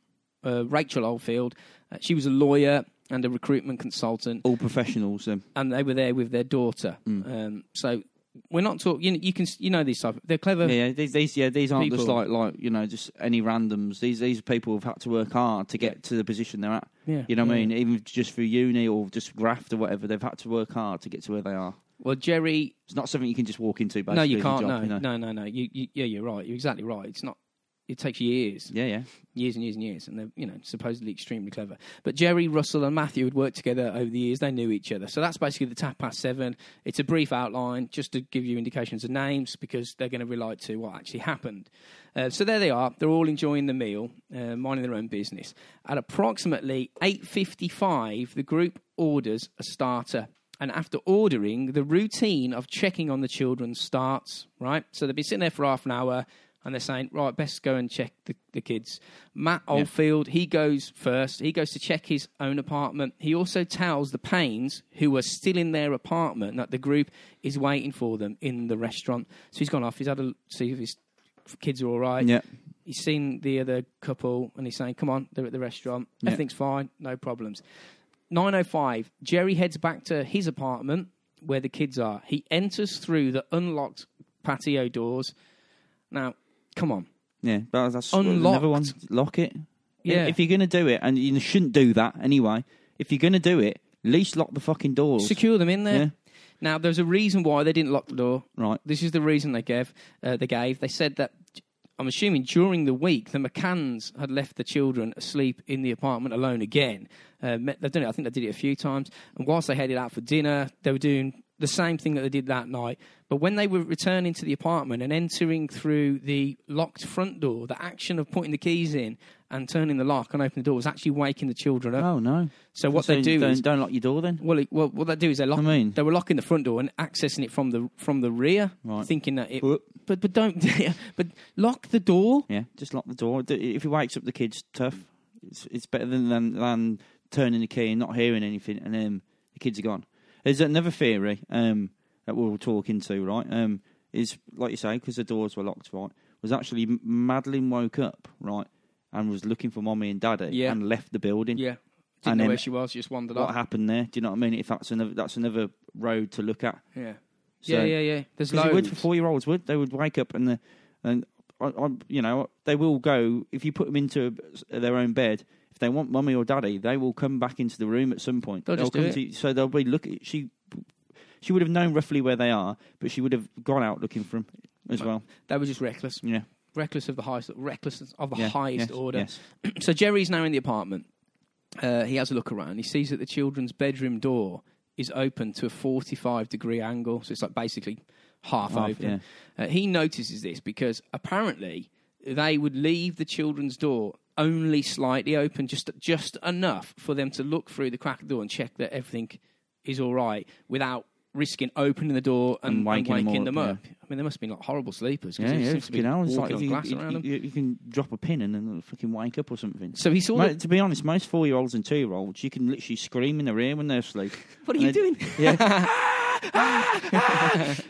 Speaker 2: uh, Rachel Oldfield. Uh, she was a lawyer and a recruitment consultant,
Speaker 1: All professionals. Um,
Speaker 2: and they were there with their daughter.
Speaker 1: Hmm.
Speaker 2: Um, so we're not talking. You, know, you can, s- you know, these type. They're clever.
Speaker 1: Yeah, yeah, these, these, yeah, these aren't just
Speaker 2: People.
Speaker 1: like, like you know, just any randoms. These, these are people who've had to work hard to get to the position they're at.
Speaker 2: Yeah,
Speaker 1: You know what
Speaker 2: yeah.
Speaker 1: I mean? Even just through uni or just graft or whatever, they've had to work hard to get to where they are.
Speaker 2: Well, Jerry.
Speaker 1: It's not something you can just walk into. Basically,
Speaker 2: No, you
Speaker 1: as a
Speaker 2: can't.
Speaker 1: job,
Speaker 2: no,
Speaker 1: you know?
Speaker 2: no, no, no. You, you, yeah, you're right. You're exactly right. It's not. It takes years.
Speaker 1: Yeah, yeah.
Speaker 2: years and years and years, and they're you know supposedly extremely clever. But Jerry, Russell, and Matthew had worked together over the years; they knew each other. So that's basically the tap past seven. It's a brief outline just to give you indications of names because they're going to relate to what actually happened. Uh, so there they are; they're all enjoying the meal, uh, minding their own business. At approximately eight fifty-five, the group orders a starter. And after ordering, the routine of checking on the children starts, right? So they've been sitting there for half an hour and they're saying, right, best go and check the, the kids. Matt Oldfield, he goes first. He goes to check his own apartment. He also tells the Paynes, who are still in their apartment, that the group is waiting for them in the restaurant. So he's gone off. He's had a l- see if his kids are all right.
Speaker 1: Yeah.
Speaker 2: He's seen the other couple and he's saying, come on, they're at the restaurant.
Speaker 1: Yeah.
Speaker 2: Everything's fine, no problems. 905, Jerry heads back to his apartment where the kids are. He enters through the unlocked patio doors. Now, come on.
Speaker 1: Yeah, but that's another one. Lock it.
Speaker 2: Yeah.
Speaker 1: If you're gonna do it, and you shouldn't do that anyway. If you're gonna do it, at least lock the fucking doors.
Speaker 2: Secure them in there.
Speaker 1: Yeah.
Speaker 2: Now, there's a reason why they didn't lock the door.
Speaker 1: Right.
Speaker 2: This is the reason they gave. Uh, they gave. They said that. I'm assuming during the week the McCanns had left the children asleep in the apartment alone again. Uh, me- they've done it. I think they did it a few times. And whilst they headed out for dinner, they were doing the same thing that they did that night. But when they were returning to the apartment and entering through the locked front door, the action of putting the keys in and turning the lock and opening the door was actually waking the children up.
Speaker 1: Oh no.
Speaker 2: so what
Speaker 1: So
Speaker 2: they do
Speaker 1: don't,
Speaker 2: is
Speaker 1: don't lock your door then.
Speaker 2: well, it, well, what they do is they lock.
Speaker 1: I mean-
Speaker 2: they were locking the front door and accessing it from the from the rear,
Speaker 1: Right.
Speaker 2: thinking that it.
Speaker 1: Whoop.
Speaker 2: But but don't. [LAUGHS] but lock the door.
Speaker 1: Yeah, just lock the door. D- If he wakes up the kids, tough. It's it's better than than, than turning the key and not hearing anything, and then the kids are gone. There's another theory um, that we'll talk into, right? Um, is like you say, because the doors were locked, right? Was actually M- Madeline woke up, right, and was looking for mommy and daddy,
Speaker 2: Yeah.
Speaker 1: and left the building.
Speaker 2: Yeah, didn't
Speaker 1: And
Speaker 2: know
Speaker 1: then-
Speaker 2: where she was. Just wandered
Speaker 1: What
Speaker 2: off.
Speaker 1: happened there? Do you know what I mean? If that's another that's another road to look at.
Speaker 2: Yeah.
Speaker 1: So-
Speaker 2: yeah, yeah, yeah. There's
Speaker 1: because it would
Speaker 2: loads.
Speaker 1: for four year olds would they would wake up and the, and I, I, you know they will go if you put them into their own bed if they want mummy or daddy they will come back into the room at some point
Speaker 2: They'll just do
Speaker 1: come
Speaker 2: it.
Speaker 1: to you, so they'll be look she she would have known roughly where they are but she would have gone out looking for them as well
Speaker 2: They were just reckless.
Speaker 1: yeah
Speaker 2: reckless of the highest, reckless of the
Speaker 1: Yeah,
Speaker 2: highest
Speaker 1: yes,
Speaker 2: order.
Speaker 1: yes.
Speaker 2: so Jerry's now in the apartment. Uh, he has a look around. He sees that the children's bedroom door is open to a 45 degree angle. So it's like basically half,
Speaker 1: Half,
Speaker 2: open. Uh, he notices this because apparently they would leave the children's door only slightly open, just just enough for them to look through the crack of the door and check that everything is all right without risking opening the door and,
Speaker 1: And
Speaker 2: and
Speaker 1: waking
Speaker 2: waking,
Speaker 1: them all
Speaker 2: them
Speaker 1: up,
Speaker 2: up. I mean, they must have been like horrible sleepers. 'cause
Speaker 1: Yeah,
Speaker 2: there
Speaker 1: yeah,
Speaker 2: seems to be
Speaker 1: fucking hell. It's like
Speaker 2: walking
Speaker 1: if
Speaker 2: on
Speaker 1: you,
Speaker 2: glass
Speaker 1: you-
Speaker 2: around them.
Speaker 1: you- you can drop a pin and then it'll fucking wake up or something.
Speaker 2: So he saw
Speaker 1: Mate,
Speaker 2: the-
Speaker 1: to be honest, most four-year-olds and two-year-olds, you can literally scream in their ear when they're asleep.
Speaker 2: What are
Speaker 1: And
Speaker 2: you
Speaker 1: they-
Speaker 2: doing?
Speaker 1: Yeah.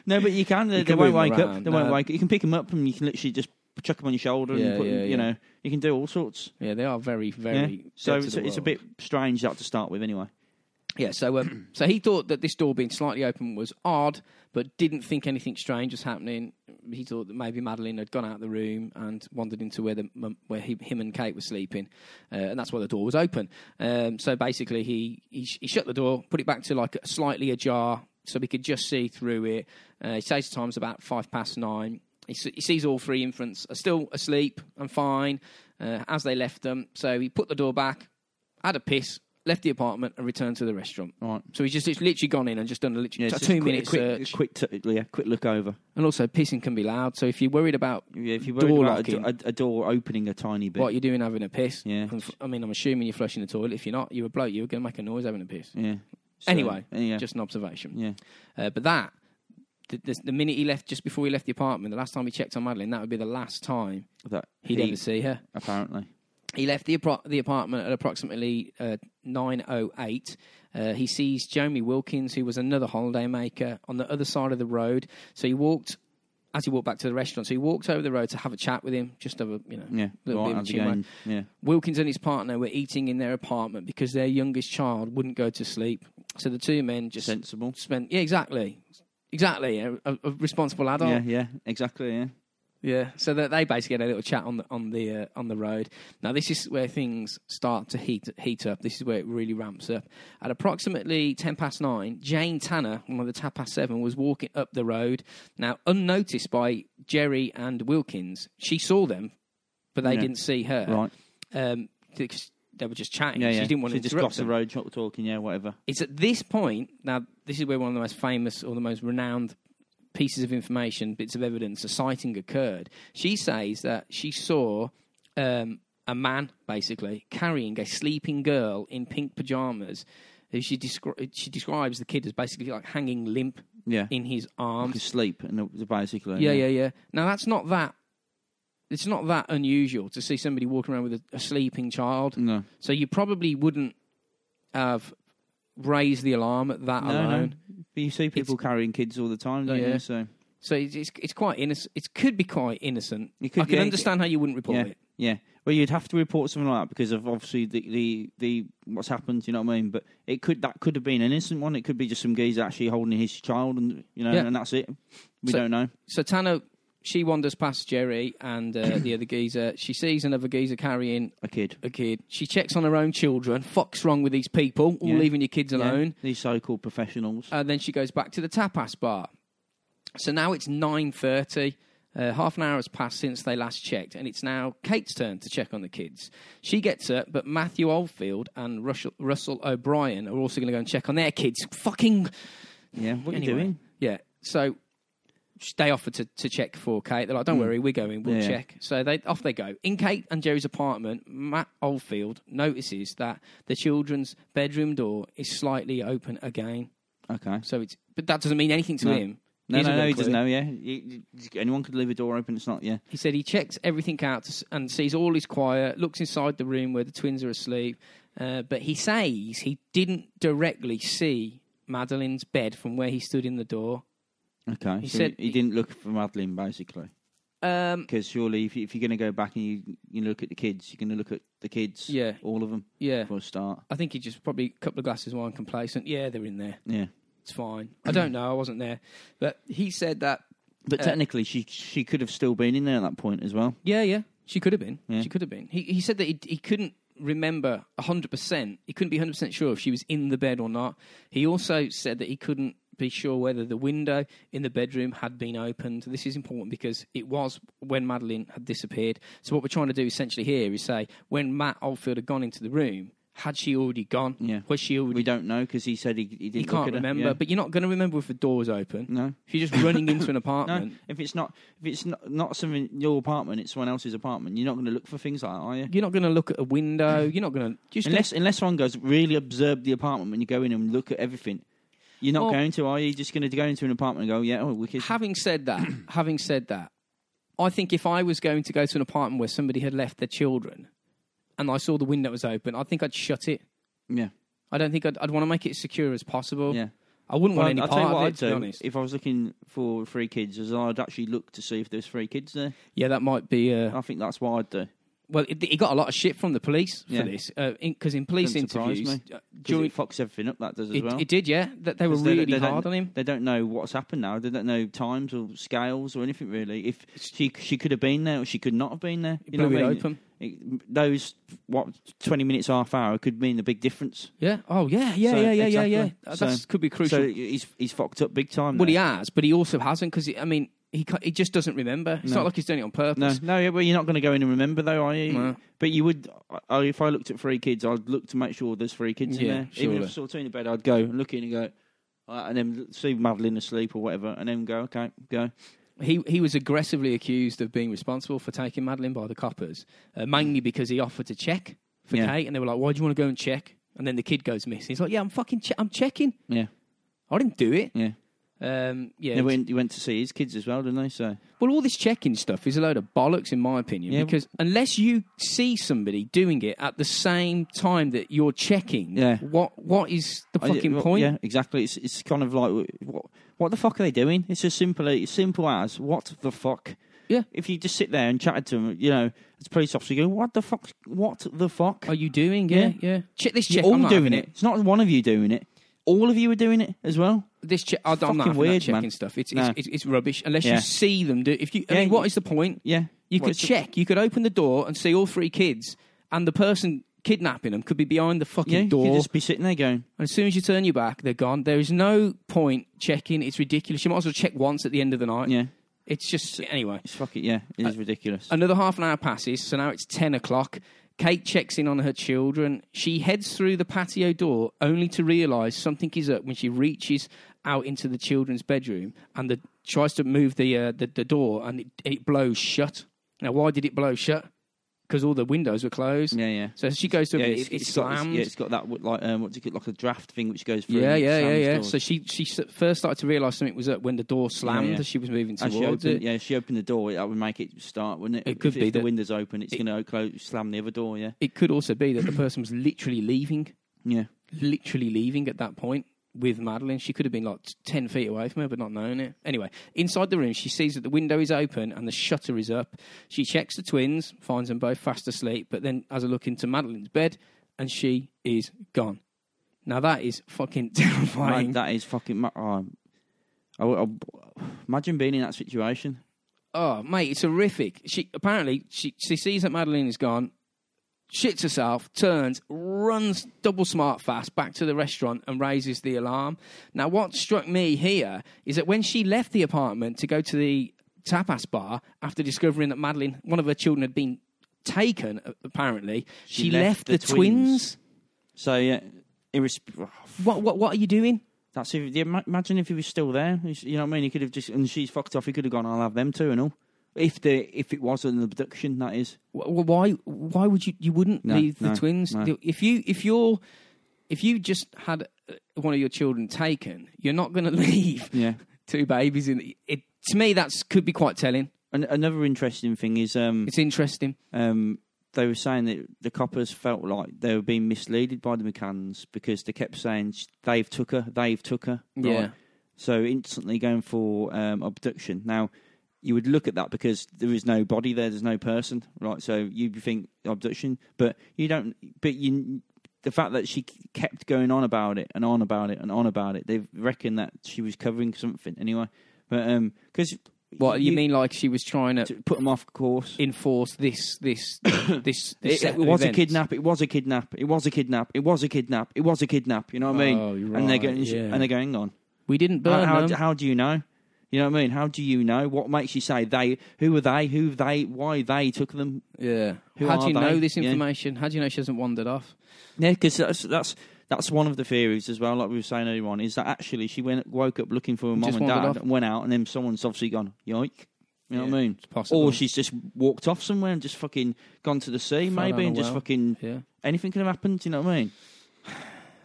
Speaker 1: no, but you can. They, they
Speaker 2: can
Speaker 1: won't
Speaker 2: move 'em
Speaker 1: wake up.
Speaker 2: around.
Speaker 1: They won't
Speaker 2: No.
Speaker 1: wake up. You can pick them up and you can literally just chuck them on your shoulder
Speaker 2: Yeah,
Speaker 1: and put 'em-
Speaker 2: yeah,
Speaker 1: you
Speaker 2: yeah.
Speaker 1: know you can do all sorts.
Speaker 2: Yeah, they are very,
Speaker 1: Yeah.
Speaker 2: very.
Speaker 1: So
Speaker 2: dead to
Speaker 1: it's,
Speaker 2: the
Speaker 1: it's a
Speaker 2: world.
Speaker 1: bit strange that to start with, anyway.
Speaker 2: Yeah, so um, [CLEARS THROAT] so he thought that this door being slightly open was odd, but didn't think anything strange was happening. He thought that maybe Madeline had gone out of the room and wandered into where the mum- where he, him and Kate were sleeping, uh, and that's why the door was open. Um, so basically, he, he sh- he shut the door, put it back to like slightly ajar, so we could just see through it. Uh, he says the time's about five past nine. He, se- he sees all three infants are still asleep and fine uh, as they left them. So he put the door back, had a piss, left the apartment, and returned to the restaurant.
Speaker 1: Right.
Speaker 2: So he's just it's literally gone in and just done a, literally
Speaker 1: Yeah,
Speaker 2: a
Speaker 1: it's just
Speaker 2: two minute
Speaker 1: quick,
Speaker 2: search.
Speaker 1: Quick, quick, t- yeah, quick look over.
Speaker 2: And also, pissing can be loud. So if you're worried about
Speaker 1: Yeah, if you're worried
Speaker 2: door
Speaker 1: about a,
Speaker 2: locking,
Speaker 1: do- a- a door opening a tiny bit.
Speaker 2: what you're doing having a piss,
Speaker 1: Yeah.
Speaker 2: and f- I mean, I'm assuming you're flushing the toilet. If you're not, you're a bloke, you're going to make a noise having a piss.
Speaker 1: Yeah. So,
Speaker 2: Anyway,
Speaker 1: yeah,
Speaker 2: just an observation.
Speaker 1: yeah.
Speaker 2: Uh, but that, the, the, the minute he left, just before he left the apartment, the last time he checked on Madeline, that would be the last time
Speaker 1: That
Speaker 2: he'd
Speaker 1: he-
Speaker 2: ever see her.
Speaker 1: apparently.
Speaker 2: He left the, appro- the apartment at approximately uh, 9.08. Uh, he sees Jeremy Wilkins, who was another holidaymaker, on the other side of the road. So he walked, as he walked back to the restaurant, so he walked over the road to have a chat with him, just have a, you know,
Speaker 1: Yeah.
Speaker 2: little
Speaker 1: right,
Speaker 2: bit of a
Speaker 1: as
Speaker 2: chin wag.
Speaker 1: again, yeah.
Speaker 2: Wilkins and his partner were eating in their apartment because their youngest child wouldn't go to sleep. So the two men just
Speaker 1: Sensible.
Speaker 2: spent, yeah, exactly. Exactly, a, a a responsible adult.
Speaker 1: Yeah, yeah, exactly. Yeah.
Speaker 2: Yeah, so that they basically had a little chat on the on the uh, on the road. Now this is where things start to heat heat up. This is where it really ramps up. At approximately ten past nine, Jane Tanner, one of the ten past seven, was walking up the road. Now unnoticed by Jerry and Wilkins, she saw them, but they
Speaker 1: Yeah.
Speaker 2: didn't see her.
Speaker 1: Right.
Speaker 2: Um, because they were just chatting.
Speaker 1: Yeah, yeah.
Speaker 2: She didn't want
Speaker 1: she
Speaker 2: to
Speaker 1: just
Speaker 2: interrupt
Speaker 1: cross the
Speaker 2: them.
Speaker 1: road, shot talking. Yeah, whatever.
Speaker 2: It's at this point now. This is where one of the most famous or the most renowned pieces of information, bits of evidence, a sighting occurred. She says that she saw um, a man basically carrying a sleeping girl in pink pajamas. Who she, descri- she describes the kid as basically like hanging limp
Speaker 1: Yeah.
Speaker 2: in his
Speaker 1: You
Speaker 2: arms.
Speaker 1: could sleep and it was basically.
Speaker 2: Yeah, yeah, yeah. Now that's not that. It's not that unusual to see somebody walking around with a, a sleeping child.
Speaker 1: No.
Speaker 2: So you probably wouldn't have raised the alarm at that
Speaker 1: No,
Speaker 2: alone.
Speaker 1: no. But you see people carrying kids all the time, don't
Speaker 2: Yeah.
Speaker 1: you? So
Speaker 2: So it's, it's it's quite innocent. It could be quite innocent.
Speaker 1: You could-
Speaker 2: I can
Speaker 1: yeah,
Speaker 2: understand how you wouldn't report
Speaker 1: yeah,
Speaker 2: it.
Speaker 1: yeah. Well, you'd have to report something like that because of obviously the, the the what's happened. You know what I mean? But it could that could have been an innocent one. It could be just some geezer actually holding his child, and you know,
Speaker 2: Yeah.
Speaker 1: and that's it. We
Speaker 2: So-
Speaker 1: don't know.
Speaker 2: So Tana, she wanders past Jerry and uh, the other geezer. She sees another geezer carrying
Speaker 1: A kid.
Speaker 2: a kid. She checks on her own children. Fuck's wrong with these people? All
Speaker 1: Yeah.
Speaker 2: leaving your kids
Speaker 1: Yeah.
Speaker 2: alone. Uh,
Speaker 1: These so-called professionals.
Speaker 2: and then she goes back to the tapas bar. So now it's nine thirty. Uh, half an hour has passed since they last checked, and it's now Kate's turn to check on the kids. She gets up, but Matthew Oldfield and Russell, Russell O'Brien are also going to go and check on their kids. Fucking
Speaker 1: yeah. What are
Speaker 2: anyway,
Speaker 1: you doing?
Speaker 2: yeah. So sh- they offer to, to check for Kate. They're like, "Don't worry, we're going. We'll
Speaker 1: Hmm. Yeah.
Speaker 2: check." So they off they go. In Kate and Jerry's apartment, Matt Oldfield notices that the children's bedroom door is slightly open again.
Speaker 1: Okay.
Speaker 2: So it's, but that doesn't mean anything to
Speaker 1: No.
Speaker 2: him.
Speaker 1: No,
Speaker 2: He's
Speaker 1: no,
Speaker 2: a
Speaker 1: no, he
Speaker 2: clue.
Speaker 1: doesn't know. Yeah, You- you- anyone could leave a door open. It's not. Yeah,
Speaker 2: He said he checks everything out to s- and sees all is quiet. Looks inside the room where the twins are asleep, uh, but he says he didn't directly see Madeline's bed from where he stood in the door.
Speaker 1: okay.
Speaker 2: He
Speaker 1: so
Speaker 2: said-
Speaker 1: he, didn't look for Madeline basically
Speaker 2: Um,
Speaker 1: because surely if, you, if you're going to go back and you you look at the kids, you're going to look at the kids.
Speaker 2: Yeah.
Speaker 1: all of them
Speaker 2: yeah,
Speaker 1: for a start.
Speaker 2: I think he just probably a couple of glasses of wine, complacent. Yeah, they're in there.
Speaker 1: Yeah,
Speaker 2: It's fine. I don't know. I wasn't there, but he said that.
Speaker 1: but
Speaker 2: Uh,
Speaker 1: technically she she could have still been in there at that point as well.
Speaker 2: Yeah, yeah, she could have been.
Speaker 1: Yeah.
Speaker 2: She could have been. He he said that he, he couldn't remember hundred percent. He couldn't be hundred percent sure if she was in the bed or not. He also said that he couldn't be sure whether the window in the bedroom had been opened. This is important because it was when Madeline had disappeared. So what we're trying to do essentially here is say when Matt Oldfield had gone into the room, had she already gone?
Speaker 1: Yeah.
Speaker 2: Was she already?
Speaker 1: We don't know because he said he, he didn't.
Speaker 2: You
Speaker 1: look
Speaker 2: can't
Speaker 1: at her.
Speaker 2: remember,
Speaker 1: Yeah.
Speaker 2: but you're not going to remember if the door was open.
Speaker 1: No.
Speaker 2: If you're just running
Speaker 1: [LAUGHS]
Speaker 2: into an
Speaker 1: No,
Speaker 2: apartment,
Speaker 1: if it's not if it's not, not something your apartment, it's someone else's apartment. You're not going to look for things like that, are you?
Speaker 2: you're not going to look at a window. You're not going to just gonna-
Speaker 1: Unless unless one goes really observe the apartment when you go in and look at everything. You're not
Speaker 2: Well-
Speaker 1: going to, are you? You're just going to go into an apartment and go, yeah, oh, wicked.
Speaker 2: Having said
Speaker 1: [CLEARS THROAT]
Speaker 2: that, having said that, I think if I was going to go to an apartment where somebody had left their children, and I saw the window was open, I think I'd shut it.
Speaker 1: yeah,
Speaker 2: I don't think I'd, I'd want to make it as secure as possible.
Speaker 1: yeah.
Speaker 2: I wouldn't
Speaker 1: Well,
Speaker 2: want any
Speaker 1: I'll tell
Speaker 2: part
Speaker 1: you what
Speaker 2: of it.
Speaker 1: I'd
Speaker 2: to be
Speaker 1: do
Speaker 2: honest,
Speaker 1: if I was looking for three kids, is I'd actually look to see if there's three kids there.
Speaker 2: yeah, that might be. Uh,
Speaker 1: I think that's what I'd do.
Speaker 2: well, it, it got a lot of shit from the police
Speaker 1: Yeah.
Speaker 2: for this, because in, 'cause in police
Speaker 1: Doesn't surprise
Speaker 2: interviews,
Speaker 1: me.
Speaker 2: uh,
Speaker 1: 'Cause
Speaker 2: during
Speaker 1: it fucks everything up. That does as
Speaker 2: it,
Speaker 1: well.
Speaker 2: it did, yeah, that they were
Speaker 1: 'Cause they
Speaker 2: really
Speaker 1: don't- they don't-
Speaker 2: hard on him.
Speaker 1: They don't know what's happened now. They don't know times or scales or anything really. If she she could have been there or she could not have been there. You know
Speaker 2: blew
Speaker 1: what I
Speaker 2: it
Speaker 1: mean?
Speaker 2: open.
Speaker 1: It- those what twenty minutes, half hour could mean the big difference.
Speaker 2: Yeah. Oh, yeah, yeah,
Speaker 1: So,
Speaker 2: yeah, yeah,
Speaker 1: exactly.
Speaker 2: yeah, yeah. That
Speaker 1: So-
Speaker 2: could be crucial.
Speaker 1: So he's he's fucked up big time.
Speaker 2: Well, he
Speaker 1: there.
Speaker 2: has, but he also hasn't because I mean, he ca- he just doesn't remember. It's
Speaker 1: No.
Speaker 2: not like he's doing it on purpose.
Speaker 1: No, no, yeah, well, you're not going to go in and remember though, are you?
Speaker 2: No.
Speaker 1: But you would. I- I, if I looked at three kids, I'd look to make sure there's three kids in
Speaker 2: Yeah,
Speaker 1: there. Even
Speaker 2: surely.
Speaker 1: if I saw two in the bed, I'd go and look in and go, uh, and then see Madeline asleep or whatever, and then go, okay, go.
Speaker 2: He he was aggressively accused of being responsible for taking Madeline by the coppers, uh, mainly because he offered to check for
Speaker 1: Yeah.
Speaker 2: Kate, and they were like, "Why do you want to go and check?" And then the kid goes missing. He's like, "Yeah, I'm fucking, che- I'm checking.
Speaker 1: Yeah,
Speaker 2: I didn't do it."
Speaker 1: yeah.
Speaker 2: Um, yeah.
Speaker 1: They went, he went to see his kids as well, didn't they? So
Speaker 2: well, all this checking stuff is a load of bollocks, in my opinion,
Speaker 1: Yeah.
Speaker 2: because unless you see somebody doing it at the same time that you're checking,
Speaker 1: Yeah.
Speaker 2: what what is the
Speaker 1: I-
Speaker 2: fucking
Speaker 1: well,
Speaker 2: point?
Speaker 1: Yeah, exactly. It's it's kind of like what what the fuck are they doing? It's as simple as simple as what the fuck.
Speaker 2: Yeah.
Speaker 1: If you just sit there and chat to them, you know, as a police officer, you go, what the fuck? What the fuck?
Speaker 2: Are you doing?
Speaker 1: Yeah.
Speaker 2: Yeah, yeah. Check this Oh, check.
Speaker 1: You're all
Speaker 2: I'm not
Speaker 1: doing
Speaker 2: having
Speaker 1: it. It's not one of you doing it. All of you are doing it as well.
Speaker 2: This check. I'm
Speaker 1: fucking
Speaker 2: not having
Speaker 1: weird,
Speaker 2: that checking
Speaker 1: man.
Speaker 2: stuff. It's,
Speaker 1: Nah.
Speaker 2: it's, it's it's rubbish unless
Speaker 1: Yeah.
Speaker 2: you see them do. If you, I
Speaker 1: Yeah,
Speaker 2: mean,
Speaker 1: you-
Speaker 2: what is the point?
Speaker 1: Yeah.
Speaker 2: You
Speaker 1: Well,
Speaker 2: could
Speaker 1: it's-
Speaker 2: check. You could open the door and see all three kids, and the person kidnapping them could be behind the fucking
Speaker 1: Yeah, you
Speaker 2: door.
Speaker 1: could just be sitting there going,
Speaker 2: And as soon as you turn your back, they're gone. There is no point checking. It's ridiculous. You might as well check once at the end of the night.
Speaker 1: yeah,
Speaker 2: It's just anyway.
Speaker 1: it's fucking, yeah,
Speaker 2: uh,
Speaker 1: it is ridiculous.
Speaker 2: Another half an hour passes, so now it's 10 o'clock. Kate checks in on her children. She heads through the patio door only to realise something is up when she reaches out into the children's bedroom and the, tries to move the, uh, the, the door and it, it blows shut. Now, why did it blow shut? Because all the windows were closed.
Speaker 1: yeah, yeah.
Speaker 2: So she goes to
Speaker 1: yeah,
Speaker 2: it, it, it
Speaker 1: got, this-
Speaker 2: slams.
Speaker 1: yeah, it's got that w- like um, what's it called, like a draft thing which goes through.
Speaker 2: yeah,
Speaker 1: and
Speaker 2: yeah, yeah,
Speaker 1: slams
Speaker 2: yeah.
Speaker 1: doors.
Speaker 2: So she she s- first started to realise something was up when the door slammed
Speaker 1: yeah.
Speaker 2: as she was moving
Speaker 1: As she
Speaker 2: towards it.
Speaker 1: opened- Yeah, if she opened the door. That would make it start, wouldn't it?
Speaker 2: It could
Speaker 1: if,
Speaker 2: be
Speaker 1: if the
Speaker 2: that-
Speaker 1: windows open. It's going to close, slam the other door. Yeah,
Speaker 2: It could also be that the person was literally leaving
Speaker 1: yeah.
Speaker 2: literally leaving at that point with Madeline. She could have been like 10 feet away from her, but not known it. Anyway, inside the room, she sees that the window is open and the shutter is up. She checks the twins, finds them both fast asleep, but then has a look into Madeline's bed and she is gone. Now, that is fucking [LAUGHS] terrifying.
Speaker 1: Man, that is fucking. Ma- oh, I, I- imagine being in that situation.
Speaker 2: Oh, mate, it's horrific. She apparently she, she sees that Madeline is gone, shits herself, turns, runs double smart fast back to the restaurant and raises the alarm. Now, what struck me here is that when she left the apartment to go to the tapas bar after discovering that Madeline, one of her children, had been taken, a- apparently, she, left, the, twins.
Speaker 1: So yeah, irresp- oh, f-
Speaker 2: What, what, what are you doing?
Speaker 1: that's if, yeah, ma- imagine if he was still there. He's- You know what I mean? He could have just and she's fucked off. He could have gone. I'll have them too and all. If the if it was an abduction, that is.
Speaker 2: Wh- wh- why why would you you wouldn't
Speaker 1: No,
Speaker 2: leave the
Speaker 1: no,
Speaker 2: twins
Speaker 1: no.
Speaker 2: if you if you're if you just had uh, one of your children taken you're not going to [LAUGHS] leave
Speaker 1: Yeah.
Speaker 2: two babies in the, it to me that's could be quite telling
Speaker 1: And another interesting thing is um
Speaker 2: it's interesting
Speaker 1: um, they were saying that the coppers felt like they were being misled by the McCanns because they kept saying they've took her, they've took her. right?
Speaker 2: Yeah.
Speaker 1: So instantly going for um, abduction. Now you would look at that because there is no body there, there's no person, right? So you think abduction, but you don't. But you, the fact that she kept going on about it and on about it and on about it, they reckon that she was covering something anyway. But um, because
Speaker 2: what you, mean like she was trying to
Speaker 1: to put them off course.
Speaker 2: enforce this
Speaker 1: [COUGHS]
Speaker 2: this this, this
Speaker 1: It,
Speaker 2: set
Speaker 1: it
Speaker 2: of
Speaker 1: was a
Speaker 2: events?
Speaker 1: kidnap. It was a kidnap. It was a kidnap. It was a kidnap. It was a kidnap. You know what I mean?
Speaker 2: Oh, you're
Speaker 1: And they're
Speaker 2: right,
Speaker 1: going,
Speaker 2: yeah.
Speaker 1: and they're going, hang on.
Speaker 2: We didn't
Speaker 1: How,
Speaker 2: burn
Speaker 1: how,
Speaker 2: them.
Speaker 1: how do you know? You know what I mean? How do you know? What makes you say they? Who are they? Who they? Why they took them?
Speaker 2: yeah.
Speaker 1: Who
Speaker 2: how do
Speaker 1: are
Speaker 2: you
Speaker 1: they?
Speaker 2: know this
Speaker 1: Yeah.
Speaker 2: information? How do you know she hasn't wandered off?
Speaker 1: Yeah, because that's that's that's one of the theories as well. Like we were saying earlier on, is that actually she went woke up looking for her mum
Speaker 2: Just
Speaker 1: and
Speaker 2: wandered
Speaker 1: dad,
Speaker 2: off.
Speaker 1: and went out, and then someone's obviously gone yoik. You know what I
Speaker 2: Yeah,
Speaker 1: mean?
Speaker 2: it's possible.
Speaker 1: Or she's just walked off somewhere and just fucking gone to the
Speaker 2: Fell
Speaker 1: sea,
Speaker 2: down
Speaker 1: maybe,
Speaker 2: a
Speaker 1: and just
Speaker 2: well.
Speaker 1: fucking
Speaker 2: Yeah.
Speaker 1: anything could have happened. You know what I mean?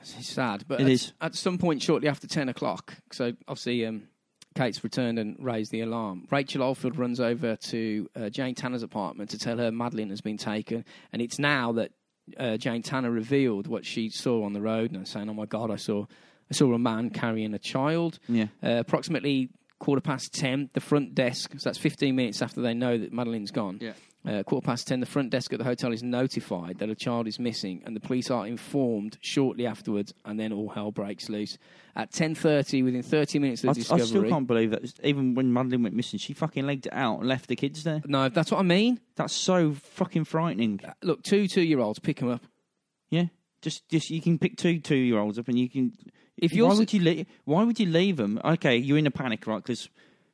Speaker 2: It's sad, but
Speaker 1: It
Speaker 2: at,
Speaker 1: is.
Speaker 2: at some point shortly after ten o'clock. So obviously, um, Kate's returned and raised the alarm. Rachel Oldfield runs over to uh, Jane Tanner's apartment to tell her Madeline has been taken, and it's now that uh, Jane Tanner revealed what she saw on the road and saying, "Oh my God, I saw, I saw a man carrying a child."
Speaker 1: Yeah.
Speaker 2: Uh, approximately quarter past ten, the front desk. So that's fifteen minutes after they know that Madeline's gone.
Speaker 1: Yeah.
Speaker 2: Uh, quarter past ten, the front desk at the hotel is notified that a child is missing, and the police are informed shortly afterwards. And then all hell breaks loose. At ten thirty, within thirty minutes of
Speaker 1: I,
Speaker 2: the
Speaker 1: I
Speaker 2: discovery.
Speaker 1: still can't believe that. Even when Madeline went missing, she fucking legged it out and left the kids there.
Speaker 2: no, that's what I mean.
Speaker 1: That's so fucking frightening.
Speaker 2: Uh, Look, two two-year-olds pick them up.
Speaker 1: Yeah, just just you can pick two two year olds up and you can.
Speaker 2: If
Speaker 1: If
Speaker 2: you're
Speaker 1: you why
Speaker 2: s-
Speaker 1: would you leave? Why would you leave them? Okay, you're in a panic, right? Because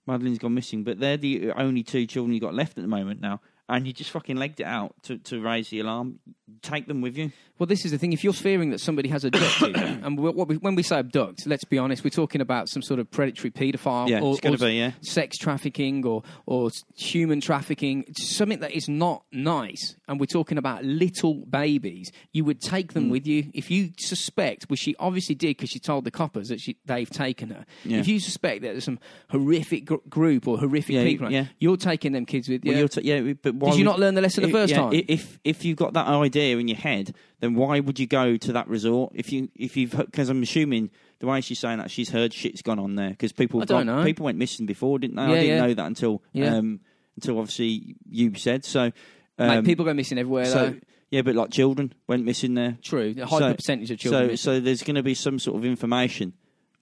Speaker 1: Madeline's gone missing, but they're the only two children you got left at the moment now, and you just fucking legged it out to to raise the alarm. Take them with you.
Speaker 2: Well, this is the thing. If you're fearing that somebody has abducted, [COUGHS] and wh- what we, when we say abduct, let's be honest, we're talking about some sort of predatory paedophile
Speaker 1: Yeah,
Speaker 2: or,
Speaker 1: it's gotta
Speaker 2: or
Speaker 1: be, yeah.
Speaker 2: sex trafficking or, or s- human trafficking, something that is not nice. And we're talking about little babies. You would take
Speaker 1: Hmm.
Speaker 2: them with you. If you suspect, which she obviously did because she told the coppers that she, they've taken her,
Speaker 1: Yeah.
Speaker 2: if you suspect that there's some horrific gr- group or horrific
Speaker 1: Yeah,
Speaker 2: people,
Speaker 1: yeah.
Speaker 2: you're taking them kids with you.
Speaker 1: Well, you're t- yeah, but why
Speaker 2: Did you
Speaker 1: would-
Speaker 2: not learn the lesson the
Speaker 1: i-
Speaker 2: first
Speaker 1: yeah,
Speaker 2: time?
Speaker 1: i- If if you've got that idea in your head, then why would you go to that resort? If you if you've because I'm assuming the way she's saying that she's heard shit's gone on there because people
Speaker 2: I don't
Speaker 1: gone-
Speaker 2: know.
Speaker 1: people went missing before, didn't they? I
Speaker 2: Yeah,
Speaker 1: didn't
Speaker 2: yeah.
Speaker 1: know that until
Speaker 2: Yeah.
Speaker 1: um, until obviously you said so. Um,
Speaker 2: Mate, people go missing everywhere.
Speaker 1: so
Speaker 2: though.
Speaker 1: yeah, but like children went missing there.
Speaker 2: True. A high
Speaker 1: So-
Speaker 2: percentage of children.
Speaker 1: so
Speaker 2: missing.
Speaker 1: so there's going to be some sort of information,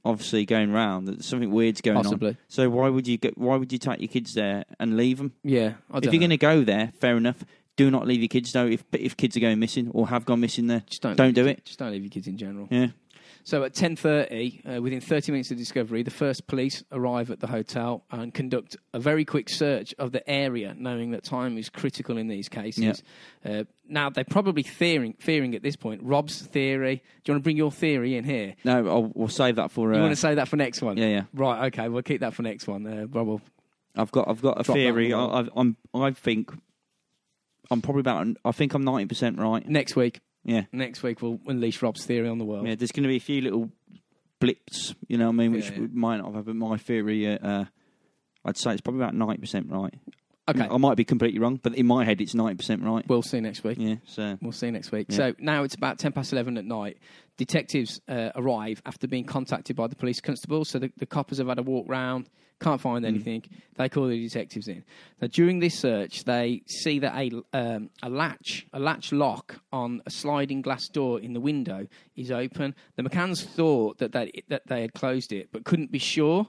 Speaker 1: obviously going round that something weird's going
Speaker 2: Possibly.
Speaker 1: on. So why would you go, why would you take your kids there and leave them?
Speaker 2: Yeah, I don't
Speaker 1: if
Speaker 2: know.
Speaker 1: you're going to go there, fair enough. Do not leave your kids though. If if kids are going missing or have gone missing there,
Speaker 2: just don't
Speaker 1: don't
Speaker 2: leave
Speaker 1: do
Speaker 2: your
Speaker 1: it.
Speaker 2: kid- Just don't leave your kids in general.
Speaker 1: Yeah,
Speaker 2: So at ten thirty, uh, within thirty minutes of discovery, the first police arrive at the hotel and conduct a very quick search of the area, knowing that time is critical in these cases. Uh, now they're probably fearing, fearing at this point. Rob's theory. Do you want to bring your theory in here?
Speaker 1: no, I'll, we'll save that for. Uh,
Speaker 2: You want to say that for next one?
Speaker 1: yeah, yeah.
Speaker 2: Right. Okay. We'll keep that for next one. Uh, Rob will
Speaker 1: I've got I've got a
Speaker 2: Drop that
Speaker 1: theory.
Speaker 2: one.
Speaker 1: I, I've, I'm I think I'm probably about I think I'm ninety percent right.
Speaker 2: next week.
Speaker 1: Yeah,
Speaker 2: Next week we'll unleash Rob's theory on the world.
Speaker 1: yeah. There's going to be a few little blips, you know what I mean, which
Speaker 2: Yeah, yeah.
Speaker 1: might not have. But my theory, uh, uh, I'd say it's probably about ninety percent right.
Speaker 2: Okay.
Speaker 1: I might be completely wrong, but in my head, it's ninety percent right.
Speaker 2: We'll see next week.
Speaker 1: yeah, so
Speaker 2: We'll see you next week.
Speaker 1: Yeah.
Speaker 2: So now it's about 10 past 11 at night. Detectives uh, arrive after being contacted by the police constables. So the, the coppers have had a walk round, can't find
Speaker 1: Mm.
Speaker 2: anything. They call the detectives in. Now, during this search, they see that a, um, a latch, a latch lock on a sliding glass door in the window is open. The McCanns thought that they, that they had closed it, but couldn't be sure.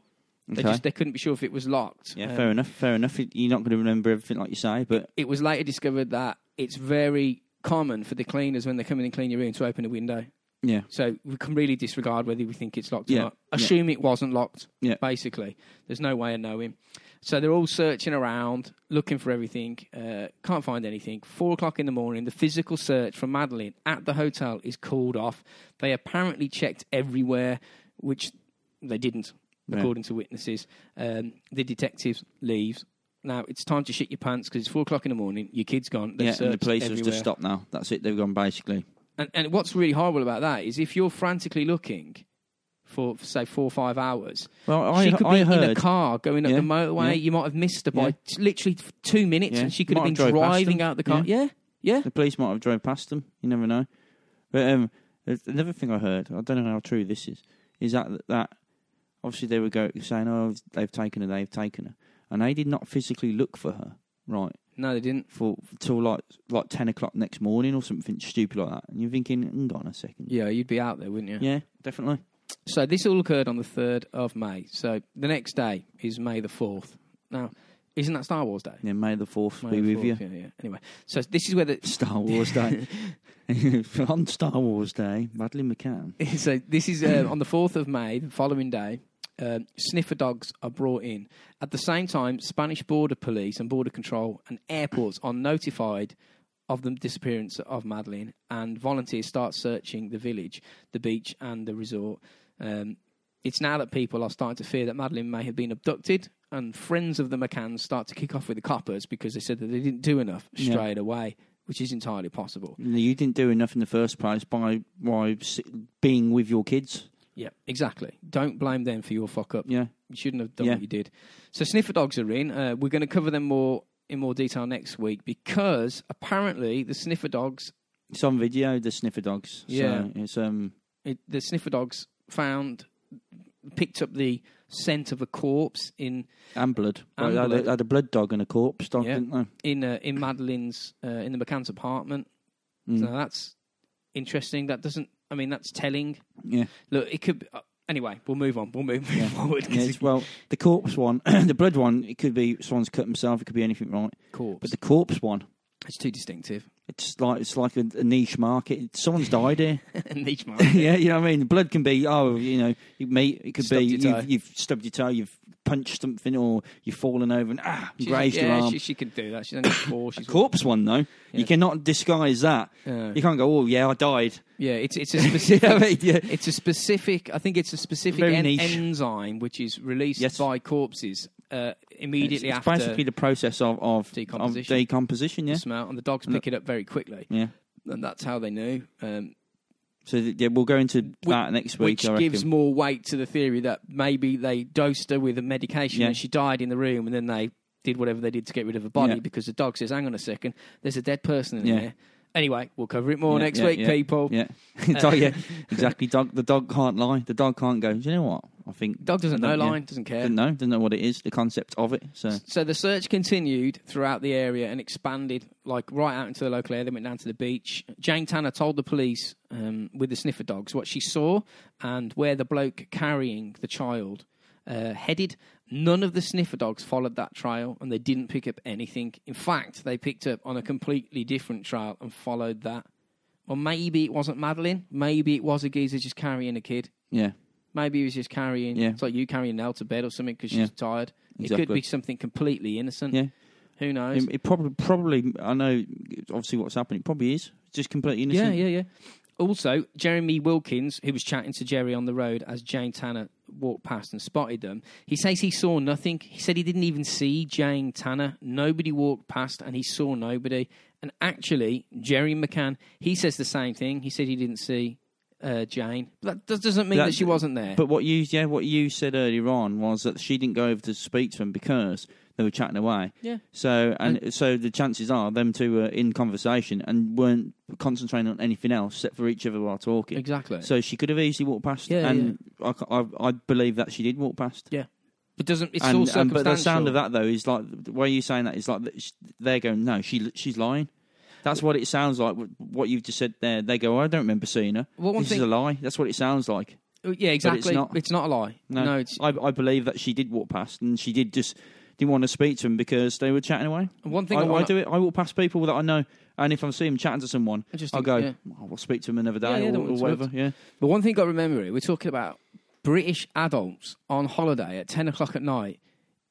Speaker 2: They,
Speaker 1: Okay.
Speaker 2: just, they couldn't be sure if it was locked.
Speaker 1: yeah,
Speaker 2: Um,
Speaker 1: fair enough, fair enough. You're not going to remember everything like you say, but
Speaker 2: it was later discovered that it's very common for the cleaners when they come in and clean your room to open a window.
Speaker 1: yeah.
Speaker 2: So we can really disregard whether we think it's locked or
Speaker 1: Yeah,
Speaker 2: not.
Speaker 1: yeah.
Speaker 2: Assume it wasn't locked,
Speaker 1: Yeah.
Speaker 2: basically. There's no way of knowing. So they're all searching around, looking for everything, uh, can't find anything. Four o'clock in the morning, the physical search for Madeline at the hotel is called off. They apparently checked everywhere, which they didn't,
Speaker 1: Yeah.
Speaker 2: according to witnesses. Um, the detective leaves. Now it's time to shit your pants because it's four o'clock in the morning. Your kid's gone. They've
Speaker 1: yeah, and the
Speaker 2: searched
Speaker 1: police have
Speaker 2: everywhere.
Speaker 1: just stopped now. That's it. They've gone basically.
Speaker 2: And, and what's really horrible about that is if you're frantically looking for, for, say, four or five hours,
Speaker 1: Well,
Speaker 2: she could be in a car going up
Speaker 1: Yeah,
Speaker 2: the motorway.
Speaker 1: yeah.
Speaker 2: You might have missed her by
Speaker 1: Yeah.
Speaker 2: t- literally f- two minutes,
Speaker 1: Yeah.
Speaker 2: and she could
Speaker 1: Might
Speaker 2: have
Speaker 1: have
Speaker 2: been
Speaker 1: drove past
Speaker 2: driving
Speaker 1: them.
Speaker 2: out the car. Yeah, yeah.
Speaker 1: the police might have drove past them. You never know. But um, there's another thing I heard, I don't know how true this is, is that that obviously they were go saying, "Oh, they've taken her, they've taken her," and they did not physically look for her, right,
Speaker 2: No, they didn't.
Speaker 1: for till like like ten o'clock next morning or something stupid like that. And you're thinking, "Hang on a second,
Speaker 2: Yeah, you'd be out there, wouldn't you?
Speaker 1: yeah, definitely."
Speaker 2: So this all occurred on the third of May. So the next day is May the fourth. Now, isn't that Star Wars Day?
Speaker 1: Yeah, May the fourth
Speaker 2: May
Speaker 1: be
Speaker 2: the
Speaker 1: with
Speaker 2: 4th,
Speaker 1: you.
Speaker 2: Yeah, yeah. Anyway, so this is where the
Speaker 1: Star Wars [LAUGHS] Day. On Star Wars Day, Madeline McCann.
Speaker 2: so this is uh, on the 4th of May, the following day. um, sniffer dogs are brought in. At the same time, Spanish border police and border control and airports are notified of the disappearance of Madeline, and volunteers start searching the village, the beach, and the resort. Um, it's now that people are starting to fear that Madeline may have been abducted, and friends of the McCanns start to kick off with the coppers because they said that they didn't do enough
Speaker 1: Yeah.
Speaker 2: straight away, which is entirely possible.
Speaker 1: You didn't do enough in the first place by by s- being with your kids.
Speaker 2: Yeah, exactly. Don't blame them for your fuck up.
Speaker 1: Yeah,
Speaker 2: You shouldn't have done
Speaker 1: Yeah.
Speaker 2: what you did. So sniffer dogs are in. Uh, we're going to cover them more in more detail next week because apparently the sniffer dogs,
Speaker 1: it's on video. The sniffer dogs.
Speaker 2: Yeah.
Speaker 1: so it's um.
Speaker 2: it, the sniffer dogs found picked up the scent of a corpse in
Speaker 1: And blood.
Speaker 2: And
Speaker 1: Well, they had,
Speaker 2: blood.
Speaker 1: a- had a blood dog and a corpse dog,
Speaker 2: Yeah.
Speaker 1: didn't they?
Speaker 2: in uh, in Madeline's uh, in the McCann's apartment.
Speaker 1: Mm.
Speaker 2: Now that's interesting. That doesn't. I mean, that's telling. [LAUGHS]
Speaker 1: Yeah.
Speaker 2: Look, it could. Be, uh, anyway, we'll move on. We'll move, move
Speaker 1: Yeah.
Speaker 2: forward. 'cause
Speaker 1: Yeah, it's- well, the corpse one, [CLEARS THROAT] the blood one, it could be someone's cut himself. It could be anything, right?
Speaker 2: [LAUGHS] corpse.
Speaker 1: But the corpse one,
Speaker 2: it's too distinctive. [LAUGHS]
Speaker 1: it's like it's like a, a niche market. Someone's died here.
Speaker 2: [LAUGHS]
Speaker 1: [LAUGHS]
Speaker 2: Niche market.
Speaker 1: yeah, you know what I mean. Blood can be oh, you know, you meet. It could
Speaker 2: Stubbed
Speaker 1: be
Speaker 2: your toe.
Speaker 1: you've, you've stubbed your toe, you've punched something, or you've fallen over and ah,
Speaker 2: She's-
Speaker 1: grazed
Speaker 2: yeah,
Speaker 1: your arm.
Speaker 2: She, she can do that. She's only four. She's
Speaker 1: corpse one though,
Speaker 2: Yeah.
Speaker 1: you cannot disguise that.
Speaker 2: Uh,
Speaker 1: You can't go, oh yeah, I died.
Speaker 2: yeah, it's it's a
Speaker 1: [LAUGHS] You know what I
Speaker 2: specific.
Speaker 1: mean? yeah.
Speaker 2: It's a specific. I think it's a specific
Speaker 1: Very
Speaker 2: en-
Speaker 1: niche.
Speaker 2: enzyme which is released
Speaker 1: Yes.
Speaker 2: by corpses uh, immediately
Speaker 1: it's, it's
Speaker 2: after
Speaker 1: basically the process of of
Speaker 2: Decomposition.
Speaker 1: Of decomposition yeah,
Speaker 2: the smell, and the dogs
Speaker 1: And
Speaker 2: pick it up very quickly,
Speaker 1: yeah.
Speaker 2: and that's how they knew. Um,
Speaker 1: So th- yeah, we'll go into that next week.
Speaker 2: which
Speaker 1: I
Speaker 2: gives
Speaker 1: reckon.
Speaker 2: more weight to the theory that maybe they dosed her with a medication
Speaker 1: Yeah.
Speaker 2: and she died in the room, and then they did whatever they did to get rid of her body
Speaker 1: Yeah.
Speaker 2: because the dog says, "Hang on a second, there's a dead person in
Speaker 1: Yeah.
Speaker 2: there." Anyway, we'll cover it more
Speaker 1: Yeah,
Speaker 2: next
Speaker 1: yeah,
Speaker 2: week,
Speaker 1: yeah.
Speaker 2: people.
Speaker 1: [LAUGHS] Yeah, [LAUGHS] Dog-
Speaker 2: [LAUGHS]
Speaker 1: yeah, exactly. Dog, the dog can't lie. The dog can't go. Do you know what? I think
Speaker 2: Dog doesn't know
Speaker 1: Yeah.
Speaker 2: line, doesn't care.
Speaker 1: Didn't know. Didn't know what it is. The concept of it. So
Speaker 2: So the search continued throughout the area and expanded, like right out into the local area. They went down to the beach. Jane Tanner told the police um, with the sniffer dogs what she saw and where the bloke carrying the child uh, headed. None of the sniffer dogs followed that trail and they didn't pick up anything. In fact, they picked up on a completely different trail and followed that. Or maybe it wasn't Madeline. Maybe it was a geezer just carrying a kid.
Speaker 1: yeah,
Speaker 2: Maybe he was just carrying.
Speaker 1: Yeah.
Speaker 2: It's like you carrying Nell to bed or something because she's
Speaker 1: Yeah.
Speaker 2: tired. It could
Speaker 1: Exactly.
Speaker 2: be something completely innocent.
Speaker 1: yeah.
Speaker 2: Who knows?
Speaker 1: It, it probably, probably, I know. Obviously, what's happening it probably is just completely
Speaker 2: yeah,
Speaker 1: innocent.
Speaker 2: yeah, yeah. Also, Jeremy Wilkins, who was chatting to Jerry on the road as Jane Tanner walked past and spotted them, he says he saw nothing. He said he didn't even see Jane Tanner. Nobody walked past and he saw nobody. And actually, Jerry McCann, he says the same thing. He said he didn't see uh, Jane. But that does- doesn't mean that,
Speaker 1: That-
Speaker 2: she wasn't there.
Speaker 1: But what you, yeah, what you said earlier on was that she didn't go over to speak to him because they were chatting away.
Speaker 2: yeah.
Speaker 1: So and, so the chances are them two were in conversation and weren't concentrating on anything else except for each other while talking.
Speaker 2: Exactly.
Speaker 1: So she could have easily walked past,
Speaker 2: Yeah,
Speaker 1: and I ca- I, I believe that she did walk past.
Speaker 2: Yeah. It doesn't. It's all
Speaker 1: And, and-
Speaker 2: circumstantial.
Speaker 1: but the sound of that though is like the way you're saying that is like that sh- they're going no she she's lying. That's what it sounds like. wh- What you've just said there, they go I don't remember seeing her.
Speaker 2: Well, one
Speaker 1: this is
Speaker 2: thing-
Speaker 1: a lie. That's what it sounds like.
Speaker 2: yeah, exactly.
Speaker 1: not.
Speaker 2: a lie. No,
Speaker 1: No,
Speaker 2: it's
Speaker 1: I, I believe that she did walk past and she did just didn't want to speak to him because they were chatting away.
Speaker 2: one
Speaker 1: I,
Speaker 2: thing I,
Speaker 1: I
Speaker 2: want
Speaker 1: do it. I walk past people that I know, and if I see them chatting to someone,
Speaker 2: I just
Speaker 1: I'll
Speaker 2: think-
Speaker 1: go.
Speaker 2: yeah.
Speaker 1: "Oh, I'll speak to them another
Speaker 2: Yeah,
Speaker 1: day
Speaker 2: yeah,
Speaker 1: or,
Speaker 2: don't
Speaker 1: or
Speaker 2: interrupt.
Speaker 1: whatever. Yeah,
Speaker 2: But one thing I remember here, we're talking about British adults on holiday at 10 o'clock at night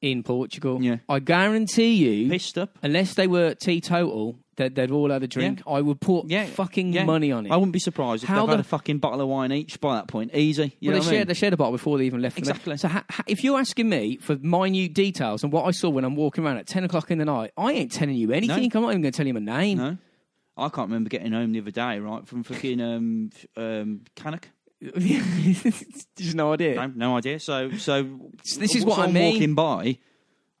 Speaker 2: in Portugal.
Speaker 1: Yeah.
Speaker 2: I guarantee you,
Speaker 1: pissed up.
Speaker 2: unless they were teetotal, that they'd all had a drink. I would put
Speaker 1: Yeah,
Speaker 2: fucking
Speaker 1: yeah.
Speaker 2: money on it.
Speaker 1: I wouldn't be surprised if
Speaker 2: How
Speaker 1: they've
Speaker 2: the-
Speaker 1: had a fucking bottle of wine each by that point. Easy. You
Speaker 2: well,
Speaker 1: know
Speaker 2: they
Speaker 1: what I mean?
Speaker 2: shared, they shared a bottle before they even left. the-
Speaker 1: Exactly.
Speaker 2: So, ha- ha- if you're asking me for minute details on what I saw when I'm walking around at 10 o'clock in the night, I ain't telling you anything. I'm not even going to tell you my name.
Speaker 1: No. I can't remember getting home the other day, right, from fucking um, f- um, Cannock.
Speaker 2: [LAUGHS] Just no idea.
Speaker 1: No, no idea. So, so
Speaker 2: This is
Speaker 1: so
Speaker 2: what I
Speaker 1: I'm
Speaker 2: mean.
Speaker 1: walking by.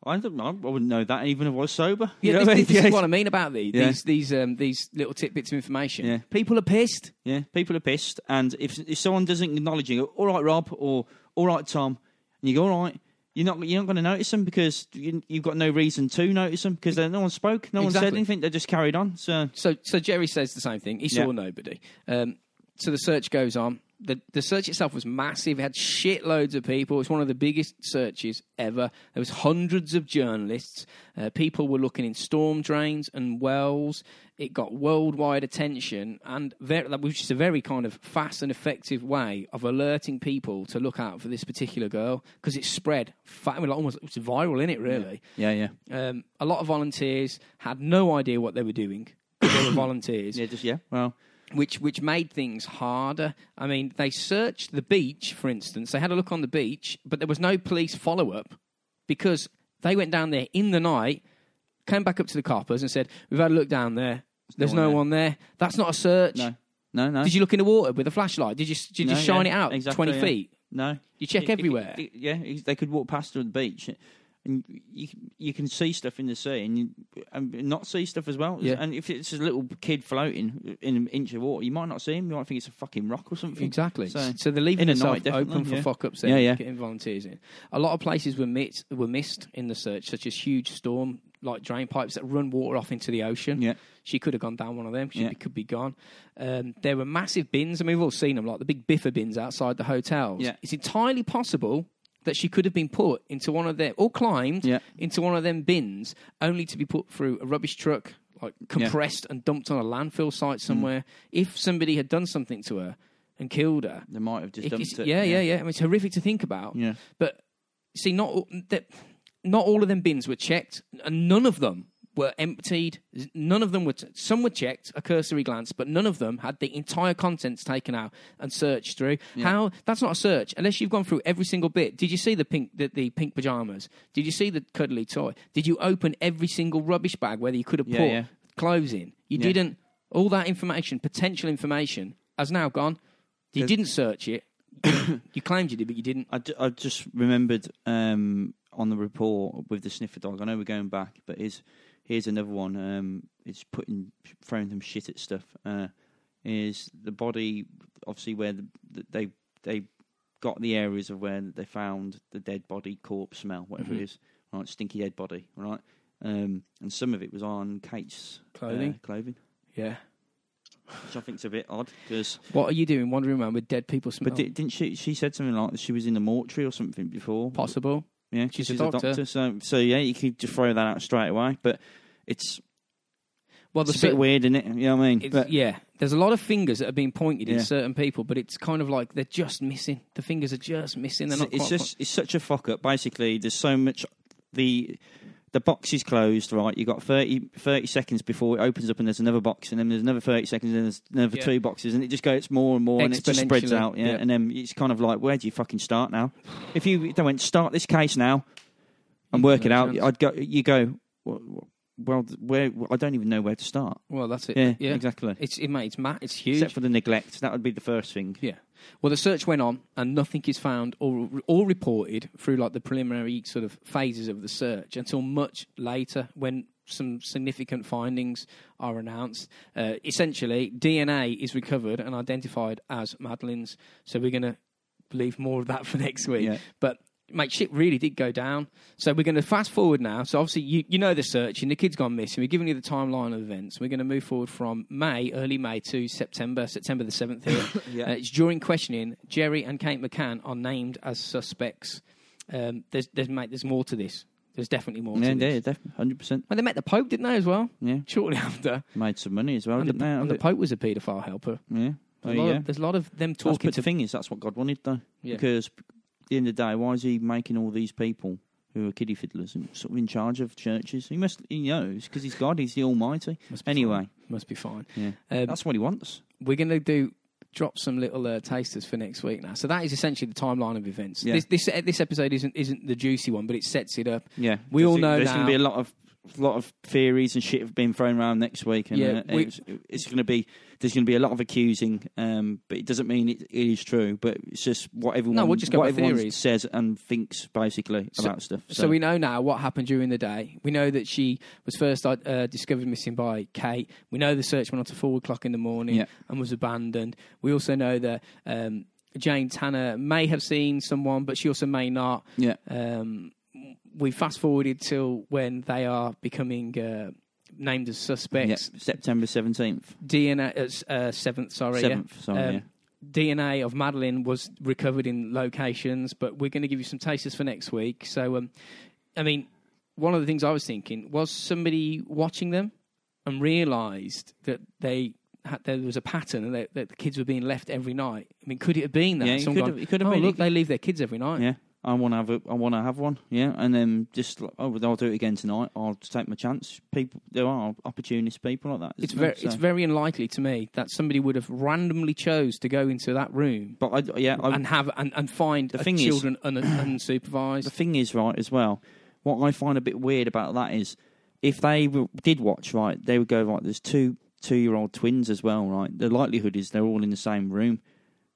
Speaker 1: I don't know. I wouldn't know that even if I was sober.
Speaker 2: Yeah,
Speaker 1: You know
Speaker 2: this,
Speaker 1: what I mean? [LAUGHS]
Speaker 2: this
Speaker 1: Yeah.
Speaker 2: is what I mean about the,
Speaker 1: Yeah.
Speaker 2: these these um, these little tidbits of information.
Speaker 1: Yeah.
Speaker 2: People are pissed.
Speaker 1: Yeah, people are pissed, and if if someone doesn't acknowledge you, go, all right, Rob, or all right, Tom, and you go, all right, you're not you're not going to notice them because you, you've got no reason to notice them because no one spoke, no one
Speaker 2: Exactly.
Speaker 1: said anything, they just carried on. So
Speaker 2: So so Jerry says the same thing. He saw
Speaker 1: Yeah.
Speaker 2: nobody. Um, so the search goes on. the, the search itself was massive. It had shitloads of people. It's one of the biggest searches ever. There was hundreds of journalists. Uh, people were looking in storm drains and wells. It got worldwide attention, and ver- that was just a very kind of fast and effective way of alerting people to look out for this particular girl because it spread. Fa- I mean, like, almost it was viral in it, really.
Speaker 1: Yeah, yeah,
Speaker 2: Um, a lot of volunteers had no idea what they were doing. they were [COUGHS] volunteers
Speaker 1: yeah. Just yeah. Well,
Speaker 2: which which made things harder. I mean, they searched the beach, for instance. They had a look on the beach, but there was no police follow up because they went down there in the night, came back up to the coppers and said, "We've had a look down there. There's
Speaker 1: no
Speaker 2: no,
Speaker 1: one
Speaker 2: one, there. That's not a search.
Speaker 1: no, no, no.
Speaker 2: Did you look in the water with a flashlight? Did you did you
Speaker 1: No,
Speaker 2: just shine
Speaker 1: yeah,
Speaker 2: it out
Speaker 1: exactly,
Speaker 2: twenty
Speaker 1: yeah.
Speaker 2: feet?
Speaker 1: No.
Speaker 2: You check
Speaker 1: It- it-
Speaker 2: everywhere.
Speaker 1: it- yeah, it- they could walk past her on the beach, and you you can see stuff in the sea, and you, and not see stuff as well.
Speaker 2: Yeah.
Speaker 1: And if it's a little kid floating in an inch of water, you might not see him. You might think it's a fucking rock or something.
Speaker 2: Exactly.
Speaker 1: So-
Speaker 2: So, they're leaving
Speaker 1: In the
Speaker 2: themselves
Speaker 1: night, definitely,
Speaker 2: open for
Speaker 1: yeah.
Speaker 2: fuck ups.
Speaker 1: Yeah,
Speaker 2: Yeah,
Speaker 1: yeah.
Speaker 2: Getting volunteers in. A lot of places were missed, were missed in the search, such as huge storm like drain pipes that run water off into the ocean.
Speaker 1: Yeah.
Speaker 2: She could have gone down one of them. She
Speaker 1: Yeah.
Speaker 2: be- could be gone. Um, there were massive bins. I mean, we've all seen them, like the big biffer bins outside the hotels.
Speaker 1: Yeah.
Speaker 2: It's entirely possible that she could have been put into one of their, or climbed
Speaker 1: Yeah.
Speaker 2: into one of them bins, only to be put through a rubbish truck, like compressed and dumped on a landfill site somewhere.
Speaker 1: Hmm.
Speaker 2: If somebody had done something to her and killed her,
Speaker 1: They might have just
Speaker 2: it-
Speaker 1: dumped
Speaker 2: it's-
Speaker 1: it.
Speaker 2: yeah, yeah, yeah. I mean, it's horrific to think about.
Speaker 1: Yeah.
Speaker 2: But see, not all- that, not all of them bins were checked, and none of them were emptied. None of them were. T- some were checked, a cursory glance, but none of them had the entire contents taken out and searched through. How? That's not a search unless you've gone through every single bit. Did you see the pink, the, the pink pajamas? Did you see the cuddly toy? Did you open every single rubbish bag where you could have
Speaker 1: Yeah,
Speaker 2: put
Speaker 1: yeah.
Speaker 2: clothes in? You
Speaker 1: Yeah.
Speaker 2: didn't. All that information, potential information, has now gone. You didn't search it. [COUGHS] you claimed you did, but you didn't.
Speaker 1: I, ju- I just remembered um, on the report with the sniffer dog. I know we're going back, but here's here's another one. Um, it's putting throwing them shit at stuff. Uh, is the body obviously where the, the, they they got the areas of where they found the dead body, corpse smell, whatever it
Speaker 2: Mhm.
Speaker 1: is, right? Stinky dead body, right? Um, and some of it was on Kate's uh,
Speaker 2: Clothing?
Speaker 1: clothing,
Speaker 2: Yeah.
Speaker 1: which I think's a bit odd because
Speaker 2: [LAUGHS] What are you doing wandering around with dead people smell?
Speaker 1: but di- didn't she she said something like she was in the mortuary or something before?
Speaker 2: Possible.
Speaker 1: Yeah,
Speaker 2: She's
Speaker 1: she's
Speaker 2: a
Speaker 1: a doctor.
Speaker 2: doctor.
Speaker 1: So, so yeah, you could just throw that out straight away. But it's,
Speaker 2: Well,
Speaker 1: it's
Speaker 2: Oh, the
Speaker 1: a bit
Speaker 2: cer-
Speaker 1: weird, isn't it? You know what I mean?
Speaker 2: it's-
Speaker 1: But
Speaker 2: yeah, there's a lot of fingers that are being pointed
Speaker 1: Yeah.
Speaker 2: at certain people, but it's kind of like they're just missing. The fingers are just missing. They're
Speaker 1: it's,
Speaker 2: not.
Speaker 1: it's
Speaker 2: quite
Speaker 1: just it's such a fuck up. Basically, there's so much the the box is closed, right? You got 30, 30 seconds before it opens up, and there's another box, and then there's another thirty seconds, and then there's another
Speaker 2: Yeah.
Speaker 1: two boxes, and it just goes more and more, and it just spreads
Speaker 2: Exponentially,
Speaker 1: out. Yeah,
Speaker 2: yeah.
Speaker 1: and then it's kind of like, where do you fucking start now? If you if they went start this case now and
Speaker 2: You
Speaker 1: work it
Speaker 2: got no
Speaker 1: out,
Speaker 2: chance.
Speaker 1: I'd go. You go. Well, well, where I don't even know where to start.
Speaker 2: well, that's it.
Speaker 1: Yeah, exactly.
Speaker 2: It's it, mate, it's ma- It's huge.
Speaker 1: Except for the neglect, that would be the first thing.
Speaker 2: Yeah. Well, the search went on, and nothing is found or or reported through like the preliminary sort of phases of the search until much later when some significant findings are announced. Uh, essentially, DNA is recovered and identified as Madeline's. So we're going to leave more of that [LAUGHS] for next week.
Speaker 1: Yeah.
Speaker 2: But mate, shit really did go down. So we're going to fast forward now. So obviously, you, you know the search and the kid's gone missing. We're giving you the timeline of events. We're going to move forward from May, early May, to September, September the 7th here.
Speaker 1: Yeah.
Speaker 2: Uh, it's during questioning, Jerry and Kate McCann are named as suspects. Um, there's, there's, mate, there's more to this. There's definitely more to
Speaker 1: Yeah, yeah,
Speaker 2: this.
Speaker 1: definitely, hundred percent.
Speaker 2: Well, they met the Pope, didn't they, as well?
Speaker 1: Yeah,
Speaker 2: Shortly after.
Speaker 1: made some money as well,
Speaker 2: And the,
Speaker 1: Oh, didn't they?
Speaker 2: and
Speaker 1: And
Speaker 2: the Pope was a paedophile helper.
Speaker 1: it- yeah,
Speaker 2: There's,
Speaker 1: there you
Speaker 2: a, lot
Speaker 1: go.
Speaker 2: of, there's a lot of them
Speaker 1: That's-
Speaker 2: talking
Speaker 1: but
Speaker 2: to...
Speaker 1: the thing is, that's what God wanted, though,
Speaker 2: Yeah.
Speaker 1: because at the end of the day, why is He making all these people who are kiddie fiddlers and sort of in charge of churches? He must, he knows, because He's God, He's the Almighty.
Speaker 2: Must be
Speaker 1: Anyway,
Speaker 2: fine. Must be fine.
Speaker 1: yeah,
Speaker 2: Um,
Speaker 1: that's what He wants.
Speaker 2: we're going to do drop some little uh, tasters for next week now. So that is essentially the timeline of events.
Speaker 1: Yeah.
Speaker 2: This, this this episode isn't isn't the juicy one, but it sets it up.
Speaker 1: Yeah,
Speaker 2: we all
Speaker 1: There's-
Speaker 2: know
Speaker 1: there's going
Speaker 2: now-
Speaker 1: to be a lot of lot of theories and shit have been thrown around next week, and
Speaker 2: Yeah,
Speaker 1: uh,
Speaker 2: we-
Speaker 1: it's, it's going to be there's going to be a lot of accusing, um, but it doesn't mean it, it is true. But it's just what everyone
Speaker 2: we'll just go
Speaker 1: what
Speaker 2: by
Speaker 1: everyone
Speaker 2: theories.
Speaker 1: says and thinks basically
Speaker 2: So-
Speaker 1: about stuff.
Speaker 2: So, we know now what happened during the day. We know that she was first uh, discovered missing by Kate. We know the search went on to four o'clock in the morning
Speaker 1: Yeah.
Speaker 2: and was abandoned. We also know that um, Jane Tanner may have seen someone, but she also may not.
Speaker 1: yeah,
Speaker 2: um, we fast forwarded till when they are becoming uh, named as
Speaker 1: yeah,
Speaker 2: suspects.
Speaker 1: September seventeenth,
Speaker 2: DNA uh, s- uh, seventh, sorry, yeah.
Speaker 1: seventh. Sorry,
Speaker 2: Um,
Speaker 1: yeah.
Speaker 2: DNA of Madeline was recovered in locations, but we're going to give you some tasters for next week. So, um, I mean, one of the things I was thinking was somebody watching them and realised that they had, there was a pattern and that, that the kids were being left every night. I mean, could it have been that?
Speaker 1: Yeah, it
Speaker 2: Someone
Speaker 1: could
Speaker 2: gone,
Speaker 1: have- it could have
Speaker 2: "Oh,
Speaker 1: been.
Speaker 2: Look, they leave their kids every night.
Speaker 1: Yeah, I want to have a, I want to have one. Yeah, and then just like, oh, well, I'll do it again tonight. I'll just take my chance. People, there are opportunist people like that.
Speaker 2: It's
Speaker 1: isn't
Speaker 2: very,
Speaker 1: there?
Speaker 2: it's
Speaker 1: So-
Speaker 2: very unlikely to me that somebody would have randomly chose to go into that room
Speaker 1: But I, yeah, I,
Speaker 2: and have and, and find
Speaker 1: Um, The
Speaker 2: a
Speaker 1: thing is-
Speaker 2: children un, unsupervised.
Speaker 1: the thing is, right, as well, what I find a bit weird about that is if they w- did watch, right, they would go, right, there's two two year old twins as well, right? The likelihood is they're all in the same room.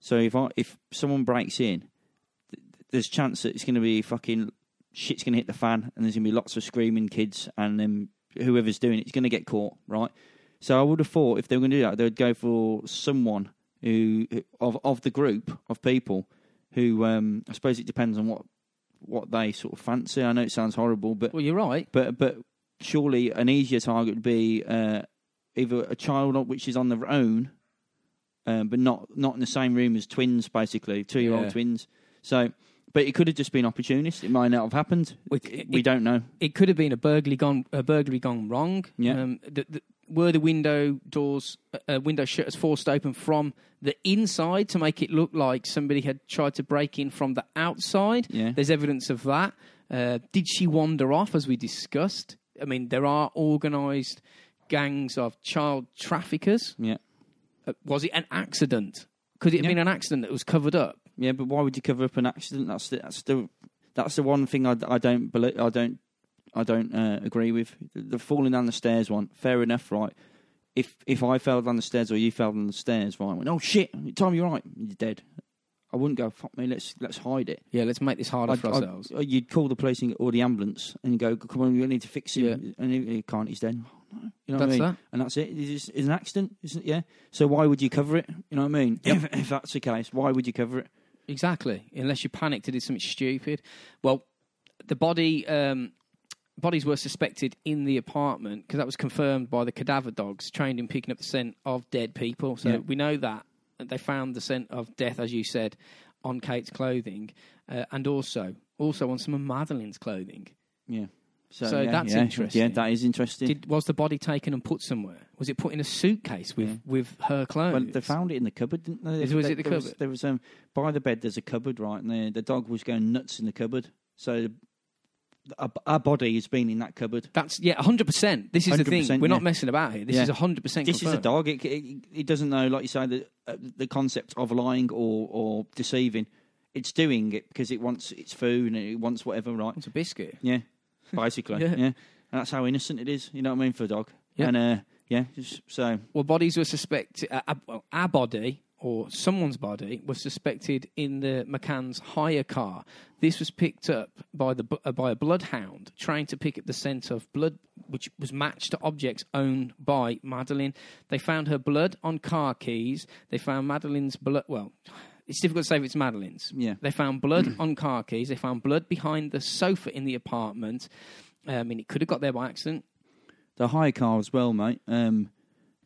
Speaker 1: So if I, if someone breaks in, th- there's chance that it's going to be fucking shit's going to hit the fan and there's going to be lots of screaming kids and then whoever's doing it's going to get caught, right? So I would have thought if they were going to do that, they would go for someone who who- of of the group of people who um, I suppose it depends on what what they sort of fancy. I know it sounds horrible, but
Speaker 2: well, you're right.
Speaker 1: but but surely an easier target would be uh, either a child on- which is on their own, um, but not not in the same room as twins, basically two year
Speaker 2: Yeah.
Speaker 1: old twins. So, but it could have just been opportunist. It might not have happened.
Speaker 2: We-
Speaker 1: we don't know.
Speaker 2: It could have been a burglary gone a burglary gone wrong.
Speaker 1: Yeah.
Speaker 2: Um, the, the, were the window doors uh, uh, window shutters forced open from the inside to make it look like somebody had tried to break in from the outside?
Speaker 1: Yeah.
Speaker 2: There's evidence of that. Uh, did she wander off as we discussed? I mean, there are organised gangs of child traffickers.
Speaker 1: Yeah,
Speaker 2: Uh, was it an accident? Could it have
Speaker 1: Yeah.
Speaker 2: been an accident that was covered up?
Speaker 1: yeah. But why would you cover up an accident? That's the, that's the that's the one thing I, I don't believe. I don't I don't uh, agree with the, the falling down the stairs one. Fair enough, right? If if I fell down the stairs or you fell down the stairs, right? I went, oh shit, Tom, you're right. You're dead. I wouldn't go. Fuck me. Let's let's hide it.
Speaker 2: Yeah, let's make this harder
Speaker 1: I'd-
Speaker 2: for
Speaker 1: I'd-
Speaker 2: ourselves.
Speaker 1: uh, you'd call the police and, or the ambulance and go, come on, we need to fix him.
Speaker 2: Yeah.
Speaker 1: And he, he can't, he's dead. Oh, no. You know
Speaker 2: That's
Speaker 1: what I mean?
Speaker 2: that.
Speaker 1: And that's it. It's, just- it's an accident, isn't it? Yeah. So why would you cover it? You know what I mean? If, if that's the case, why would you cover it?
Speaker 2: Exactly. Unless you panicked and did something stupid. Well, the body um, bodies were suspected in the apartment because that was confirmed by the cadaver dogs trained in picking up the scent of dead people. So
Speaker 1: Yeah.
Speaker 2: we know that And they found the scent of death, as you said, on Kate's clothing, uh, and also also on some of Madeline's clothing.
Speaker 1: Yeah.
Speaker 2: So
Speaker 1: yeah,
Speaker 2: that's
Speaker 1: yeah, Yeah,
Speaker 2: interesting.
Speaker 1: that is interesting.
Speaker 2: Did was the body taken and put somewhere? Was it put in a suitcase with
Speaker 1: Yeah.
Speaker 2: with her clothes?
Speaker 1: Well, they found it in the cupboard, didn't they?
Speaker 2: Is- was
Speaker 1: There-
Speaker 2: it the
Speaker 1: there Was,
Speaker 2: cupboard?
Speaker 1: there was um by the bed. There's a cupboard, right? And the, the dog was going nuts in the cupboard. So our, our body has been in that cupboard.
Speaker 2: That's yeah, hundred percent. This is the thing.
Speaker 1: 100%,
Speaker 2: We're not
Speaker 1: yeah.
Speaker 2: messing about here. This
Speaker 1: Yeah.
Speaker 2: is hundred percent.
Speaker 1: This is a dog. It, it, it doesn't know, like you say, the uh, the concept of lying or or deceiving. It's doing it because it wants its food and it wants whatever, right?
Speaker 2: It's a biscuit.
Speaker 1: Yeah,
Speaker 2: [LAUGHS]
Speaker 1: basically.
Speaker 2: Yeah.
Speaker 1: yeah. and that's how innocent it is. You know what I mean for a dog.
Speaker 2: Yeah.
Speaker 1: And uh, yeah, just- so
Speaker 2: Well, bodies were suspected. Uh, uh, well, our body or someone's body was suspected in the McCann's hire car. This was picked up by the bu- uh, by a bloodhound trying to pick up the scent of blood, which was matched to objects owned by Madeline. They found her blood on car keys. They found Madeline's blood. Well. It's difficult to say if it's Madeline's.
Speaker 1: Yeah.
Speaker 2: They found blood on car keys. They found blood behind the sofa in the apartment. Uh, I mean, it could have got there by accident.
Speaker 1: the hire car as well, mate. Um,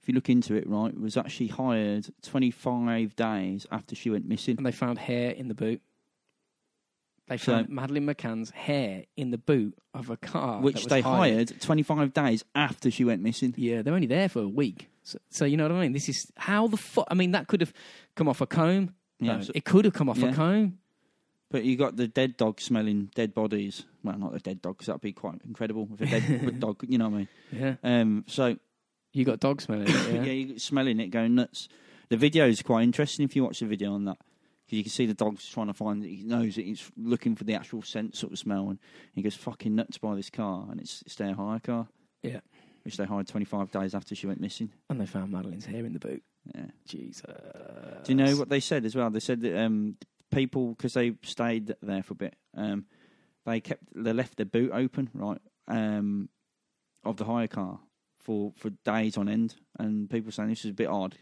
Speaker 1: if you look into it, right, was actually hired 25 days after she went missing.
Speaker 2: and they found hair in the boot. They
Speaker 1: So-
Speaker 2: found Madeline McCann's hair in the boot of a car, Oh, that
Speaker 1: Which
Speaker 2: was
Speaker 1: they hired 25 days after she went missing.
Speaker 2: Yeah, they're only there for a week, so, so you know what I mean. This is how the fuck. I mean, that could have come off a comb.
Speaker 1: Yeah,
Speaker 2: No,
Speaker 1: so-
Speaker 2: it could have come off a
Speaker 1: Yeah.
Speaker 2: comb.
Speaker 1: But you got the dead dog smelling dead bodies. Well, not the dead dog, because that'd be quite incredible with a
Speaker 2: [LAUGHS]
Speaker 1: dead dog. You know what I mean?
Speaker 2: Yeah,
Speaker 1: Um, so
Speaker 2: you got dog smelling.
Speaker 1: [LAUGHS]
Speaker 2: it,
Speaker 1: yeah,
Speaker 2: yeah.
Speaker 1: you're smelling it going nuts. The video is quite interesting if you watch the video on that because you can see the dog's trying to find it. He knows it. He's looking for the actual scent sort of smell, and he goes fucking nuts by this car, and it's it's their hire car.
Speaker 2: Yeah.
Speaker 1: which they hired 25 days after she went missing.
Speaker 2: and they found Madeline's hair in the boot.
Speaker 1: Yeah.
Speaker 2: Jesus.
Speaker 1: Do you know what they said as well? They said that um, people, because they stayed there for a bit, um, they kept they left their boot open, right, um, of the hire car for for days on end, and people saying this is a bit odd,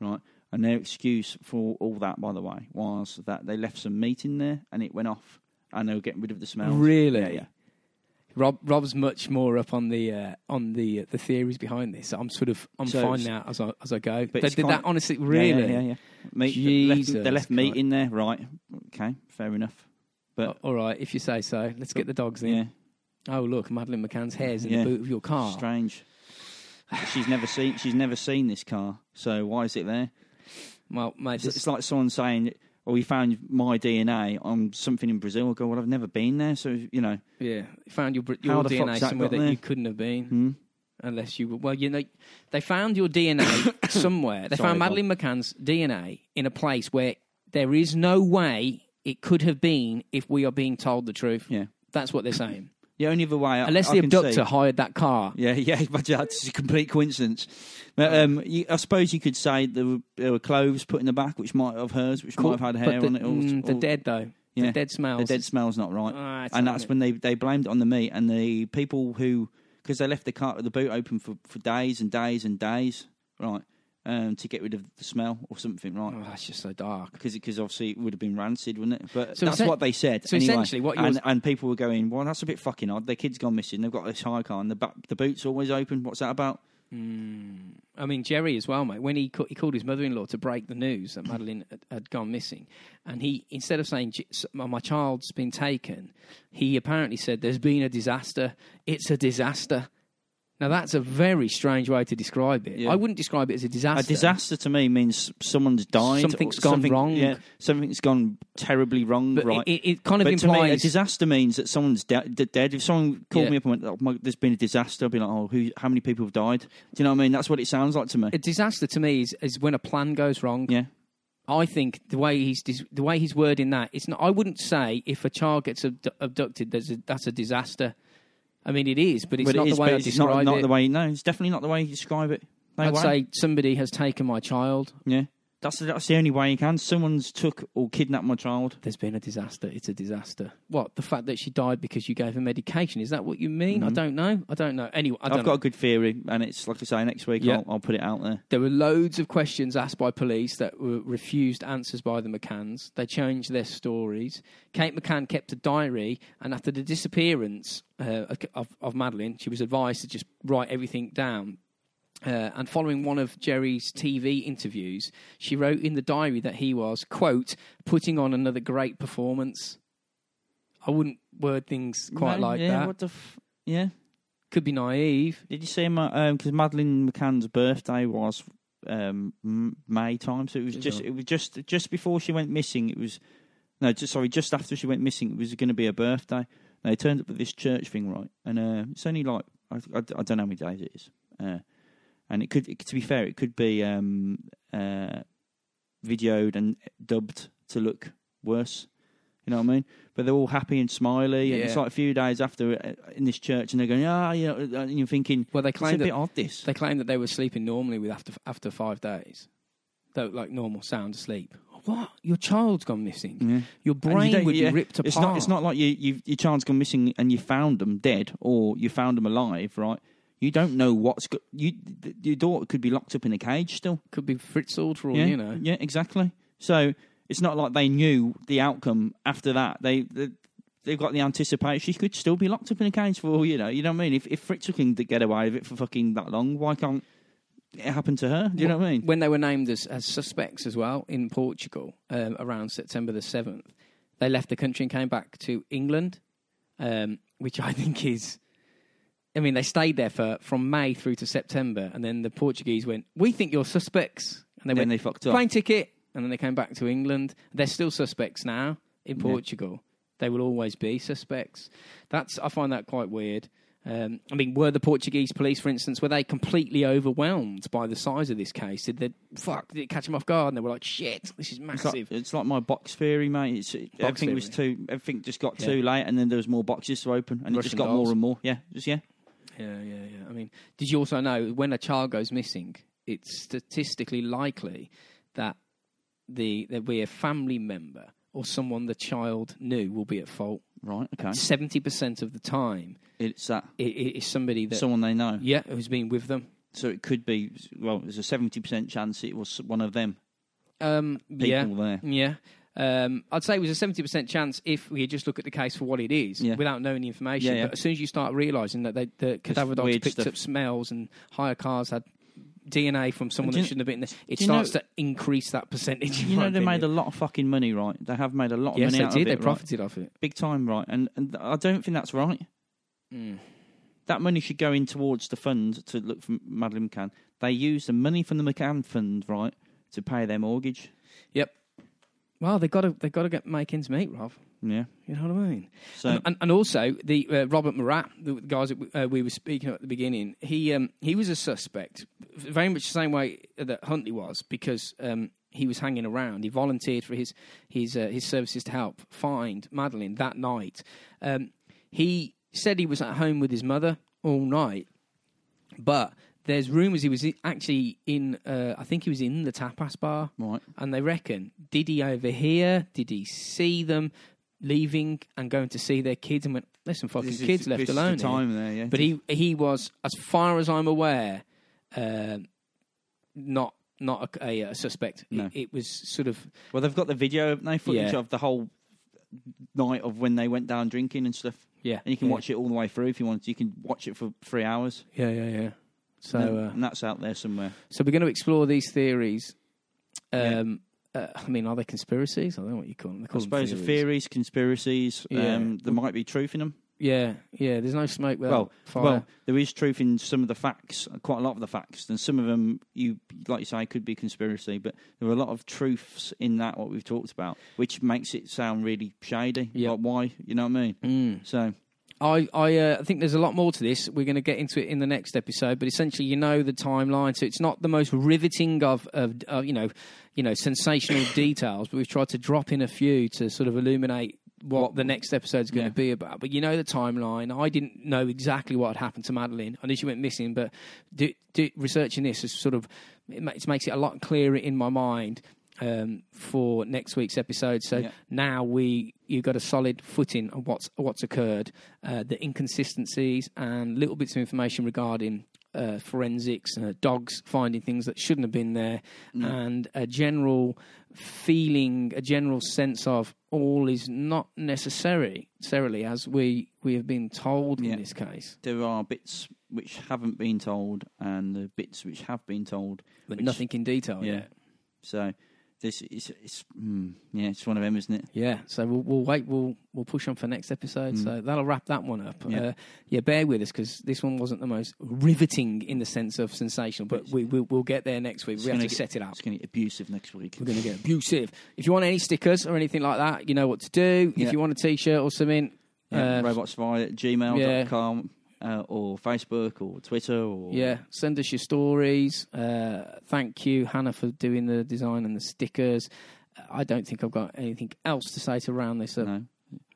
Speaker 1: right. And their excuse for all that, by the way, was that they left some meat in there and it went off, and they were getting rid of the smell.
Speaker 2: Really?
Speaker 1: Yeah, yeah.
Speaker 2: Rob Rob's much more up on the uh, on the the theories behind this. I'm sort of I'm
Speaker 1: So
Speaker 2: fine
Speaker 1: it's-
Speaker 2: now as I as I go.
Speaker 1: But
Speaker 2: they
Speaker 1: it's
Speaker 2: did that
Speaker 1: kind-
Speaker 2: honestly,
Speaker 1: Yeah, yeah,
Speaker 2: really.
Speaker 1: Yeah, yeah. Meat, they left- they
Speaker 2: Jesus
Speaker 1: left meat
Speaker 2: Christ.
Speaker 1: in there, right? Okay, fair enough.
Speaker 2: A- All right, if you say so. Let's get the dogs in.
Speaker 1: Yeah,
Speaker 2: Oh look, Madeline McCann's hair's in
Speaker 1: Yeah.
Speaker 2: the boot of your car.
Speaker 1: strange. she's never seen. She's never seen this car. So why is it there?
Speaker 2: well, mate,
Speaker 1: It's,
Speaker 2: this-
Speaker 1: it's like someone saying, "Oh, we found my DNA on something in Brazil." I go, "Well, I've never been there, so you know."
Speaker 2: yeah, you found your br-
Speaker 1: How
Speaker 2: your
Speaker 1: the
Speaker 2: DNA
Speaker 1: fuck's that
Speaker 2: somewhere
Speaker 1: got
Speaker 2: that
Speaker 1: there?
Speaker 2: you couldn't have been
Speaker 1: Hmm?
Speaker 2: unless you were. Well, you know, they found your
Speaker 1: [COUGHS]
Speaker 2: DNA somewhere. They
Speaker 1: Sorry,
Speaker 2: found Madeline McCann's DNA in a place where there is no way it could have been if we are being told the truth.
Speaker 1: Yeah.
Speaker 2: That's what they're saying.
Speaker 1: The only other way, I-
Speaker 2: Unless
Speaker 1: I
Speaker 2: the
Speaker 1: can
Speaker 2: abductor
Speaker 1: see-
Speaker 2: hired that car.
Speaker 1: Yeah, [LAUGHS] yeah, imagine that's a complete coincidence. But
Speaker 2: Oh.
Speaker 1: um, you, I suppose you could say there were, there were cloves put in the back, which might have hers, which might have had
Speaker 2: But
Speaker 1: hair
Speaker 2: the,
Speaker 1: on it. Or,
Speaker 2: mm, the
Speaker 1: or-
Speaker 2: dead though.
Speaker 1: Yeah.
Speaker 2: The dead
Speaker 1: the
Speaker 2: smells.
Speaker 1: dead smell's not right.
Speaker 2: Ah, it's
Speaker 1: and
Speaker 2: not
Speaker 1: that's
Speaker 2: it.
Speaker 1: when they, they blamed it on the meat and the people who because they left the car the boot open for, for days and days and days right um, to get rid of the smell or something right
Speaker 2: Oh, that's just so dark.
Speaker 1: because obviously it would have been rancid wouldn't it but
Speaker 2: So
Speaker 1: that's
Speaker 2: essen-
Speaker 1: what they said
Speaker 2: so
Speaker 1: anyway.
Speaker 2: essentially what
Speaker 1: and,
Speaker 2: yours-
Speaker 1: and people were going well that's a bit fucking odd their kid's gone missing they've got this high car and the, ba- the boot's always open what's that about
Speaker 2: I mean, Jerry as well, mate. When he ca- he called his mother-in-law to break the news that Madeline had, had gone missing, and he instead of saying "J- s- my my child's been taken, he apparently said there's been a disaster. It's a disaster. Now that's a very strange way to describe it.
Speaker 1: Yeah.
Speaker 2: I wouldn't describe it as a disaster.
Speaker 1: a disaster to me means someone's died or
Speaker 2: Something's gone
Speaker 1: something-
Speaker 2: wrong.
Speaker 1: yeah, something's gone terribly wrong
Speaker 2: But it-
Speaker 1: right
Speaker 2: it, it kind of
Speaker 1: But to me, a
Speaker 2: implies
Speaker 1: disaster means that someone's de- de- dead. If someone called
Speaker 2: Yeah.
Speaker 1: me up and went, oh, my, "There's been a disaster," I'd be like, "Oh, who? How many people have died?" Do you know what I mean? That's what it sounds like to me.
Speaker 2: a disaster to me is, is when a plan goes wrong.
Speaker 1: yeah,
Speaker 2: I think the way he's dis- the way he's wording that, it's not. I wouldn't say if a child gets abdu- abducted, there's a, that's a disaster. I mean, it is, but it's
Speaker 1: but
Speaker 2: not
Speaker 1: it is,
Speaker 2: the way
Speaker 1: but
Speaker 2: I
Speaker 1: it's not,
Speaker 2: describe
Speaker 1: not
Speaker 2: it.
Speaker 1: the way. No, it's definitely not the way you describe it. No
Speaker 2: I'd
Speaker 1: way.
Speaker 2: say somebody has taken my child.
Speaker 1: yeah, that's the, that's the only way you can. Someone's took or kidnapped my child.
Speaker 2: There's been a disaster. It's a disaster. What the fact that she died because you gave her medication? Is that what you mean? I don't know. I don't know. Anyway, I don't
Speaker 1: Mm-hmm. I've got
Speaker 2: know.
Speaker 1: a good theory, and it's like I say, next week
Speaker 2: Yeah.
Speaker 1: I'll, I'll put it out there.
Speaker 2: There were loads of questions asked by police that were refused answers by the McCanns. They changed their stories. Kate McCann kept a diary, and after the disappearance uh, of, of Madeline, she was advised to just write everything down. Uh, and following one of Jerry's TV interviews, she wrote in the diary that he was, quote, putting on another great performance. I wouldn't word things quite
Speaker 1: No,
Speaker 2: like
Speaker 1: yeah,
Speaker 2: that.
Speaker 1: What the? F- yeah.
Speaker 2: Could be naive.
Speaker 1: Did you see my? Because Madeline McCann's birthday was um, M- May time, so it was
Speaker 2: Is
Speaker 1: just
Speaker 2: it?
Speaker 1: it was just just before she went missing. It was no, just sorry, just after she went missing, it was going to be her birthday. And they turned up at this church thing, right? And uh, it's only like I, I, I don't know how many days it is, uh, and it could it, to be fair, it could be um, uh, videoed and dubbed to look worse. You know what I mean? But they're all happy and smiley, and it's
Speaker 2: Yeah.
Speaker 1: like a few days after uh, in this church, and they're going, ah, you know, and you're thinking,
Speaker 2: Well, they claimed
Speaker 1: it's
Speaker 2: that
Speaker 1: a bit odd. This
Speaker 2: They claimed that they were sleeping normally with after after five days, though like normal sound asleep. What? Your child's gone missing.
Speaker 1: Yeah.
Speaker 2: Your
Speaker 1: Mm. And you
Speaker 2: brain
Speaker 1: don't-
Speaker 2: would
Speaker 1: yeah,
Speaker 2: be ripped apart.
Speaker 1: It's not. It's not like you, you your child's gone missing and you found them dead or you found them alive, right? You don't know what's go- you. th- Your daughter could be locked up in a cage still.
Speaker 2: Could be fritzled for all
Speaker 1: Yeah,
Speaker 2: you know.
Speaker 1: Yeah, exactly. So it's not like they knew the outcome after that. They. they They've got the anticipation. She could still be locked up in a cage for all you know. You know what I mean? If, if Fritz can get away with it for fucking that long, why can't it happen to her? Do you know what I mean?
Speaker 2: When they were named as, as suspects as well in Portugal um, around September the 7th, they left the country and came back to England, um, which I [LAUGHS] think is. I mean, they stayed there for from May through to September, and then the Portuguese went, We think you're suspects. And they
Speaker 1: Then
Speaker 2: went,
Speaker 1: they fucked up.
Speaker 2: Plane ticket. And then they came back to England. They're still suspects now in Portugal. They will always be suspects. That's I find that quite weird. Um, I mean, were the Portuguese police, for instance, were they completely overwhelmed by the size of this case? Did they fuck? Did it catch them off guard? And they were like, "Shit, this is
Speaker 1: It's like,
Speaker 2: massive."
Speaker 1: it's like my box theory, mate. It's, it,
Speaker 2: Box
Speaker 1: everything was too. Everything just got
Speaker 2: Yeah.
Speaker 1: too late, and then there was more boxes to open, and it
Speaker 2: Russian
Speaker 1: just got
Speaker 2: dolls.
Speaker 1: more and more. Yeah, just yeah.
Speaker 2: Yeah, yeah, yeah. I mean, did you also know when a child goes missing, it's statistically likely that the there'll be a family member or someone the child knew will be at fault.
Speaker 1: Right. Okay.
Speaker 2: Seventy percent of the time,
Speaker 1: It's that
Speaker 2: it, it is somebody that
Speaker 1: someone they know.
Speaker 2: yeah who's been with them.
Speaker 1: So it could be. Well, there's a seventy percent chance it was one of them
Speaker 2: Um,
Speaker 1: people
Speaker 2: yeah,
Speaker 1: there.
Speaker 2: yeah. Um, I'd say it was a seventy percent chance if we just look at the case for what it is,
Speaker 1: Yeah.
Speaker 2: without knowing the information.
Speaker 1: Yeah, yeah.
Speaker 2: But as soon as you start realising that they, the cadaver dogs
Speaker 1: weird
Speaker 2: picked
Speaker 1: stuff.
Speaker 2: up smells and hire cars had DNA from someone
Speaker 1: Do you-
Speaker 2: that shouldn't have been there, it
Speaker 1: do you know-
Speaker 2: starts to increase that percentage. in
Speaker 1: You
Speaker 2: my
Speaker 1: know, they made a
Speaker 2: opinion.
Speaker 1: lot of fucking money, right? They have made a lot of
Speaker 2: yes,
Speaker 1: money
Speaker 2: they
Speaker 1: out
Speaker 2: did.
Speaker 1: of it,
Speaker 2: They
Speaker 1: right?
Speaker 2: profited off it.
Speaker 1: big time, right? And, and I don't think that's right. Mm. That money should go in towards the fund to look for Madeline McCann. They use the money from the McCann fund, right, to pay their mortgage.
Speaker 2: Yep. Well, they got to they got to get make ends meet, Rob.
Speaker 1: Yeah.
Speaker 2: You know what I mean?
Speaker 1: So
Speaker 2: and, and, and also the uh, Robert Murat, the guys that we, uh, we were speaking of at the beginning, he um, he was a suspect, very much the same way that Huntley was, because um, he was hanging around. He volunteered for his his uh, his services to help find Madeline that night. Um, he said he was at home with his mother all night, but there's rumours he was i- actually in. Uh, I think he was in the tapas bar,
Speaker 1: Right.
Speaker 2: And they reckon did he overhear? Did he see them leaving and going to see their kids? And went, listen, fucking
Speaker 1: this is-
Speaker 2: kids left
Speaker 1: this is the
Speaker 2: alone. here."
Speaker 1: time there, yeah.
Speaker 2: But he he was, as far as I'm aware, uh, not not a, a, a suspect.
Speaker 1: No.
Speaker 2: It, it was sort of
Speaker 1: well, they've got the video, haven't they footage
Speaker 2: Yeah.
Speaker 1: of the whole night of when they went down drinking and stuff.
Speaker 2: yeah,
Speaker 1: And you can
Speaker 2: yeah,
Speaker 1: watch it all the way through if you want. You can watch it for three hours.
Speaker 2: Yeah, yeah, yeah. So.
Speaker 1: and,
Speaker 2: Uh,
Speaker 1: and that's out there somewhere.
Speaker 2: So we're going to explore these theories.
Speaker 1: Yeah.
Speaker 2: Um, uh, I mean, are they conspiracies? I don't know what you call them. They
Speaker 1: I
Speaker 2: call them
Speaker 1: suppose the
Speaker 2: theories.
Speaker 1: theories, conspiracies,
Speaker 2: Yeah.
Speaker 1: um, there might be truth in them.
Speaker 2: Yeah, yeah. There's no smoke without
Speaker 1: Well,
Speaker 2: fire.
Speaker 1: Well, there is truth in some of the facts, uh, quite a lot of the facts, and some of them, you like you say, could be conspiracy. But there are a lot of truths in that what we've talked about, which makes it sound really shady.
Speaker 2: Yep.
Speaker 1: Like why? You know what I mean?
Speaker 2: Mm.
Speaker 1: So
Speaker 2: I, I uh, think there's a lot more to this. We're going to get into it in the next episode, but essentially, you know the timeline, so it's not the most riveting of, of uh, you know, you know,
Speaker 1: [COUGHS]
Speaker 2: sensational details. But we've tried to drop in a few to sort of illuminate what, the next episode's going
Speaker 1: Yeah.
Speaker 2: to be about. But you know the timeline. I didn't know exactly what had happened to Madeline. I knew she went missing, but do, do, researching this is sort of it makes, makes it a lot clearer in my mind. Um, for next week's episode, so
Speaker 1: Yeah.
Speaker 2: now we you've got a solid footing on what's what's occurred, uh, the inconsistencies and little bits of information regarding uh, forensics, uh, dogs finding things that shouldn't have been there,
Speaker 1: Mm.
Speaker 2: and a general feeling, a general sense of all is not necessary necessarily as we we have been told
Speaker 1: Yeah.
Speaker 2: in this case,
Speaker 1: there are bits which haven't been told, and the bits which have been told.
Speaker 2: but
Speaker 1: Which-
Speaker 2: nothing in detail
Speaker 1: Yeah.
Speaker 2: yet.
Speaker 1: So this is it's mm, yeah, it's one of them, isn't it?
Speaker 2: Yeah, so we'll, we'll wait. We'll we'll push on for next episode. So that'll wrap that one up.
Speaker 1: Mm. Yeah.
Speaker 2: Yeah, uh, yeah bear with us because this one wasn't the most riveting in the sense of sensational, but we, we we'll get there next week.
Speaker 1: It's
Speaker 2: We have
Speaker 1: gonna
Speaker 2: to
Speaker 1: get-
Speaker 2: set it up.
Speaker 1: It's going to get abusive next week.
Speaker 2: We're going to get abusive. If you want any stickers or anything like that, you know what to do.
Speaker 1: Yeah.
Speaker 2: If you want a T-shirt or something,
Speaker 1: Yeah,
Speaker 2: uh,
Speaker 1: robotsfire at gmail.com uh, or Facebook or Twitter or
Speaker 2: yeah, send us your stories. Uh, thank you, Hannah, for doing the design and the stickers. I don't think I've got anything else to say to round this up.
Speaker 1: No.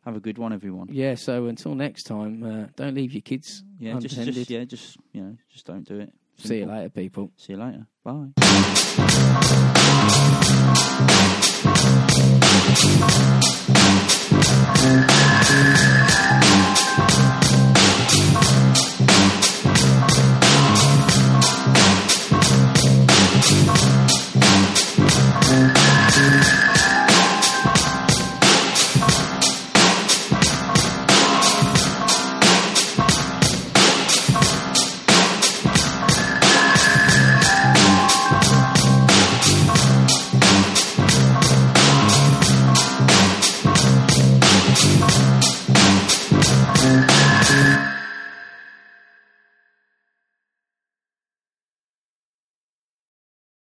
Speaker 1: Have a good one, everyone.
Speaker 2: Yeah, so until next time, uh, don't leave your kids
Speaker 1: Yeah, just,
Speaker 2: untended.
Speaker 1: just yeah, just you know, just don't do it.
Speaker 2: See you
Speaker 1: Simple.
Speaker 2: later, people.
Speaker 1: See you later. Bye.